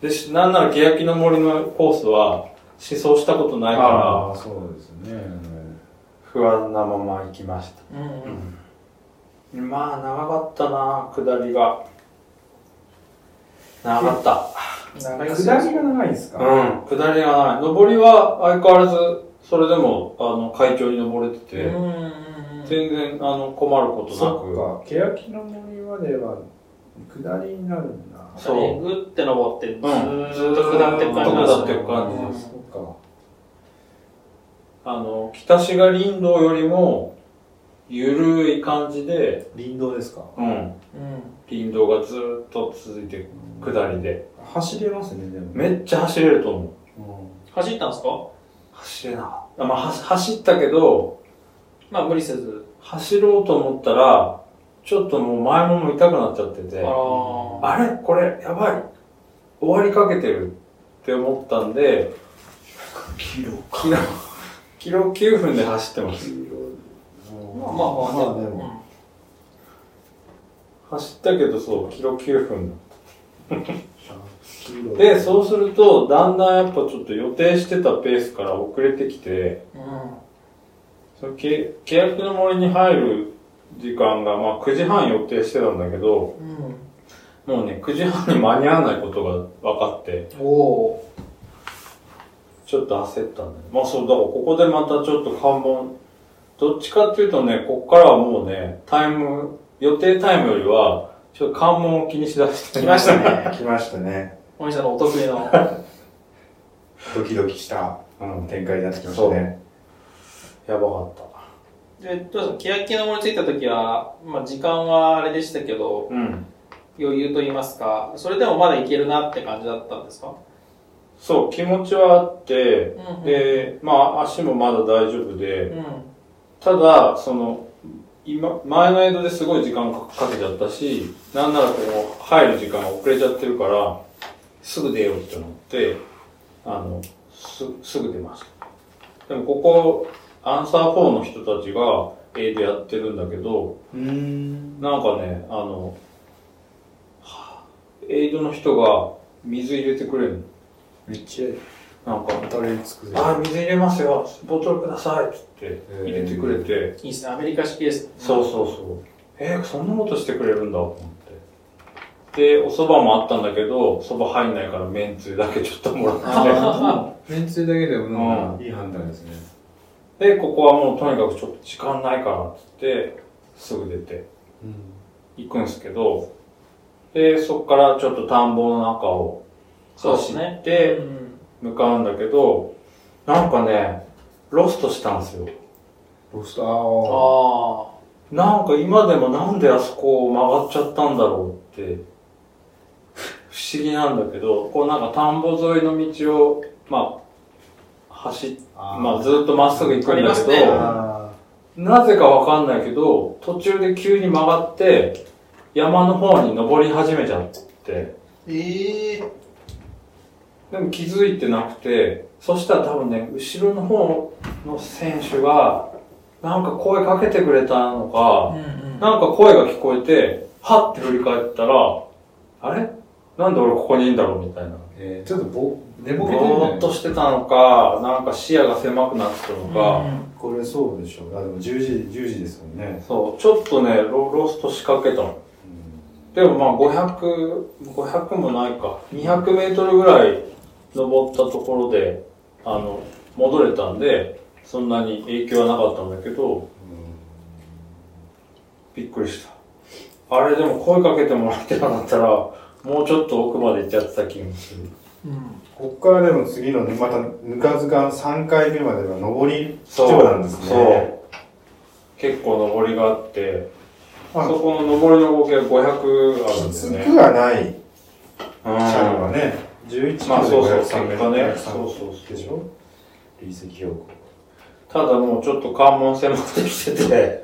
[SPEAKER 4] で、しなんなら欅の森のコースは、思想したことないから、
[SPEAKER 3] あーそうですね
[SPEAKER 4] 不安なまま行きました。
[SPEAKER 2] うん。
[SPEAKER 4] まあ長かったな下りが長かった
[SPEAKER 2] 長いですよ
[SPEAKER 3] 下りが長いんですか
[SPEAKER 4] うん下りがない上りは相変わらずそれでもあの快調に登れてて、
[SPEAKER 2] うんうんうん。
[SPEAKER 4] 全然あの困ることな
[SPEAKER 3] そっか、欅の森までは下りになるんだ。
[SPEAKER 4] く
[SPEAKER 2] そう。グ
[SPEAKER 4] そ
[SPEAKER 2] ッて登って、ず
[SPEAKER 4] ん
[SPEAKER 2] ーっと下ってく感じなんです
[SPEAKER 4] ずーっと下ってく感じ
[SPEAKER 2] です
[SPEAKER 3] そうか。
[SPEAKER 4] うあの北志賀林道よりも緩い感じで、
[SPEAKER 3] 林道ですか
[SPEAKER 4] うん、
[SPEAKER 2] うん。
[SPEAKER 4] 林道がずーっと続いて下りで
[SPEAKER 3] 走れますね、でも。
[SPEAKER 4] めっちゃ走れると思う
[SPEAKER 3] う
[SPEAKER 2] 走ったんですか
[SPEAKER 4] 走れなかったまあは走ったけど
[SPEAKER 2] まあ無理せず。
[SPEAKER 4] 走ろうと思ったら、ちょっともう前もも痛くなっちゃって
[SPEAKER 2] あ
[SPEAKER 4] て、あ
[SPEAKER 2] あ。
[SPEAKER 4] れこれ、やばい。終わりかけてるって思ったんで、キロキロ、キロ9分で走ってます。
[SPEAKER 3] ん
[SPEAKER 2] まあまあまあ、
[SPEAKER 3] まあでも、
[SPEAKER 4] 走ったけどそう、キロ9分だ
[SPEAKER 3] 黄色い
[SPEAKER 4] で、そうすると、だんだんやっぱちょっと予定してたペースから遅れてきて、そのけ欅の森に入る時間が、まあ9時半予定してたんだけど、
[SPEAKER 2] うん。うん。
[SPEAKER 4] もうね、9時半に間に合わないことが分かって、
[SPEAKER 2] おお
[SPEAKER 4] ちょっと焦ったんだよ。まあそう、だからここでまたちょっと看板、どっちかっていうとね、こっからはもうね、タイム、予定タイムよりは、ちょっと関門を気にしだし
[SPEAKER 2] ー。
[SPEAKER 4] て。
[SPEAKER 2] 来ましたね。
[SPEAKER 11] 来ましたね。
[SPEAKER 2] 森さんのお得意の。
[SPEAKER 11] ドキドキした
[SPEAKER 4] うん。
[SPEAKER 11] 展開になってきましたね。
[SPEAKER 4] やばかった。
[SPEAKER 2] で、どうですか欅の森に着いた時は、まあ時間はあれでしたけど、
[SPEAKER 4] うん。
[SPEAKER 2] 余裕と言いますか、それでもまだいけるなって感じだったんですか
[SPEAKER 4] そう、気持ちはあって、
[SPEAKER 2] うんうん
[SPEAKER 4] で、まあ足もまだ大丈夫
[SPEAKER 2] う
[SPEAKER 4] で、
[SPEAKER 2] ん。
[SPEAKER 4] ただ、その、今、前の間ですごい時間かかけちゃったし、なんならこの入る時間が遅れちゃってるから、すぐ出ようって思って、あの、す、すぐ出ました。でもここ、アンサー4の人たちが、A でやってるんだけど、なんかね、あの、エイドの人が水入れてくれる
[SPEAKER 3] めっち
[SPEAKER 4] の。なんか、
[SPEAKER 3] ゃ当たりつくぜ
[SPEAKER 4] あー、水入れますよ、ボトルくださいっつって入れてくれて、
[SPEAKER 2] いいですね、アメリカ式ですね。
[SPEAKER 4] そうそうそう。えー、そんなことしてくれるんだと思って。で、お蕎麦もあったんだけど、蕎麦入んないからめんつゆだけちょっともらっ
[SPEAKER 3] めんつゆだけでもなん
[SPEAKER 4] う
[SPEAKER 3] か
[SPEAKER 4] ん
[SPEAKER 11] いい判断ですね。
[SPEAKER 4] て。で、ここはもうとにかくちょっと時間ないからっつって、すぐ出て行くんですけど、で、そこからちょっと田んぼの中を
[SPEAKER 2] そうです
[SPEAKER 4] 走
[SPEAKER 2] ね
[SPEAKER 4] っ。
[SPEAKER 2] う
[SPEAKER 4] て
[SPEAKER 2] ん
[SPEAKER 4] 向かうんだけど、なんかね、ロストしたんですよ。
[SPEAKER 3] ロスト
[SPEAKER 2] あ
[SPEAKER 4] なんか今でもなんであそこを曲がっちゃったんだろうって、不思議なんだけど、こうなんか田んぼ沿いの道を、まあ、走っ、
[SPEAKER 3] あー
[SPEAKER 4] まあずっとまっすぐ行くんだけど、
[SPEAKER 2] ありますね
[SPEAKER 3] あ
[SPEAKER 4] なぜかわかんないけど、途中で急に曲がって、山の方に登り始めちゃって、
[SPEAKER 2] ーええ
[SPEAKER 4] でも気づいてなくて、そしたら多分ね、後ろの方の選手が、なんか声かけてくれたのか、
[SPEAKER 2] うんうん。
[SPEAKER 4] なんか声が聞こえて、はって振り返ったら、あれなんで俺ここにいんだろうみたいな。
[SPEAKER 3] えーちょっとぼ寝ぼけてる
[SPEAKER 4] ぼーっとしてたのか、なんか視野が狭くなってたの
[SPEAKER 2] う
[SPEAKER 4] か、
[SPEAKER 2] ん
[SPEAKER 11] これそうでしょう。あ、でも10時、10時ですもんね。
[SPEAKER 4] そう、ちょっとね、ロロスト仕掛けたの。でもまあ500、500もないか、200メートルぐらい登ったところで、あの、戻れたんで、そんなに影響はなかったんだけど、びっくりした。あれでも声かけてもらってなかったら、もうちょっと奥まで行っちゃってた気もする。
[SPEAKER 2] うん
[SPEAKER 11] こっからでも次の、また、ぬかずか3回目までは上り基調なんですね。
[SPEAKER 4] そう結構上りがあってあそこの上りの合計が500ある
[SPEAKER 11] き
[SPEAKER 4] んです
[SPEAKER 11] つ
[SPEAKER 4] ね
[SPEAKER 11] くはない
[SPEAKER 4] うん
[SPEAKER 11] 車両がね、11キ
[SPEAKER 4] まあ
[SPEAKER 11] ロで
[SPEAKER 4] そうそ
[SPEAKER 11] 503
[SPEAKER 4] う
[SPEAKER 11] メート
[SPEAKER 4] 結果
[SPEAKER 11] ル
[SPEAKER 4] ね
[SPEAKER 11] 503
[SPEAKER 4] そうそうそう
[SPEAKER 11] でしょ累積標高。
[SPEAKER 4] ただもうちょっと関門迫ってきてて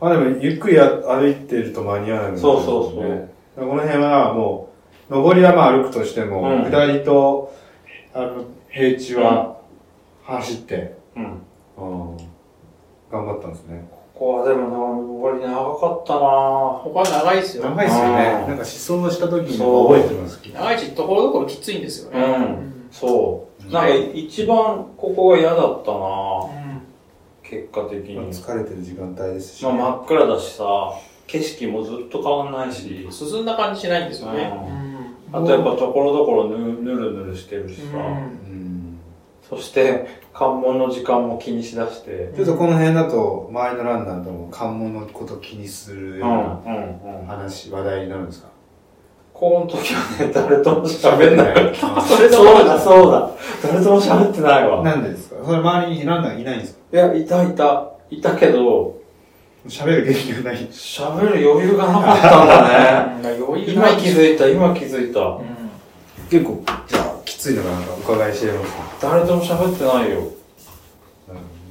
[SPEAKER 11] あ、でも、ゆっくりや歩いてると間に合わないもんね
[SPEAKER 4] そうそうそう
[SPEAKER 11] だからこの辺はもう、上りはまあ歩くとしても、
[SPEAKER 4] うん
[SPEAKER 11] 下りと、あの、平地は走って、
[SPEAKER 4] う
[SPEAKER 11] う
[SPEAKER 4] ん
[SPEAKER 11] ん頑張ったんですね。
[SPEAKER 4] ここはでもな上り長かったな
[SPEAKER 2] 他長いですよ。
[SPEAKER 3] 長いっすよね
[SPEAKER 4] うん
[SPEAKER 3] なんか思想した時に
[SPEAKER 4] そう
[SPEAKER 3] 覚えてます
[SPEAKER 2] 長いし、ところどころきついんですよね。
[SPEAKER 4] うんそうなんか一番ここが嫌だった
[SPEAKER 2] う
[SPEAKER 4] なん結果的に、
[SPEAKER 11] まあ疲れてる時間帯ですし、
[SPEAKER 4] まあ、真っ暗だしさ景色もずっと変わんないし
[SPEAKER 2] 進んだ感じしないんですよね。
[SPEAKER 4] う
[SPEAKER 2] うん
[SPEAKER 4] あとやっぱところどころぬぬるぬるしてるしさ、
[SPEAKER 2] うん
[SPEAKER 11] うん
[SPEAKER 4] そして関門の時間も気にしだして
[SPEAKER 11] ちょっとこの辺だと、周りのランナーとも関門のこと気にするような
[SPEAKER 4] うんうん
[SPEAKER 11] 話、話題になるん ですか
[SPEAKER 4] この時はね、誰とも喋んない。
[SPEAKER 11] い。
[SPEAKER 4] それそうだ、そうだ。誰とも喋ってないわ。
[SPEAKER 11] なんでですかそれ周りにランナーいないんですか
[SPEAKER 4] いや、いたいた。いたけど、
[SPEAKER 11] 喋る元気がない。
[SPEAKER 4] 喋る余裕がなかったん だね。
[SPEAKER 2] なんか余裕
[SPEAKER 4] 今
[SPEAKER 2] ない
[SPEAKER 4] 気づいた、今気づいた
[SPEAKER 2] う。ん
[SPEAKER 11] 結構、じゃあ、きついのかなんかお伺いしてます
[SPEAKER 4] 誰とも喋ってないよ。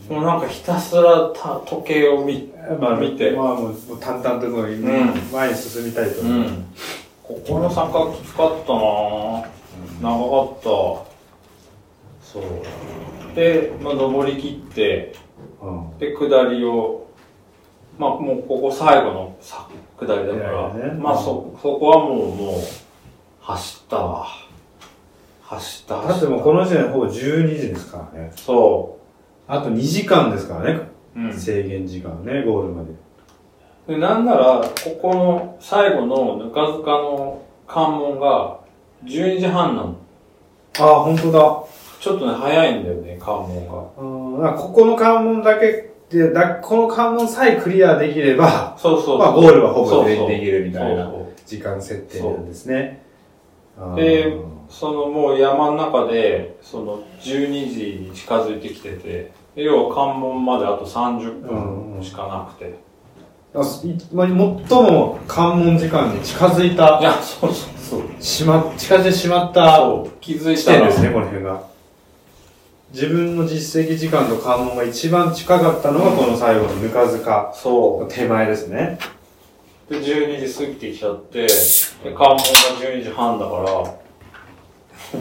[SPEAKER 4] もうなんかひたすらた時計を見、
[SPEAKER 11] まあ
[SPEAKER 4] 見て。
[SPEAKER 11] まあもうもう淡々とこう
[SPEAKER 4] うん
[SPEAKER 11] 前に進みたいと
[SPEAKER 4] う
[SPEAKER 11] 思う。
[SPEAKER 4] ん。ここの三角きつかったなぁ。長かった。そう。で、まあ、登り切って、
[SPEAKER 11] うん
[SPEAKER 4] で、下りをまあもうここ最後のさ下りだか
[SPEAKER 12] いやい
[SPEAKER 4] ら、
[SPEAKER 12] やね
[SPEAKER 4] まあそ、そこはもう、もう、走ったわ。走った、
[SPEAKER 3] だって
[SPEAKER 4] 走
[SPEAKER 3] もう
[SPEAKER 4] っ
[SPEAKER 3] この時点でほぼ12時ですからね
[SPEAKER 4] た。。そ
[SPEAKER 3] あと2時間ですからね。
[SPEAKER 4] う。うん。
[SPEAKER 3] 制限時間ね、ゴールまで。
[SPEAKER 4] で、なんなら、ここの最後のぬか塚の関門が12時半なの。
[SPEAKER 3] ああ、本当だ。
[SPEAKER 4] ちょっとね、早いんだよね、関門が。
[SPEAKER 3] うん、なんかここの関門だけで、だこの関門さえクリアできれば、
[SPEAKER 4] そうそうそう。
[SPEAKER 3] まあゴールはほぼ全員
[SPEAKER 4] そうそう
[SPEAKER 3] できるみたいな
[SPEAKER 4] そうそう
[SPEAKER 3] 時間設定なんですね。あー
[SPEAKER 4] でそのもう山の中で、その12時に近づいてきてて、で要は関門まであと30分しかなくて。
[SPEAKER 3] あすいまあ最も関門時間に近づいた
[SPEAKER 4] い、や、そうそうそう。
[SPEAKER 3] しま、近づいてしまった
[SPEAKER 4] そう気づい
[SPEAKER 3] 地
[SPEAKER 4] た
[SPEAKER 3] 点
[SPEAKER 4] ら
[SPEAKER 3] で、すね、この辺が。自分の実績時間と関門が一番近かったのがこの最後のぬか塚
[SPEAKER 4] そ
[SPEAKER 3] の手前ですね。
[SPEAKER 4] う。で、12時過ぎてきちゃって、で関門が12時半だから、も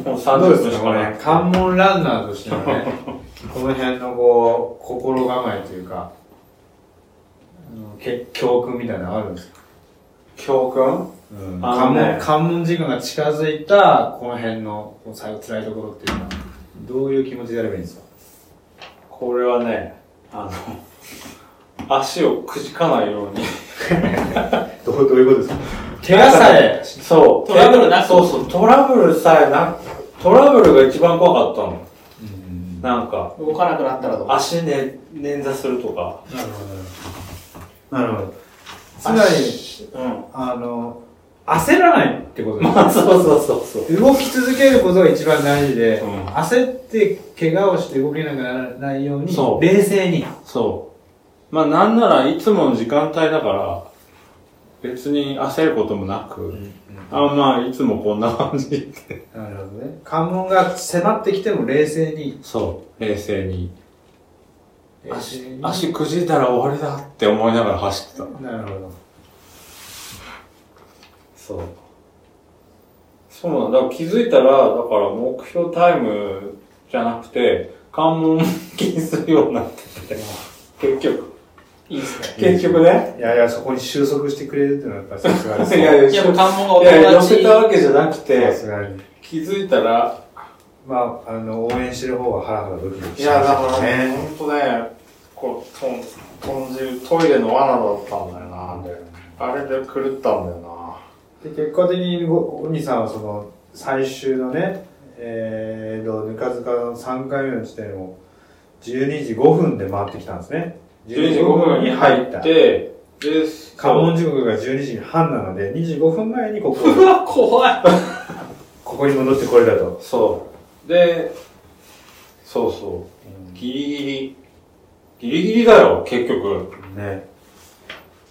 [SPEAKER 4] う
[SPEAKER 3] どうで
[SPEAKER 4] 30
[SPEAKER 3] す
[SPEAKER 4] 分し
[SPEAKER 3] かこ
[SPEAKER 4] かな
[SPEAKER 3] れ
[SPEAKER 4] い。、
[SPEAKER 3] 関門ランナーとしての ね、この辺のこう、心構えというか、あのけ教訓みたいなのあるんですか
[SPEAKER 4] 教訓
[SPEAKER 3] うん
[SPEAKER 4] あの
[SPEAKER 3] 関
[SPEAKER 4] ね
[SPEAKER 3] 門、関門時間が近づいた、この辺の、こう最後辛いところっていうのは、どういう気持ちでやればいいんですか
[SPEAKER 4] これはね、あの、足をくじかないように。
[SPEAKER 3] どうどういうことですか
[SPEAKER 4] 怪我さえ、そう。
[SPEAKER 2] トラブルなく
[SPEAKER 4] そうそう、トラブルさえな、トラブルが一番怖かったの。なんか、
[SPEAKER 2] 動かなくなったらとか。
[SPEAKER 4] 足ね、捻挫するとか。
[SPEAKER 3] なるほど。なるほど。つまり、
[SPEAKER 4] 足うん。
[SPEAKER 3] あの、焦らないってことです
[SPEAKER 4] まあ、そうそうそうそう。
[SPEAKER 3] 動き続けることが一番大事で、
[SPEAKER 4] うん
[SPEAKER 3] 焦って怪我をして動けなくならないように、
[SPEAKER 4] そう
[SPEAKER 3] 冷静に。
[SPEAKER 4] そう。まあ、なんならいつもの時間帯だから、別に焦ることもなく、あまあ、いつもこんな感じ。
[SPEAKER 3] なるほどね。関門が迫ってきても冷静に。
[SPEAKER 4] そう、冷静に。
[SPEAKER 3] 冷静に
[SPEAKER 4] 足くじいたら終わりだって思いながら走ってた。
[SPEAKER 3] なるほど。
[SPEAKER 4] そう。そうなんだ。だから気づいたら、だから目標タイムじゃなくて、関門気にするようになってて、結局。
[SPEAKER 2] いいですね。
[SPEAKER 4] 結局ね。
[SPEAKER 3] いやいや、そこに収束してくれるっていうのはやっぱりさすがで
[SPEAKER 4] い
[SPEAKER 3] す。
[SPEAKER 4] やいや、
[SPEAKER 2] いや、もう関門がお
[SPEAKER 4] いやいや
[SPEAKER 2] 友
[SPEAKER 4] 寄
[SPEAKER 2] 達
[SPEAKER 4] せたわけじゃなく
[SPEAKER 3] さ
[SPEAKER 4] て、
[SPEAKER 3] すがに。
[SPEAKER 4] 気づいたら、
[SPEAKER 3] まあ、あの、応援してる方はハラハラドキドキ
[SPEAKER 4] い
[SPEAKER 3] しま
[SPEAKER 4] や、
[SPEAKER 3] す
[SPEAKER 4] だから
[SPEAKER 3] よ
[SPEAKER 4] ね、
[SPEAKER 3] ね。
[SPEAKER 4] ほんとね、こう、とん、とん汁、トイレの罠だったんだよな。あれで狂ったんだよ
[SPEAKER 3] で、
[SPEAKER 4] な。
[SPEAKER 3] 結果的にご、お兄さんはその、最終のね、えーと、ぬか塚の3回目の地点を、12時5分で回ってきたんですね。
[SPEAKER 4] 12時5分に入って、で、
[SPEAKER 3] 関門時刻が12時半なので、25分前にここ、
[SPEAKER 2] うわ、怖い。
[SPEAKER 3] ここに戻ってこれたと。
[SPEAKER 4] そう。で、そうそう。ギリギリ。ギリギリだよ、結局。
[SPEAKER 3] ね。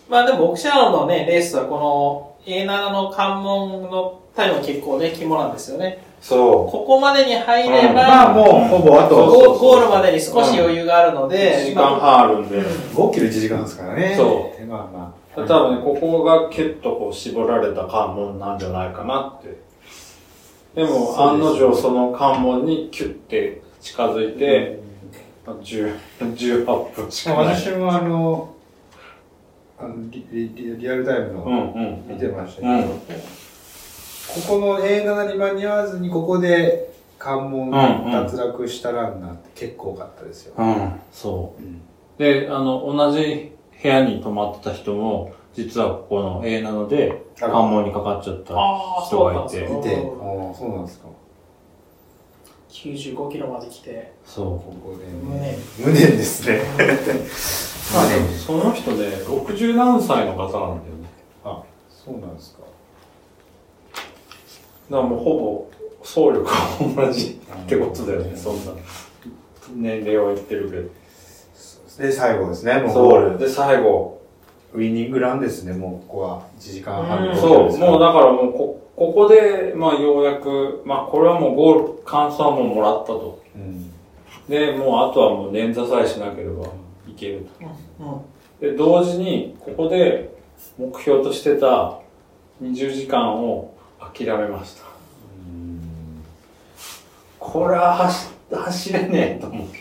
[SPEAKER 2] まあでも、オクシャノのね、レースはこの A7 の関門のタイムは結構ね、肝なんですよね。
[SPEAKER 4] そ
[SPEAKER 2] ここまでに入れ
[SPEAKER 4] うん
[SPEAKER 2] ば、
[SPEAKER 3] まあもう、ほぼあ
[SPEAKER 4] そう
[SPEAKER 3] と、
[SPEAKER 4] そう
[SPEAKER 2] ゴゴールまでに少し余裕があるの
[SPEAKER 4] う。1
[SPEAKER 2] で、
[SPEAKER 4] 時間半あるんで。
[SPEAKER 3] 5キロ1時間ですからね。。
[SPEAKER 4] そう
[SPEAKER 3] まあまあ。
[SPEAKER 4] 多分ね、ここがキュッとこう絞られた関門なんじゃないかなって。でも、案の定その関門にキュッて近づいて、10 18分し
[SPEAKER 3] まあ
[SPEAKER 4] かない。
[SPEAKER 3] 私もあの、あのリリリリアルタイム
[SPEAKER 4] う
[SPEAKER 3] の
[SPEAKER 4] んうん。
[SPEAKER 3] 見てましたけど、
[SPEAKER 4] うん。
[SPEAKER 3] ここの A7 に間に合わずに、ここで関門
[SPEAKER 4] うんうん
[SPEAKER 3] 脱落したランナーって結構多かったですよ。
[SPEAKER 4] うん、そう。で、あの、同じ部屋に泊まってた人も、実はここの A なので、関門にかかっちゃった
[SPEAKER 2] あー
[SPEAKER 4] 人がいて
[SPEAKER 2] そう、なん
[SPEAKER 3] 見
[SPEAKER 2] です
[SPEAKER 3] て、あ
[SPEAKER 2] ね
[SPEAKER 3] あ、そうなんですか。
[SPEAKER 2] 95キロまで来て、
[SPEAKER 4] そ
[SPEAKER 3] ここで、
[SPEAKER 2] 無念
[SPEAKER 3] 無念ですね。
[SPEAKER 4] う。まあでも、その人ね、60何歳の方なんだよね。
[SPEAKER 3] あ、そうなんですか。
[SPEAKER 4] だからもうほぼ、総力は同じってことだよね、そんな。年齢は言ってるけ
[SPEAKER 3] で、最後ですね、も
[SPEAKER 4] ど。
[SPEAKER 3] うゴール。
[SPEAKER 4] で、最後。
[SPEAKER 3] ウィニングランですね、もうここは。1時間半
[SPEAKER 2] うん
[SPEAKER 4] そう、もう
[SPEAKER 3] だ。
[SPEAKER 4] だからもうこ、ここで、まあようやく、まあこれはもうゴール、感想はもうもらったと。
[SPEAKER 3] うん。
[SPEAKER 4] で、もうあとはもう捻挫さえしなければいけると。
[SPEAKER 2] うん、
[SPEAKER 4] で、同時に、ここで目標としてた20時間を諦めました。これは走走れねえと思って。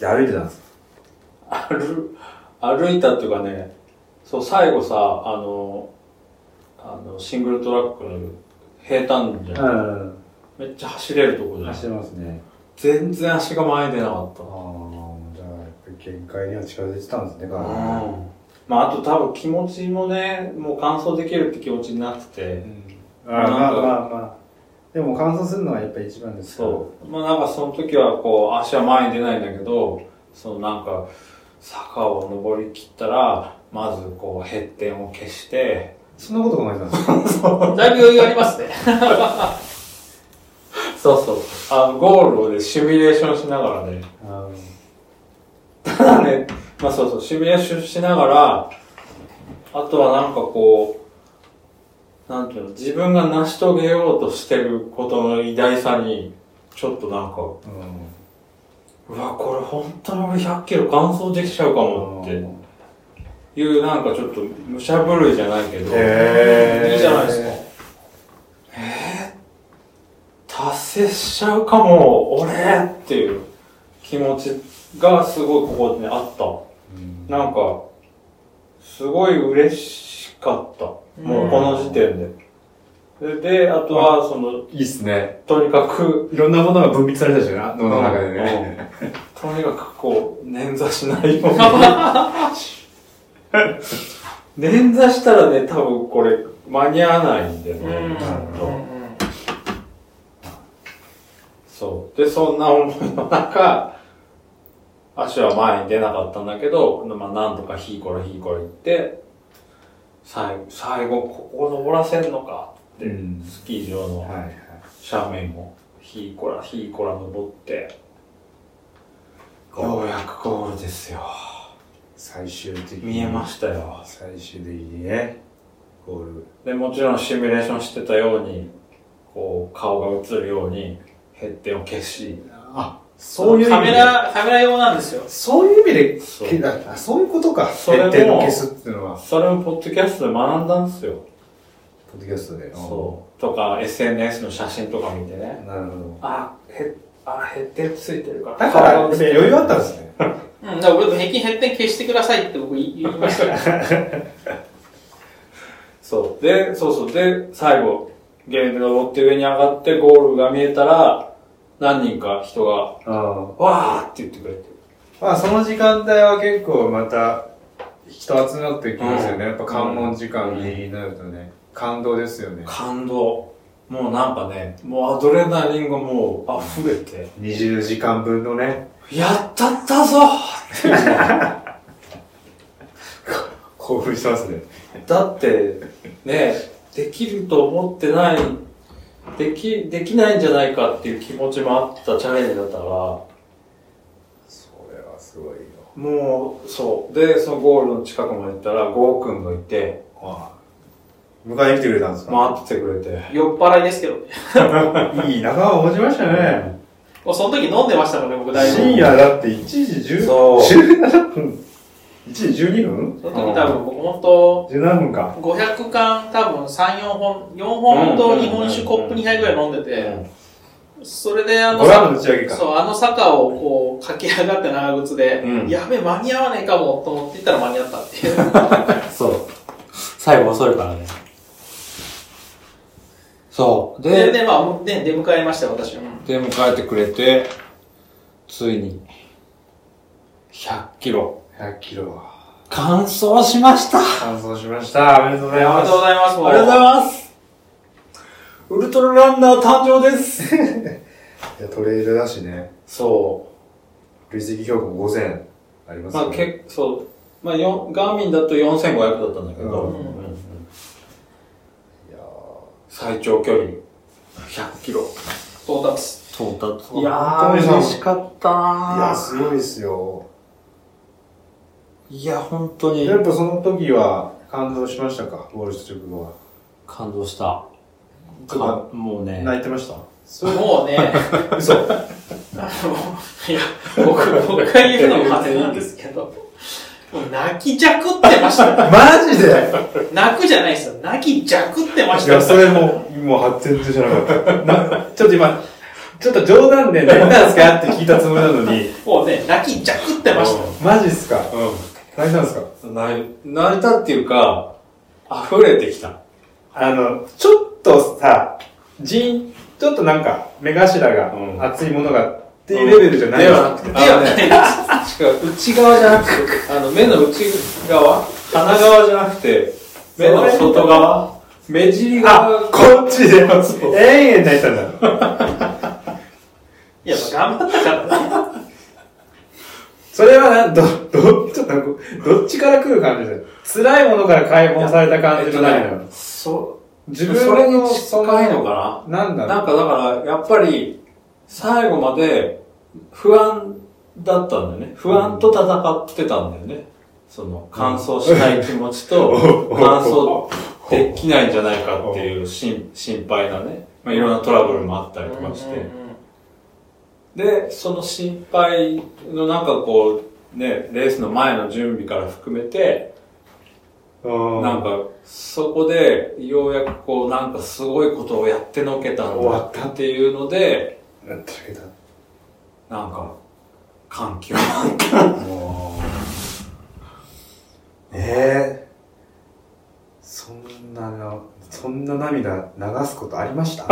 [SPEAKER 3] で、歩いてたんです
[SPEAKER 4] 歩、歩いたっていうかね、そう、最後さ、あの、あの、シングルトラックの平坦じゃん。
[SPEAKER 3] うん。
[SPEAKER 4] めっちゃ走れるとこじゃん
[SPEAKER 3] 走。ってますね。
[SPEAKER 4] 全然足が前に出なかった
[SPEAKER 3] ああ、じゃあ、やっぱり限界には近づいてたんですね、
[SPEAKER 4] な。
[SPEAKER 3] 体が
[SPEAKER 4] まあ、あと多分気持ちもね、もう完走できるって気持ちになってて、
[SPEAKER 3] ああまあまあまあ。でも、乾燥するのはやっぱり一番ですから。
[SPEAKER 4] そう。まあなんかその時はこう足は前に出ないんだけど、そのなんか坂を登り切ったら、まずこう減点を消して、
[SPEAKER 3] そんなこと考えてたんですか
[SPEAKER 2] だいぶ余裕ありますね。
[SPEAKER 4] そうそう。あの、ゴールをね、シミュレーションしながらね。
[SPEAKER 3] あ
[SPEAKER 4] ただね、まあそうそう、シミュレーションしながら、あとはなんかこう、なんていうの、自分が成し遂げようとしてることの偉大さに、ちょっとなんか、
[SPEAKER 3] あうん。
[SPEAKER 4] うわ、これ本当に俺100キロ完走できちゃうかもって。
[SPEAKER 3] へ
[SPEAKER 4] いうなんかちょっと武者震いじゃないけど、
[SPEAKER 3] え
[SPEAKER 2] いいじゃないですか。
[SPEAKER 4] 達成しちゃうかも俺っていう気持ちがすごいここにあった、なんかすごい嬉しかった、もうこの時点ででであとはその
[SPEAKER 11] いいっすね。
[SPEAKER 4] とにかく
[SPEAKER 11] いろんなものが分泌されたじゃん、脳の中でね。
[SPEAKER 4] うんとにかくこう捻挫しないように 捻挫したらね多分これ間に合わないんだよ
[SPEAKER 2] う
[SPEAKER 4] ね、
[SPEAKER 2] ん。うん
[SPEAKER 4] きっと
[SPEAKER 2] うん
[SPEAKER 4] そう。で、そんな思いの中、足は前に出なかったんだけど、まあ、なんとかひいこらひいこら行って、最後、最後、ここ登らせんのかって、
[SPEAKER 3] うん
[SPEAKER 4] スキー場
[SPEAKER 3] はい
[SPEAKER 4] の
[SPEAKER 3] はい。
[SPEAKER 4] 斜面を、ひいこらひいこら登って、ようやくゴールですよ。
[SPEAKER 3] 最終的に。
[SPEAKER 4] 見えましたよ。
[SPEAKER 3] 最終的にね、ゴール。
[SPEAKER 4] で、もちろんシミュレーションしてたように、こう、顔が映るように、減点を消し、
[SPEAKER 3] あ、
[SPEAKER 2] そういうカメラ、カメラ用なんですよ。
[SPEAKER 3] そういう意味で、
[SPEAKER 4] そう
[SPEAKER 3] けあそういうことか。
[SPEAKER 4] それも
[SPEAKER 3] 徹底の消すっていうのは、
[SPEAKER 4] それもポッドキャストで学んだんですよ。
[SPEAKER 3] ポッドキャストで。
[SPEAKER 4] そう。とか、SNS の写真とか見てね。
[SPEAKER 3] うん。なるほど。
[SPEAKER 4] あ、へ、あ、減ってついてるから。
[SPEAKER 3] だから、やっぱ
[SPEAKER 4] ね、
[SPEAKER 3] り余裕あったんですね。
[SPEAKER 2] うん。だから俺も平均減点消してくださいって僕言いましたから。
[SPEAKER 4] そう。で、そうそう。で、最後、ゲレンデ登って上に上がってゴールが見えたら、何人か人が、
[SPEAKER 3] あ
[SPEAKER 4] わーって言ってくれて。
[SPEAKER 11] まあ、その時間帯は結構また人集まってきますよね。やっぱ関門時間になるとね、感動ですよね。
[SPEAKER 4] 感動。もうなんかね、もうアドレナリンがもう溢れて、
[SPEAKER 11] 20時間分のね、
[SPEAKER 4] やったったぞ
[SPEAKER 11] 興奮してますね。
[SPEAKER 4] だって、ね、できると思ってない、でき、できないんじゃないかっていう気持ちもあったチャレンジだったから、
[SPEAKER 11] それはすごいよ。
[SPEAKER 4] もう、そう。で、そのゴールの近くまで行ったら、ゴーくんがいて、
[SPEAKER 11] 迎えに来てくれたんですか、
[SPEAKER 4] 回っててくれて。
[SPEAKER 2] 酔っ払いですけどね。
[SPEAKER 11] いい仲間を持ちましたね。
[SPEAKER 2] もうその時飲んでましたもんね、僕大
[SPEAKER 11] 深
[SPEAKER 2] 分。
[SPEAKER 11] 夜だって1時10
[SPEAKER 4] そう
[SPEAKER 11] 17分 ?1 時12分
[SPEAKER 2] その時多分僕本当、
[SPEAKER 11] ?17 分か。
[SPEAKER 2] 500缶多分3、4本、4本と日本酒コップ2杯ぐらい飲んでて、それであの
[SPEAKER 11] ド、ラムの打ち上げか。
[SPEAKER 2] そう、あの坂をこう駆け上がって長靴で、
[SPEAKER 4] うん
[SPEAKER 2] やべ、間に合わねえかもと思っていったら間に合ったっていう。
[SPEAKER 4] そう。最後遅いからね。そう。
[SPEAKER 2] それ
[SPEAKER 4] で、
[SPEAKER 2] で、まあ、ね、出迎えましたよ、私は。うん
[SPEAKER 4] で、迎えてくれて、ついに、100キロ、
[SPEAKER 11] 100キロ。
[SPEAKER 4] 完走しました
[SPEAKER 11] 完走しました。おめでとうござい
[SPEAKER 2] おめ
[SPEAKER 11] ま
[SPEAKER 2] ですとう。ございます。
[SPEAKER 4] ありがとうございますウルトラランナー誕生 です
[SPEAKER 11] いやトレイルだしね、
[SPEAKER 4] そう。
[SPEAKER 11] 累積標高5000あります
[SPEAKER 4] まあ、
[SPEAKER 11] ね。
[SPEAKER 4] けそう、まあ、よんガーミンだと4500だったんだけど、
[SPEAKER 11] うん
[SPEAKER 4] うんうん最長距離100キロ
[SPEAKER 2] 到達。
[SPEAKER 4] 到達
[SPEAKER 11] いやー嬉し
[SPEAKER 4] かった
[SPEAKER 11] いや、すごいですよ。
[SPEAKER 4] いや本当に
[SPEAKER 11] やっぱその時は感動しましたかゴールした直後は。
[SPEAKER 4] 感動した
[SPEAKER 11] ちょっ
[SPEAKER 4] もうね
[SPEAKER 11] 泣いてま した
[SPEAKER 2] もうね、
[SPEAKER 11] 嘘。
[SPEAKER 2] あの、いや、僕、僕が言うのも風なんですけど、もう泣きじゃくってました。
[SPEAKER 11] マジで
[SPEAKER 2] 泣くじゃないですよ。泣きじゃくってまし
[SPEAKER 11] い
[SPEAKER 2] た
[SPEAKER 11] や、
[SPEAKER 2] よ。
[SPEAKER 11] それも、もう発展としてなかった。 なちょっと今、ちょっと冗談で何なんすかって聞いたつもりなのに、
[SPEAKER 2] もうね、泣きじゃくってましたよ。
[SPEAKER 11] マジっすか
[SPEAKER 4] う
[SPEAKER 3] 泣いたんですか
[SPEAKER 4] 泣い泣いたっていうか、溢れてきた。
[SPEAKER 3] あの、ちょっとさ、じん、ちょっとなんか、目頭
[SPEAKER 4] うん
[SPEAKER 3] が熱いものがっていうレベルじゃない
[SPEAKER 4] で
[SPEAKER 3] です
[SPEAKER 4] はなくて、あのね、違う、内側じゃなくて、あの、目の内側鼻側じゃなくて、目の外側目尻
[SPEAKER 3] あ
[SPEAKER 4] 側、
[SPEAKER 3] こっちで、 えんえん泣いたんだ。
[SPEAKER 2] いや、まあ頑張ったからね。
[SPEAKER 3] それはな、ど、ど、ちょっとなんかどっちから来る感じだよ。辛いものから解放された感じのないのよ。
[SPEAKER 4] そ、
[SPEAKER 3] 自
[SPEAKER 4] それ
[SPEAKER 3] 分の、
[SPEAKER 4] に近いのか
[SPEAKER 3] ななんだろ
[SPEAKER 4] なな
[SPEAKER 3] うん
[SPEAKER 4] かだから、やっぱり、最後まで不安だったんだよね。不安と戦ってたんだよね。その、乾燥したい気持ちと、 乾燥できないんじゃないかっていう心心配なね。まあ、いろんなトラブルもあったりとかして。で、その心配のなんかこう、ね、レースの前の準備から含めて、
[SPEAKER 3] うん
[SPEAKER 4] なんか、そこで、ようやくこう、なんかすごいことをやってのけたん
[SPEAKER 3] 終
[SPEAKER 4] だ
[SPEAKER 3] わっ
[SPEAKER 4] っていうので、
[SPEAKER 3] やってるけど
[SPEAKER 4] なんか、環境。
[SPEAKER 3] もう、ねえそんなの、そんな涙流すことありま したこ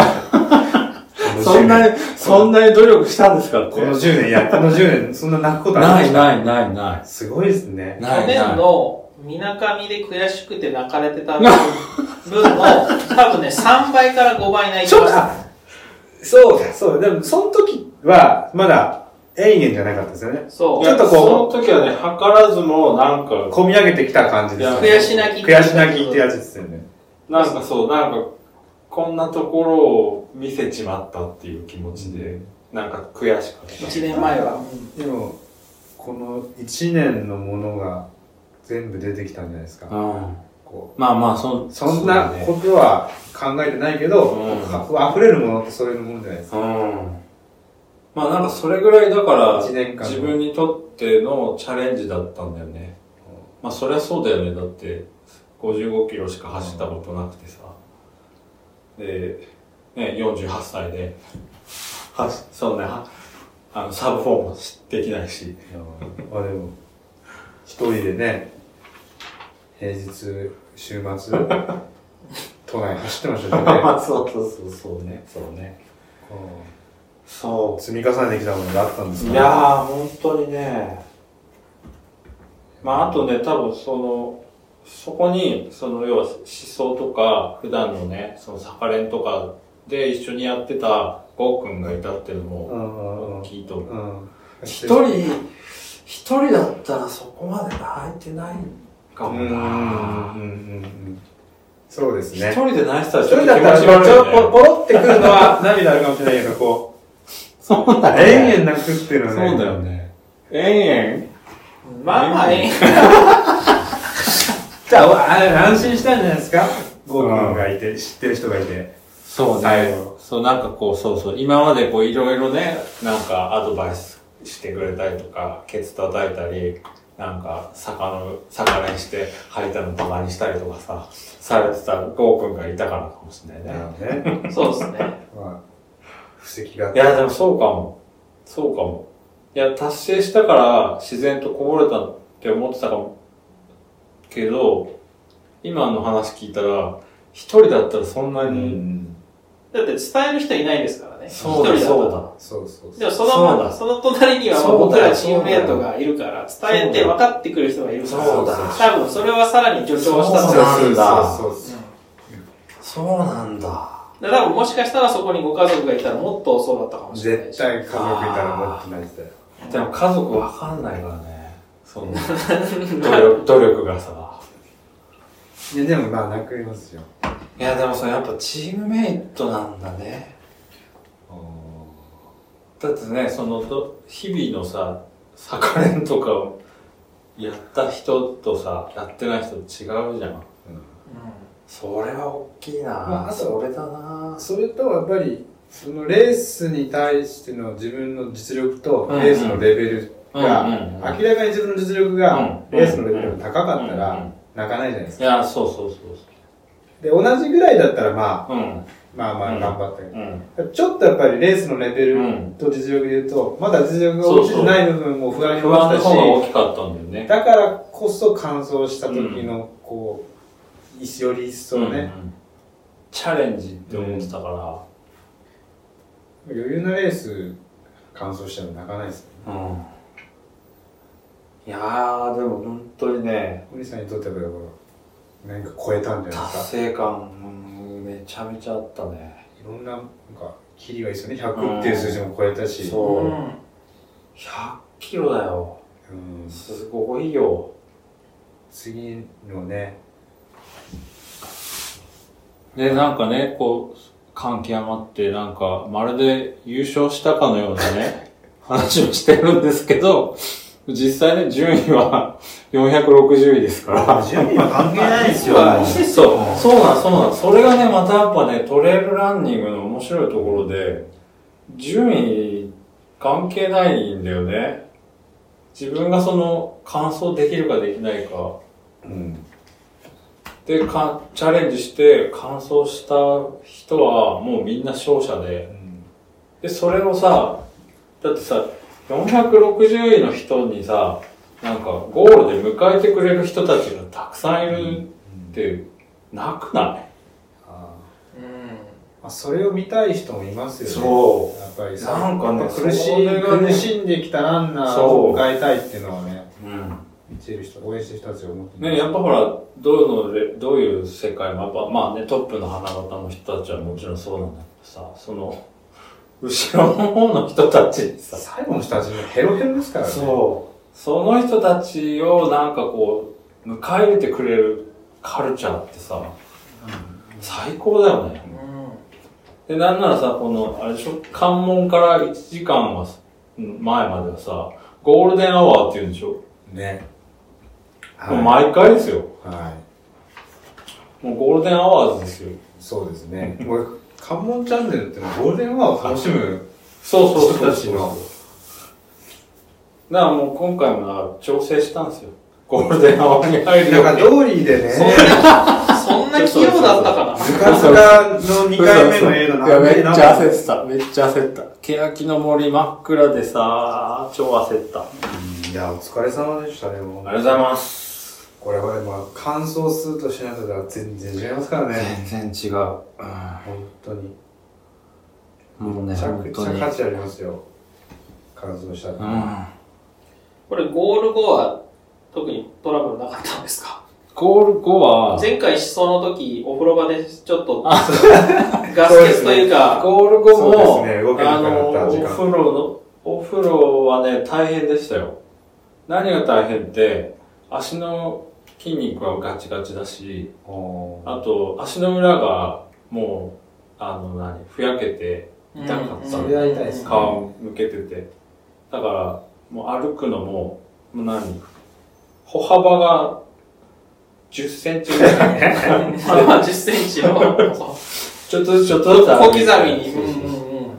[SPEAKER 3] の
[SPEAKER 4] そんな
[SPEAKER 3] 10年
[SPEAKER 4] に、そんなに努力したんですかっ
[SPEAKER 3] こ
[SPEAKER 4] て。
[SPEAKER 3] の10年、いや、この10年、そんな泣くことあ
[SPEAKER 4] な
[SPEAKER 3] りまし
[SPEAKER 4] い
[SPEAKER 3] た
[SPEAKER 4] ないないな
[SPEAKER 3] すごいですね
[SPEAKER 4] い。。
[SPEAKER 2] 去
[SPEAKER 4] ないない。
[SPEAKER 2] 年のみなかみで悔しくて泣かれてた分の、多分ね、3倍から5倍泣い
[SPEAKER 3] ち
[SPEAKER 2] て
[SPEAKER 3] ょっ
[SPEAKER 2] ま
[SPEAKER 3] と
[SPEAKER 2] した。
[SPEAKER 3] あそうだ、そうだ。でも、その時は、まだ、永遠じゃなかったですよね。
[SPEAKER 2] そ
[SPEAKER 3] ちょっとこう
[SPEAKER 13] その時はね、計らずも、なんか、
[SPEAKER 3] 込み上げてきた感じです
[SPEAKER 2] う。
[SPEAKER 3] よね。
[SPEAKER 2] 悔し泣き。
[SPEAKER 3] 悔し泣きってやつですよね。
[SPEAKER 4] なんかそう、なんか、こんなところを見せちまったっていう気持ちで、なんか悔しかった。
[SPEAKER 2] 1年前は。
[SPEAKER 3] でも、この1年のものが全部出てきたんじゃないですか。
[SPEAKER 4] うん。
[SPEAKER 3] こ
[SPEAKER 4] まあまあ、そ、
[SPEAKER 3] うそんな
[SPEAKER 4] うだね
[SPEAKER 3] ことは考えてないけど、
[SPEAKER 4] うん
[SPEAKER 3] あ溢れるものってそういうものじゃないですか。
[SPEAKER 4] うん。まあなんかそれぐらいだから、
[SPEAKER 3] 一年間の
[SPEAKER 4] 自分にとってのチャレンジだったんだよね。まあそりゃそうだよね。だって、55キロしか走ったことなくてさ。で、ね、48歳で、はそうね、はあの、サブフォーもできない し。。
[SPEAKER 3] あでも、一人でね、平日、週末、都内走ってましたよ ね
[SPEAKER 4] そうそうそう、そうね、そうね。
[SPEAKER 3] こ
[SPEAKER 4] そう
[SPEAKER 3] 積み重ねてきたものがあったんです
[SPEAKER 4] い
[SPEAKER 3] ね
[SPEAKER 4] やー、本当にね。まあ、あとね、多分その、そこに、その、要は思想とか、普段のね、その、サカレンとかで一緒にやってた、ゴーくんがいたっていうの
[SPEAKER 3] う
[SPEAKER 4] も、
[SPEAKER 3] んうんうん
[SPEAKER 4] 聞いとる。
[SPEAKER 3] うん。
[SPEAKER 4] 一人、一人だったらそこまで泣いてないか
[SPEAKER 3] う
[SPEAKER 4] も
[SPEAKER 3] んうん
[SPEAKER 4] な。
[SPEAKER 3] うんうん。そうです
[SPEAKER 4] 一
[SPEAKER 3] ね。
[SPEAKER 4] 人で泣いてたら
[SPEAKER 3] 一
[SPEAKER 4] ちょっ
[SPEAKER 3] 人
[SPEAKER 4] と
[SPEAKER 3] だ
[SPEAKER 4] 気
[SPEAKER 3] っ
[SPEAKER 4] 持
[SPEAKER 3] たら、
[SPEAKER 4] ち
[SPEAKER 3] ちょっ
[SPEAKER 4] 悪いよ
[SPEAKER 3] とポ
[SPEAKER 4] ね。
[SPEAKER 3] ポロってくるのは涙あるかもしれないけど、こ
[SPEAKER 4] そう
[SPEAKER 3] う、延々泣くっていうのはね。
[SPEAKER 4] そうだよね。えんえん
[SPEAKER 2] まあまあ、ええ
[SPEAKER 3] じゃあ、あれ安心したんじゃないですかゴー君がいて、知ってる人がいて。
[SPEAKER 4] そう
[SPEAKER 3] 最
[SPEAKER 4] ね
[SPEAKER 3] 後。
[SPEAKER 4] そう、なんかこう、そうそう。今までこう、いろいろね、なんかアドバイスしてくれたりとか、ケツ叩いたり、なんか、坂の、逆らいして、吐いたのバカにしたりとかさ、されてたゴーくんがいたからかもしれないね。
[SPEAKER 3] ほどね。
[SPEAKER 2] そうですね。
[SPEAKER 3] まあ、布石があっ
[SPEAKER 4] いや、でもそうかも。そうかも。いや、達成したから、自然とこぼれたって思ってたかも。けど、今の話聞いたら、一人だったらそんな
[SPEAKER 3] う
[SPEAKER 4] に、
[SPEAKER 3] ん。
[SPEAKER 2] だって伝える人いないですからね。
[SPEAKER 4] そうだ、
[SPEAKER 2] 一人
[SPEAKER 4] そ
[SPEAKER 2] と
[SPEAKER 4] うだ。
[SPEAKER 3] そうそうそう。
[SPEAKER 2] でもそ
[SPEAKER 4] そうだ
[SPEAKER 2] の、その隣にはまあ
[SPEAKER 4] そう
[SPEAKER 2] 僕
[SPEAKER 4] だよ
[SPEAKER 2] らチームメイトがいるから、伝えて
[SPEAKER 4] そうだよ
[SPEAKER 2] 分かってくれる人がいるから、
[SPEAKER 4] そうだ
[SPEAKER 2] 多分それはさらに助長したと
[SPEAKER 4] そ
[SPEAKER 2] 思
[SPEAKER 4] うだ
[SPEAKER 2] う
[SPEAKER 4] なんだ
[SPEAKER 3] そうそうそう
[SPEAKER 4] そうなんだ。
[SPEAKER 2] だから多分もしかしたらそこにご家族がいたらもっとそうだったかもしれない
[SPEAKER 3] 絶
[SPEAKER 2] し。
[SPEAKER 3] 対家族いたらもっと泣いてたよ。
[SPEAKER 4] でも家族わかんないからね。その努力、 努力がさ。
[SPEAKER 3] いや、でもまあ、泣くますよ。
[SPEAKER 4] いや、でもさ、やっぱチームメイトなんだね。だってね、そのど、日々のさ、逆練とかをやった人とさ、やってない人違うじゃん。それは大きいな、
[SPEAKER 3] まああと
[SPEAKER 4] それだな
[SPEAKER 3] それと、やっぱり、そのレースに対しての自分の実力と、レースのレベルが、
[SPEAKER 4] うんう
[SPEAKER 3] 明
[SPEAKER 4] ん
[SPEAKER 3] らかに自分の実力が、
[SPEAKER 4] うん
[SPEAKER 3] レースのレベルが高かった
[SPEAKER 4] うんうん
[SPEAKER 3] ら、泣かないじゃないですか。
[SPEAKER 4] いや、そうそうそうそう。
[SPEAKER 3] で、同じぐらいだったらまあ、
[SPEAKER 4] うん。
[SPEAKER 3] まあまあ頑張ったけ
[SPEAKER 4] うん。
[SPEAKER 3] ど、ちょっとやっぱりレースのレベルと実力で言うと、まだ実力が落ちてない部分も不安に
[SPEAKER 4] 不
[SPEAKER 3] 思っ
[SPEAKER 4] 安の
[SPEAKER 3] てたし、
[SPEAKER 4] 方が大きかったんだよね。
[SPEAKER 3] だからこそ乾燥した時の、こう、いより一層ね、
[SPEAKER 4] ん。チャレンジって思ってたか
[SPEAKER 3] 余裕なレース乾燥したら泣かないですよ
[SPEAKER 4] ら。うん。いやー、でも本当にね、
[SPEAKER 3] お兄さんにとってはだから、何か超えたんじゃないです
[SPEAKER 4] 達
[SPEAKER 3] か。
[SPEAKER 4] 成感、うんめちゃめちゃあったね。
[SPEAKER 3] いろんな、なんか、キリがいいですよね。100っていう数字も超えたし。
[SPEAKER 4] そうう。
[SPEAKER 2] ん
[SPEAKER 4] 100キロだよ。
[SPEAKER 3] うん
[SPEAKER 4] すごいよ。
[SPEAKER 3] 次のね、
[SPEAKER 14] で、なんかね、こう、感極まって、なんか、まるで優勝したかのような ね、話をしてるんですけど、実際ね、順位は 460位ですから。
[SPEAKER 15] 順位は関係ないですよ。
[SPEAKER 4] そう、そうなん、そうなん。それがね、またやっぱね、トレイルランニングの面白いところで、順位関係ないんだよね。自分がその、完走できるかできないか。で、かチャレンジして完走した人は、もうみんな勝者で。で、それをさ、だってさ、460位の人にさ、なんか、ゴールで迎えてくれる人たちがたくさんいるって、なくない
[SPEAKER 3] あ
[SPEAKER 2] うん
[SPEAKER 3] ーまあ、それを見たい人もいますよね。
[SPEAKER 4] そ
[SPEAKER 3] やっぱり
[SPEAKER 4] な
[SPEAKER 3] さ、
[SPEAKER 4] んかね
[SPEAKER 3] 苦し
[SPEAKER 4] そ
[SPEAKER 3] い、
[SPEAKER 4] れがね
[SPEAKER 3] 苦しんできたランナーを迎えたいっていうのはね、
[SPEAKER 4] う。うん。
[SPEAKER 3] 見てる人、応援してる人たちが思って
[SPEAKER 4] ね、やっぱほら、どういうのレ、どういう世界も、やっぱ、まあね、トップの花形の人たちはもちろんそうなんだけどさ、その、後ろの方の人たちにさ、
[SPEAKER 3] 最後の人たちもヘロヘロですからね。
[SPEAKER 4] そう。その人たちをなんかこう、迎え入れてくれるカルチャーってさ、最高だよね。で、なんならさ、この、あれでしょ、関門から1時間は、うん前まではさ、ゴールデンアワーって言うんでしょ、
[SPEAKER 3] ね。
[SPEAKER 4] もう
[SPEAKER 3] は
[SPEAKER 4] 毎回ですよ。
[SPEAKER 3] い。はい。
[SPEAKER 4] もうゴールデンアワーズですよ。
[SPEAKER 3] そうですね。もう、関門チャンネルってのはゴールデンアワーを楽しむ
[SPEAKER 4] そうそう
[SPEAKER 3] 人
[SPEAKER 4] そう
[SPEAKER 3] たちの。
[SPEAKER 4] だからもう今回もなんか調整したんですよ。ゴールデンアワーに入る
[SPEAKER 3] な
[SPEAKER 4] よ
[SPEAKER 3] んか、
[SPEAKER 4] うに。
[SPEAKER 3] 通りでね、
[SPEAKER 2] そんな器用だったかな
[SPEAKER 3] 部活がの2回目の映画
[SPEAKER 14] いや
[SPEAKER 3] なん
[SPEAKER 14] め
[SPEAKER 3] で
[SPEAKER 14] っちゃ焦ってた、めっちゃ焦った。欅の森真っ暗でさ、超焦った。
[SPEAKER 3] いや、お疲れ様でしたね、もう
[SPEAKER 4] ありがとうございます。
[SPEAKER 3] これは、まあ、乾燥するとしないとでは全然違いますからね。
[SPEAKER 4] 全然違う。も
[SPEAKER 3] 本当に。
[SPEAKER 4] うね
[SPEAKER 3] めちゃくちゃ価値ありますよ。乾燥したら。
[SPEAKER 4] ん。
[SPEAKER 2] これゴール後は特にトラブルなかったんですか
[SPEAKER 14] ゴール後は、
[SPEAKER 2] 前回失踪の時お風呂場でちょっとガス欠というか
[SPEAKER 4] ゴール後
[SPEAKER 3] そ
[SPEAKER 4] も、
[SPEAKER 3] うですね動けな
[SPEAKER 4] あ
[SPEAKER 3] く
[SPEAKER 4] の、
[SPEAKER 3] な
[SPEAKER 4] お
[SPEAKER 3] った時間
[SPEAKER 4] 風呂の、お風呂はね、大変でしたよ。何が大変って、足の筋肉はガチガチだし、
[SPEAKER 3] おー
[SPEAKER 4] あと、足の裏が、もう、あの、何、ふやけて、痛かった。
[SPEAKER 3] それやりたいですね
[SPEAKER 4] 顔向けてて。だから、もう歩くのも、もう何歩幅が10センチぐ らい。
[SPEAKER 2] まあ10センチの小
[SPEAKER 4] ちょっとずつちょっとずつ歩
[SPEAKER 2] 刻
[SPEAKER 4] い
[SPEAKER 2] み
[SPEAKER 4] て
[SPEAKER 2] に
[SPEAKER 4] そうそうそう
[SPEAKER 2] うんうんうん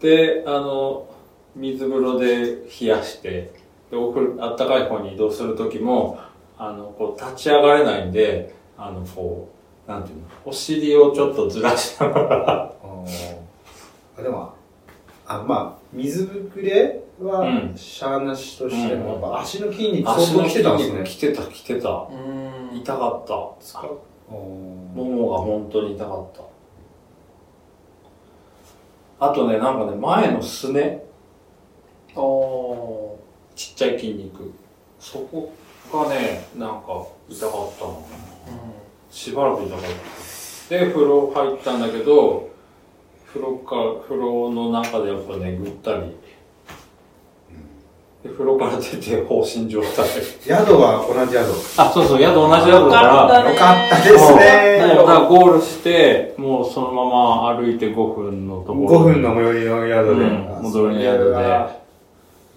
[SPEAKER 4] で、あの、水風呂で冷やして、で、お風呂、あったかい方に移動するときも、あの、こう、立ち上がれないんで、あの、こう、なんていうの、お尻をちょっとずらしながら、
[SPEAKER 3] おーあでも、あまあ、水ぶくれは
[SPEAKER 4] う、ん
[SPEAKER 3] しゃあなしとしても、
[SPEAKER 4] うん
[SPEAKER 3] やっぱ足の筋肉
[SPEAKER 4] 足
[SPEAKER 3] 相
[SPEAKER 4] の
[SPEAKER 3] 当きて
[SPEAKER 4] 筋
[SPEAKER 3] たんです
[SPEAKER 4] 肉
[SPEAKER 3] ね。
[SPEAKER 4] 来てた、来てた。
[SPEAKER 2] うん
[SPEAKER 4] 痛かった。も
[SPEAKER 3] も
[SPEAKER 4] もが本当に痛かった。あとね、なんかね、前のすね、
[SPEAKER 2] お
[SPEAKER 4] ちっちゃい筋肉。そこがね、なんか痛かった
[SPEAKER 2] ーう
[SPEAKER 4] の。
[SPEAKER 2] ん
[SPEAKER 4] しばらく痛かった。で、風呂入ったんだけど、風呂か、風呂の中でやっぱね、ぐったり。で、風呂から出て放心状態。
[SPEAKER 3] 宿は同じ宿。
[SPEAKER 14] あ、そうそう、宿同じ宿だから、
[SPEAKER 2] だね
[SPEAKER 3] よかったです
[SPEAKER 4] だ
[SPEAKER 3] ね。
[SPEAKER 14] からゴールして、もうそのまま歩いて5分のところ。
[SPEAKER 3] 5分の最寄りの宿で。
[SPEAKER 14] うん
[SPEAKER 3] あ
[SPEAKER 14] 戻りの宿で。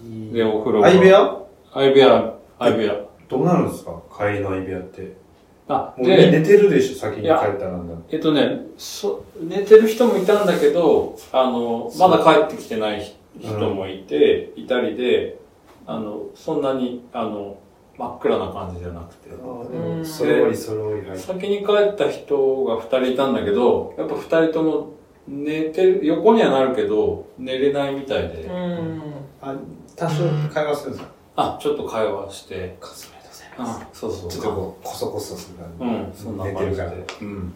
[SPEAKER 3] いい
[SPEAKER 14] で、お風呂。
[SPEAKER 3] 相部屋
[SPEAKER 14] 相部屋、相部屋。
[SPEAKER 3] どうなるんですか帰りの相部屋って。
[SPEAKER 14] あ、
[SPEAKER 3] もう
[SPEAKER 14] で、
[SPEAKER 3] 寝てるでしょ先に帰ったらなんだ。
[SPEAKER 14] え
[SPEAKER 4] えっとね、そ寝てる人もいたんだけど、あの、まだ帰ってきてない人もいて、いたりで、あの、そんなに、あの、真っ暗な感じじゃなくて。
[SPEAKER 2] うん
[SPEAKER 11] そろりそろりはい
[SPEAKER 4] 先に帰った人が2人いたんだけど、やっぱ2人とも寝てる、横にはなるけど、寝れないみたいで、
[SPEAKER 2] うん。
[SPEAKER 11] あ多少会話するんですか
[SPEAKER 4] あ、ちょっと会話して、
[SPEAKER 11] かそれとせ
[SPEAKER 4] うん、そうそう。
[SPEAKER 11] ちょっとこうコソコソする感じ、
[SPEAKER 4] うん、そんな感じ
[SPEAKER 11] 寝て
[SPEAKER 4] で
[SPEAKER 11] る。
[SPEAKER 4] うん。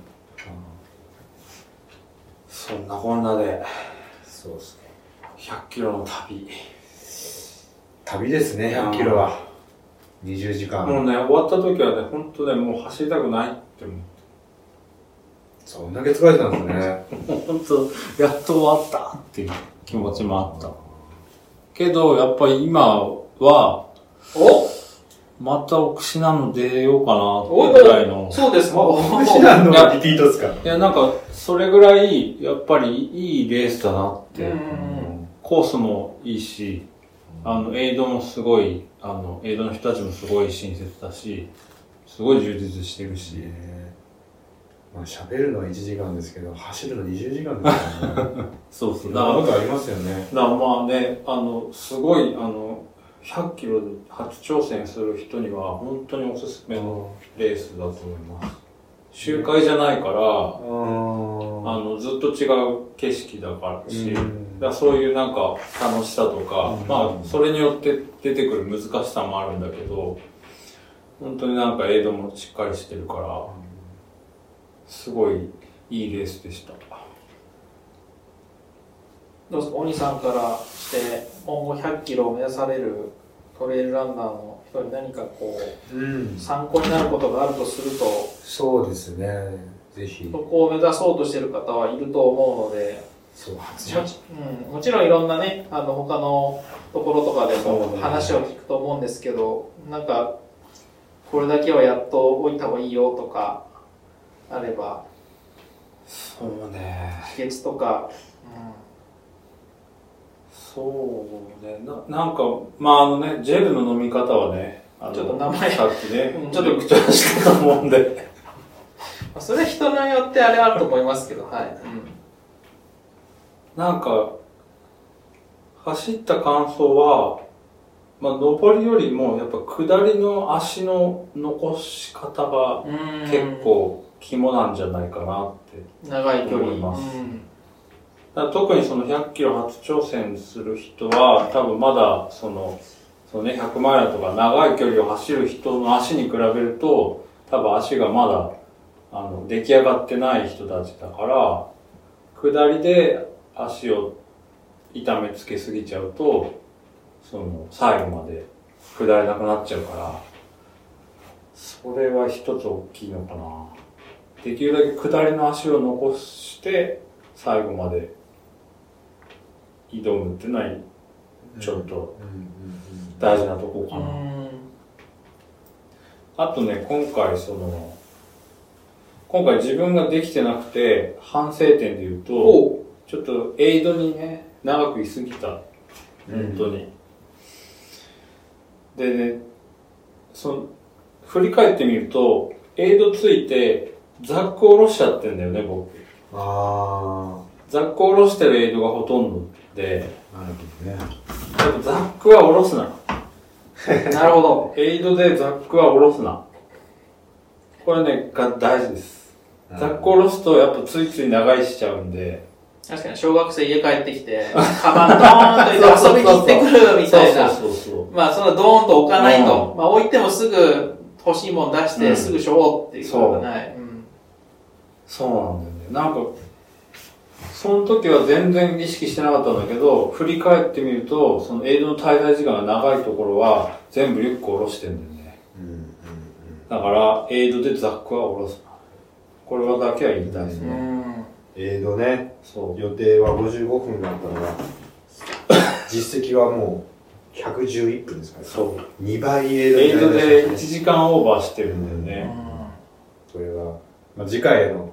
[SPEAKER 4] そんなこんなで、
[SPEAKER 11] そうですね
[SPEAKER 4] 100キロの旅。
[SPEAKER 11] 旅ですね100キロは20時間、
[SPEAKER 4] もうね、終わった時はね、本当ね、もう走りたくないって思
[SPEAKER 11] そんだけ疲れてたんですね
[SPEAKER 4] う。本当やっと終わったっていう気持ちもあった。けど、やっぱり今は、
[SPEAKER 2] お
[SPEAKER 4] またオクシナの出ようかなってぐらいの。
[SPEAKER 2] そうですか。
[SPEAKER 11] オシナンのリピートですか
[SPEAKER 4] いや、なんか、それぐらい、やっぱりいいレースだなって。
[SPEAKER 2] うん
[SPEAKER 4] コースもいいし、あの、エイドもすごい、あの、エイドの人たちもすごい親切だし、すごい充実してるし。
[SPEAKER 11] まあ喋るのは1時間ですけど走るの20時間です からね
[SPEAKER 4] そうそう。だか
[SPEAKER 11] な
[SPEAKER 4] ら、
[SPEAKER 11] ん
[SPEAKER 4] だ
[SPEAKER 11] かありますよね
[SPEAKER 4] からまあね、あの、すごい、あの、100キロで初挑戦する人には、本当におすすめのレースだと思います。周回じゃないから、
[SPEAKER 11] ああ
[SPEAKER 4] あの、ずっと違う景色だからし、だからそういうなんか楽しさとか、
[SPEAKER 11] うん
[SPEAKER 4] まあ、それによって出てくる難しさもあるんだけど、本当になんかエイドもしっかりしてるから、すごいいいレースでした。
[SPEAKER 2] どうですか、鬼さんからして、今後100キロを目指されるトレイルランナーの人に何かこう、
[SPEAKER 11] うん
[SPEAKER 2] 参考になることがあるとすると、
[SPEAKER 11] そうですねぜひ
[SPEAKER 2] そこを目指そうとしてる方はいると思うので、
[SPEAKER 11] そう初
[SPEAKER 2] もち,、うん、もちろんいろんなね、あの他のところとかでも話を聞くと思うんですけど、なんか、これだけはやっとおいた方がいいよとか、あれば、
[SPEAKER 4] そうね。
[SPEAKER 2] 秘訣とか、うん
[SPEAKER 4] そうね。ななんか、まああのね、ジェルの飲み方はね、あの
[SPEAKER 2] ちょっと名前
[SPEAKER 4] さっきね
[SPEAKER 2] うん、
[SPEAKER 4] ちょっと口調してたもんで。
[SPEAKER 2] まあそれは人によってあれあると思いますけ ど、はい。うん
[SPEAKER 4] なんか、走った感想は、まあ、上りよりも、やっぱ下りの足の残し方が結構肝なんじゃないかなって。
[SPEAKER 2] 長い距離
[SPEAKER 4] 思います
[SPEAKER 2] うん
[SPEAKER 4] だから特にその100キロ初挑戦する人は、多分まだその、そのね、100マイルとか長い距離を走る人の足に比べると、多分足がまだ、あの、出来上がってない人たちだから、下りで足を痛めつけすぎちゃうと、その、最後まで下れなくなっちゃうから、それは一つ大きいのかな。できるだけ下りの足を残して、最後まで挑むっていうのはちょっと大事なとこかな、あとね今回その今回自分ができてなくて反省点で言うと
[SPEAKER 2] お
[SPEAKER 4] ちょっとエイドにね長く居すぎた本当に、でねその振り返ってみるとエイドついてザック下ろしちゃってんだよね僕
[SPEAKER 11] あ
[SPEAKER 4] ザック下ろしてるエイドがほとんどで
[SPEAKER 11] あなるほどね
[SPEAKER 4] やっぱザックは下ろすな
[SPEAKER 2] なるほど。
[SPEAKER 4] エイドでザックは下ろすな。これね、が大事です。ザック下ろすと、やっぱついつい長いしちゃうんで。
[SPEAKER 2] 確かに小学生家帰ってき て、カバンドーンと置いて遊びに行ってくるみたいな。
[SPEAKER 4] そうそうそうそう。
[SPEAKER 2] まあ、そんなドーンと置かないと。
[SPEAKER 4] う
[SPEAKER 2] まあ、置いてもすぐ欲しいもん出して、
[SPEAKER 4] うん
[SPEAKER 2] すぐしょうっていうことがない。うん
[SPEAKER 4] そうなんだよね。なんか、その時は全然意識してなかったんだけど、振り返ってみると、そのエイドの滞在時間が長いところは、全部リュック下ろしてんだよね。だから、エイドでザックは下ろすな。これはだけは言いたいです
[SPEAKER 2] う
[SPEAKER 4] ね。
[SPEAKER 2] ん。
[SPEAKER 11] えーとね
[SPEAKER 4] そう。
[SPEAKER 11] 予定は55分だったの が実績はもう111分ですから
[SPEAKER 4] そう。
[SPEAKER 11] 2倍エイド
[SPEAKER 4] エイド
[SPEAKER 11] にな
[SPEAKER 4] で
[SPEAKER 11] り
[SPEAKER 4] 1
[SPEAKER 11] ましたね
[SPEAKER 4] 時間オーバーしてるんだよね。
[SPEAKER 11] それは、まあ、次回へのへの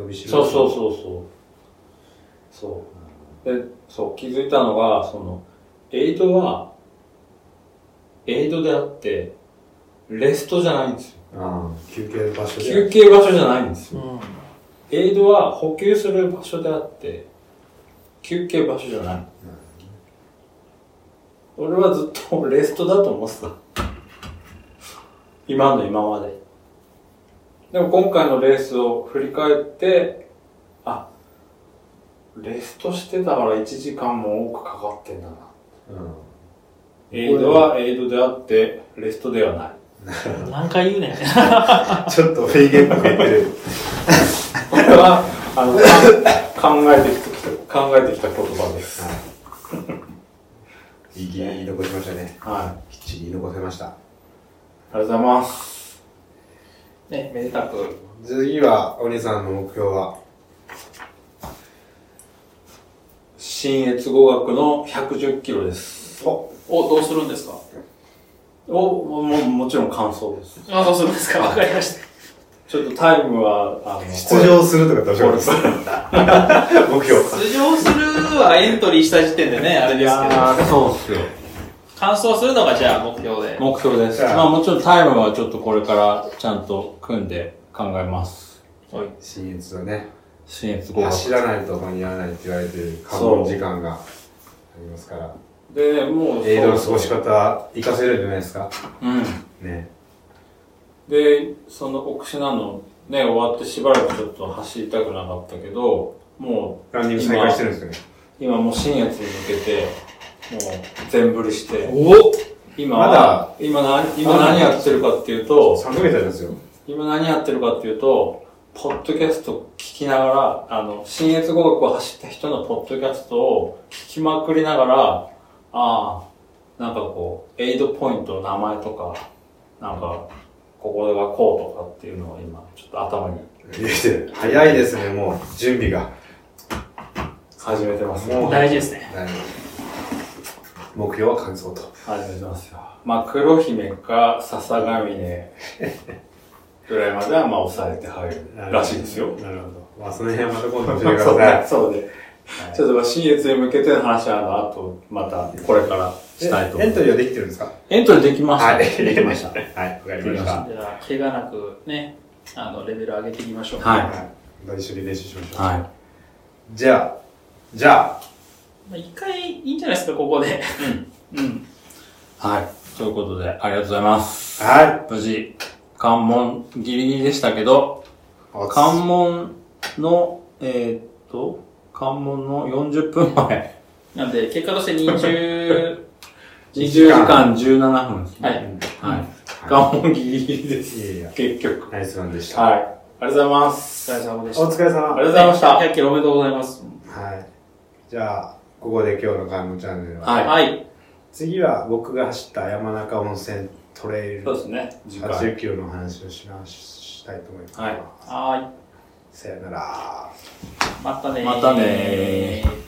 [SPEAKER 11] 伸びしろ
[SPEAKER 4] そうそうそうそうそうでそう気づいたのがそのエイドはエイドであってレストじゃないんですよ
[SPEAKER 11] ああ休憩場所
[SPEAKER 4] 休
[SPEAKER 11] で
[SPEAKER 4] 憩場所じゃないんですよ
[SPEAKER 2] うん
[SPEAKER 4] エイドは補給する場所であって休憩場所じゃない、俺はずっとレストだと思ってた今の今まで。でも今回のレースを振り返って、あ、レースとしてだから1時間も多くかかってんだな。エイドはエイドであって、レストではない。
[SPEAKER 2] 何回言うねん。
[SPEAKER 3] ちょっとフェイゲンっぽく言ってる。
[SPEAKER 4] これは、あの、かん考えてきた、考えてきた言葉です。
[SPEAKER 3] いい議員残しましたね。
[SPEAKER 4] はい。
[SPEAKER 3] きっちり残せました。
[SPEAKER 4] ありがとうございます。
[SPEAKER 2] ね、めでたく。
[SPEAKER 3] 次は、お兄さんの目標は
[SPEAKER 4] 新越語学の110キロです。
[SPEAKER 2] お、どうするんですか
[SPEAKER 4] お、もももちろん感想です。
[SPEAKER 2] あ、どうするんですかわかりました。
[SPEAKER 4] ちょっとタイムは、あの、
[SPEAKER 3] 出場するとかどうしようです。 目標。
[SPEAKER 2] 出場するはエントリーした時点でね、あれ
[SPEAKER 4] い
[SPEAKER 2] ですけど。
[SPEAKER 4] やーそうっすよ。
[SPEAKER 2] 完走するのがじゃあ目標で。
[SPEAKER 4] 目標です。まあもちろんタイムはちょっとこれからちゃんと組んで考えます。
[SPEAKER 3] 新越のね、
[SPEAKER 4] 新越語
[SPEAKER 3] 走
[SPEAKER 4] 学。
[SPEAKER 3] らないと間に合わないって言われてる関門時間がありますから、
[SPEAKER 4] で、もう、
[SPEAKER 3] エイドの過ごし方、活かせるんじゃないですか。
[SPEAKER 4] うん。
[SPEAKER 3] ね。
[SPEAKER 4] で、その奥品のね、終わってしばらくちょっと走りたくなかったけど、もう、
[SPEAKER 3] ランニング再開してるんですよね。
[SPEAKER 4] 今もう新越に向けて、もう全振りして、
[SPEAKER 2] お
[SPEAKER 4] 今
[SPEAKER 3] まだ
[SPEAKER 4] は、今な、今何やってるかっていうと、
[SPEAKER 3] 3ヶ月ありますよ。
[SPEAKER 4] 今何やってるかっていうと、ポッドキャスト聞きながら、あの、新越語学を走った人のポッドキャストを聞きまくりながら、ああ、なんかこう、エイドポイントの名前とか、なんか、ここがこうとかっていうのを今、ちょっと頭に
[SPEAKER 3] いや早いですね、もう、準備が。
[SPEAKER 4] 始めてますよ。
[SPEAKER 3] もう、
[SPEAKER 2] 大事ですね。
[SPEAKER 3] はい目標は完走と。
[SPEAKER 4] 始めてますよ。まあ、黒姫か笹神ぐらいまでは、まあ、抑えて入るらしいですよ。
[SPEAKER 3] なるほど。まあ、その辺はまた今度教えてください。
[SPEAKER 4] そうね。ちょっとまあ新越に向けての話は、あの、あと、また、これからしたいと
[SPEAKER 3] えエ
[SPEAKER 4] 思
[SPEAKER 3] ン
[SPEAKER 4] います。
[SPEAKER 3] トリーはできてるんですか
[SPEAKER 4] エントリーできました。
[SPEAKER 3] はい
[SPEAKER 4] できました。
[SPEAKER 3] はい、わかり
[SPEAKER 4] ました
[SPEAKER 2] じゃあ、怪我なくね、あの、レベル上げていきましょう。
[SPEAKER 4] はい
[SPEAKER 3] はい。また一緒に練習しましょう。
[SPEAKER 4] は
[SPEAKER 3] じゃあ、じゃあ、
[SPEAKER 2] まあ一回いいんじゃないですか、ここで。うん。
[SPEAKER 4] い。はい。ということで、ありがとうございます。
[SPEAKER 3] は
[SPEAKER 4] 無事、関門ギリギリでしたけど、
[SPEAKER 3] い。
[SPEAKER 4] 関門の、えーっと、関門の40分前。
[SPEAKER 2] なんで、結果として20、
[SPEAKER 4] 20時間17分ですね。
[SPEAKER 2] はい。
[SPEAKER 4] はい。関門ギリギリです。
[SPEAKER 3] いやいや、
[SPEAKER 4] 結局。
[SPEAKER 3] ナイスワンでした。。
[SPEAKER 4] はいい。ありがとうございます。
[SPEAKER 2] お疲れ様でした
[SPEAKER 3] お。疲れ様。
[SPEAKER 4] あり
[SPEAKER 3] は
[SPEAKER 4] がとうございました。
[SPEAKER 2] 100キロおめでとうございます。
[SPEAKER 3] い。じゃあ、ここで今日の関門チャンネルは、
[SPEAKER 4] はい
[SPEAKER 2] はい。
[SPEAKER 3] 次は僕が走った山中温泉トレイル
[SPEAKER 4] そうですね。次回。
[SPEAKER 3] 80キロの話をしましたいと思います。
[SPEAKER 4] はい
[SPEAKER 2] は
[SPEAKER 3] さよなら。
[SPEAKER 2] ーい。またねー
[SPEAKER 4] またねー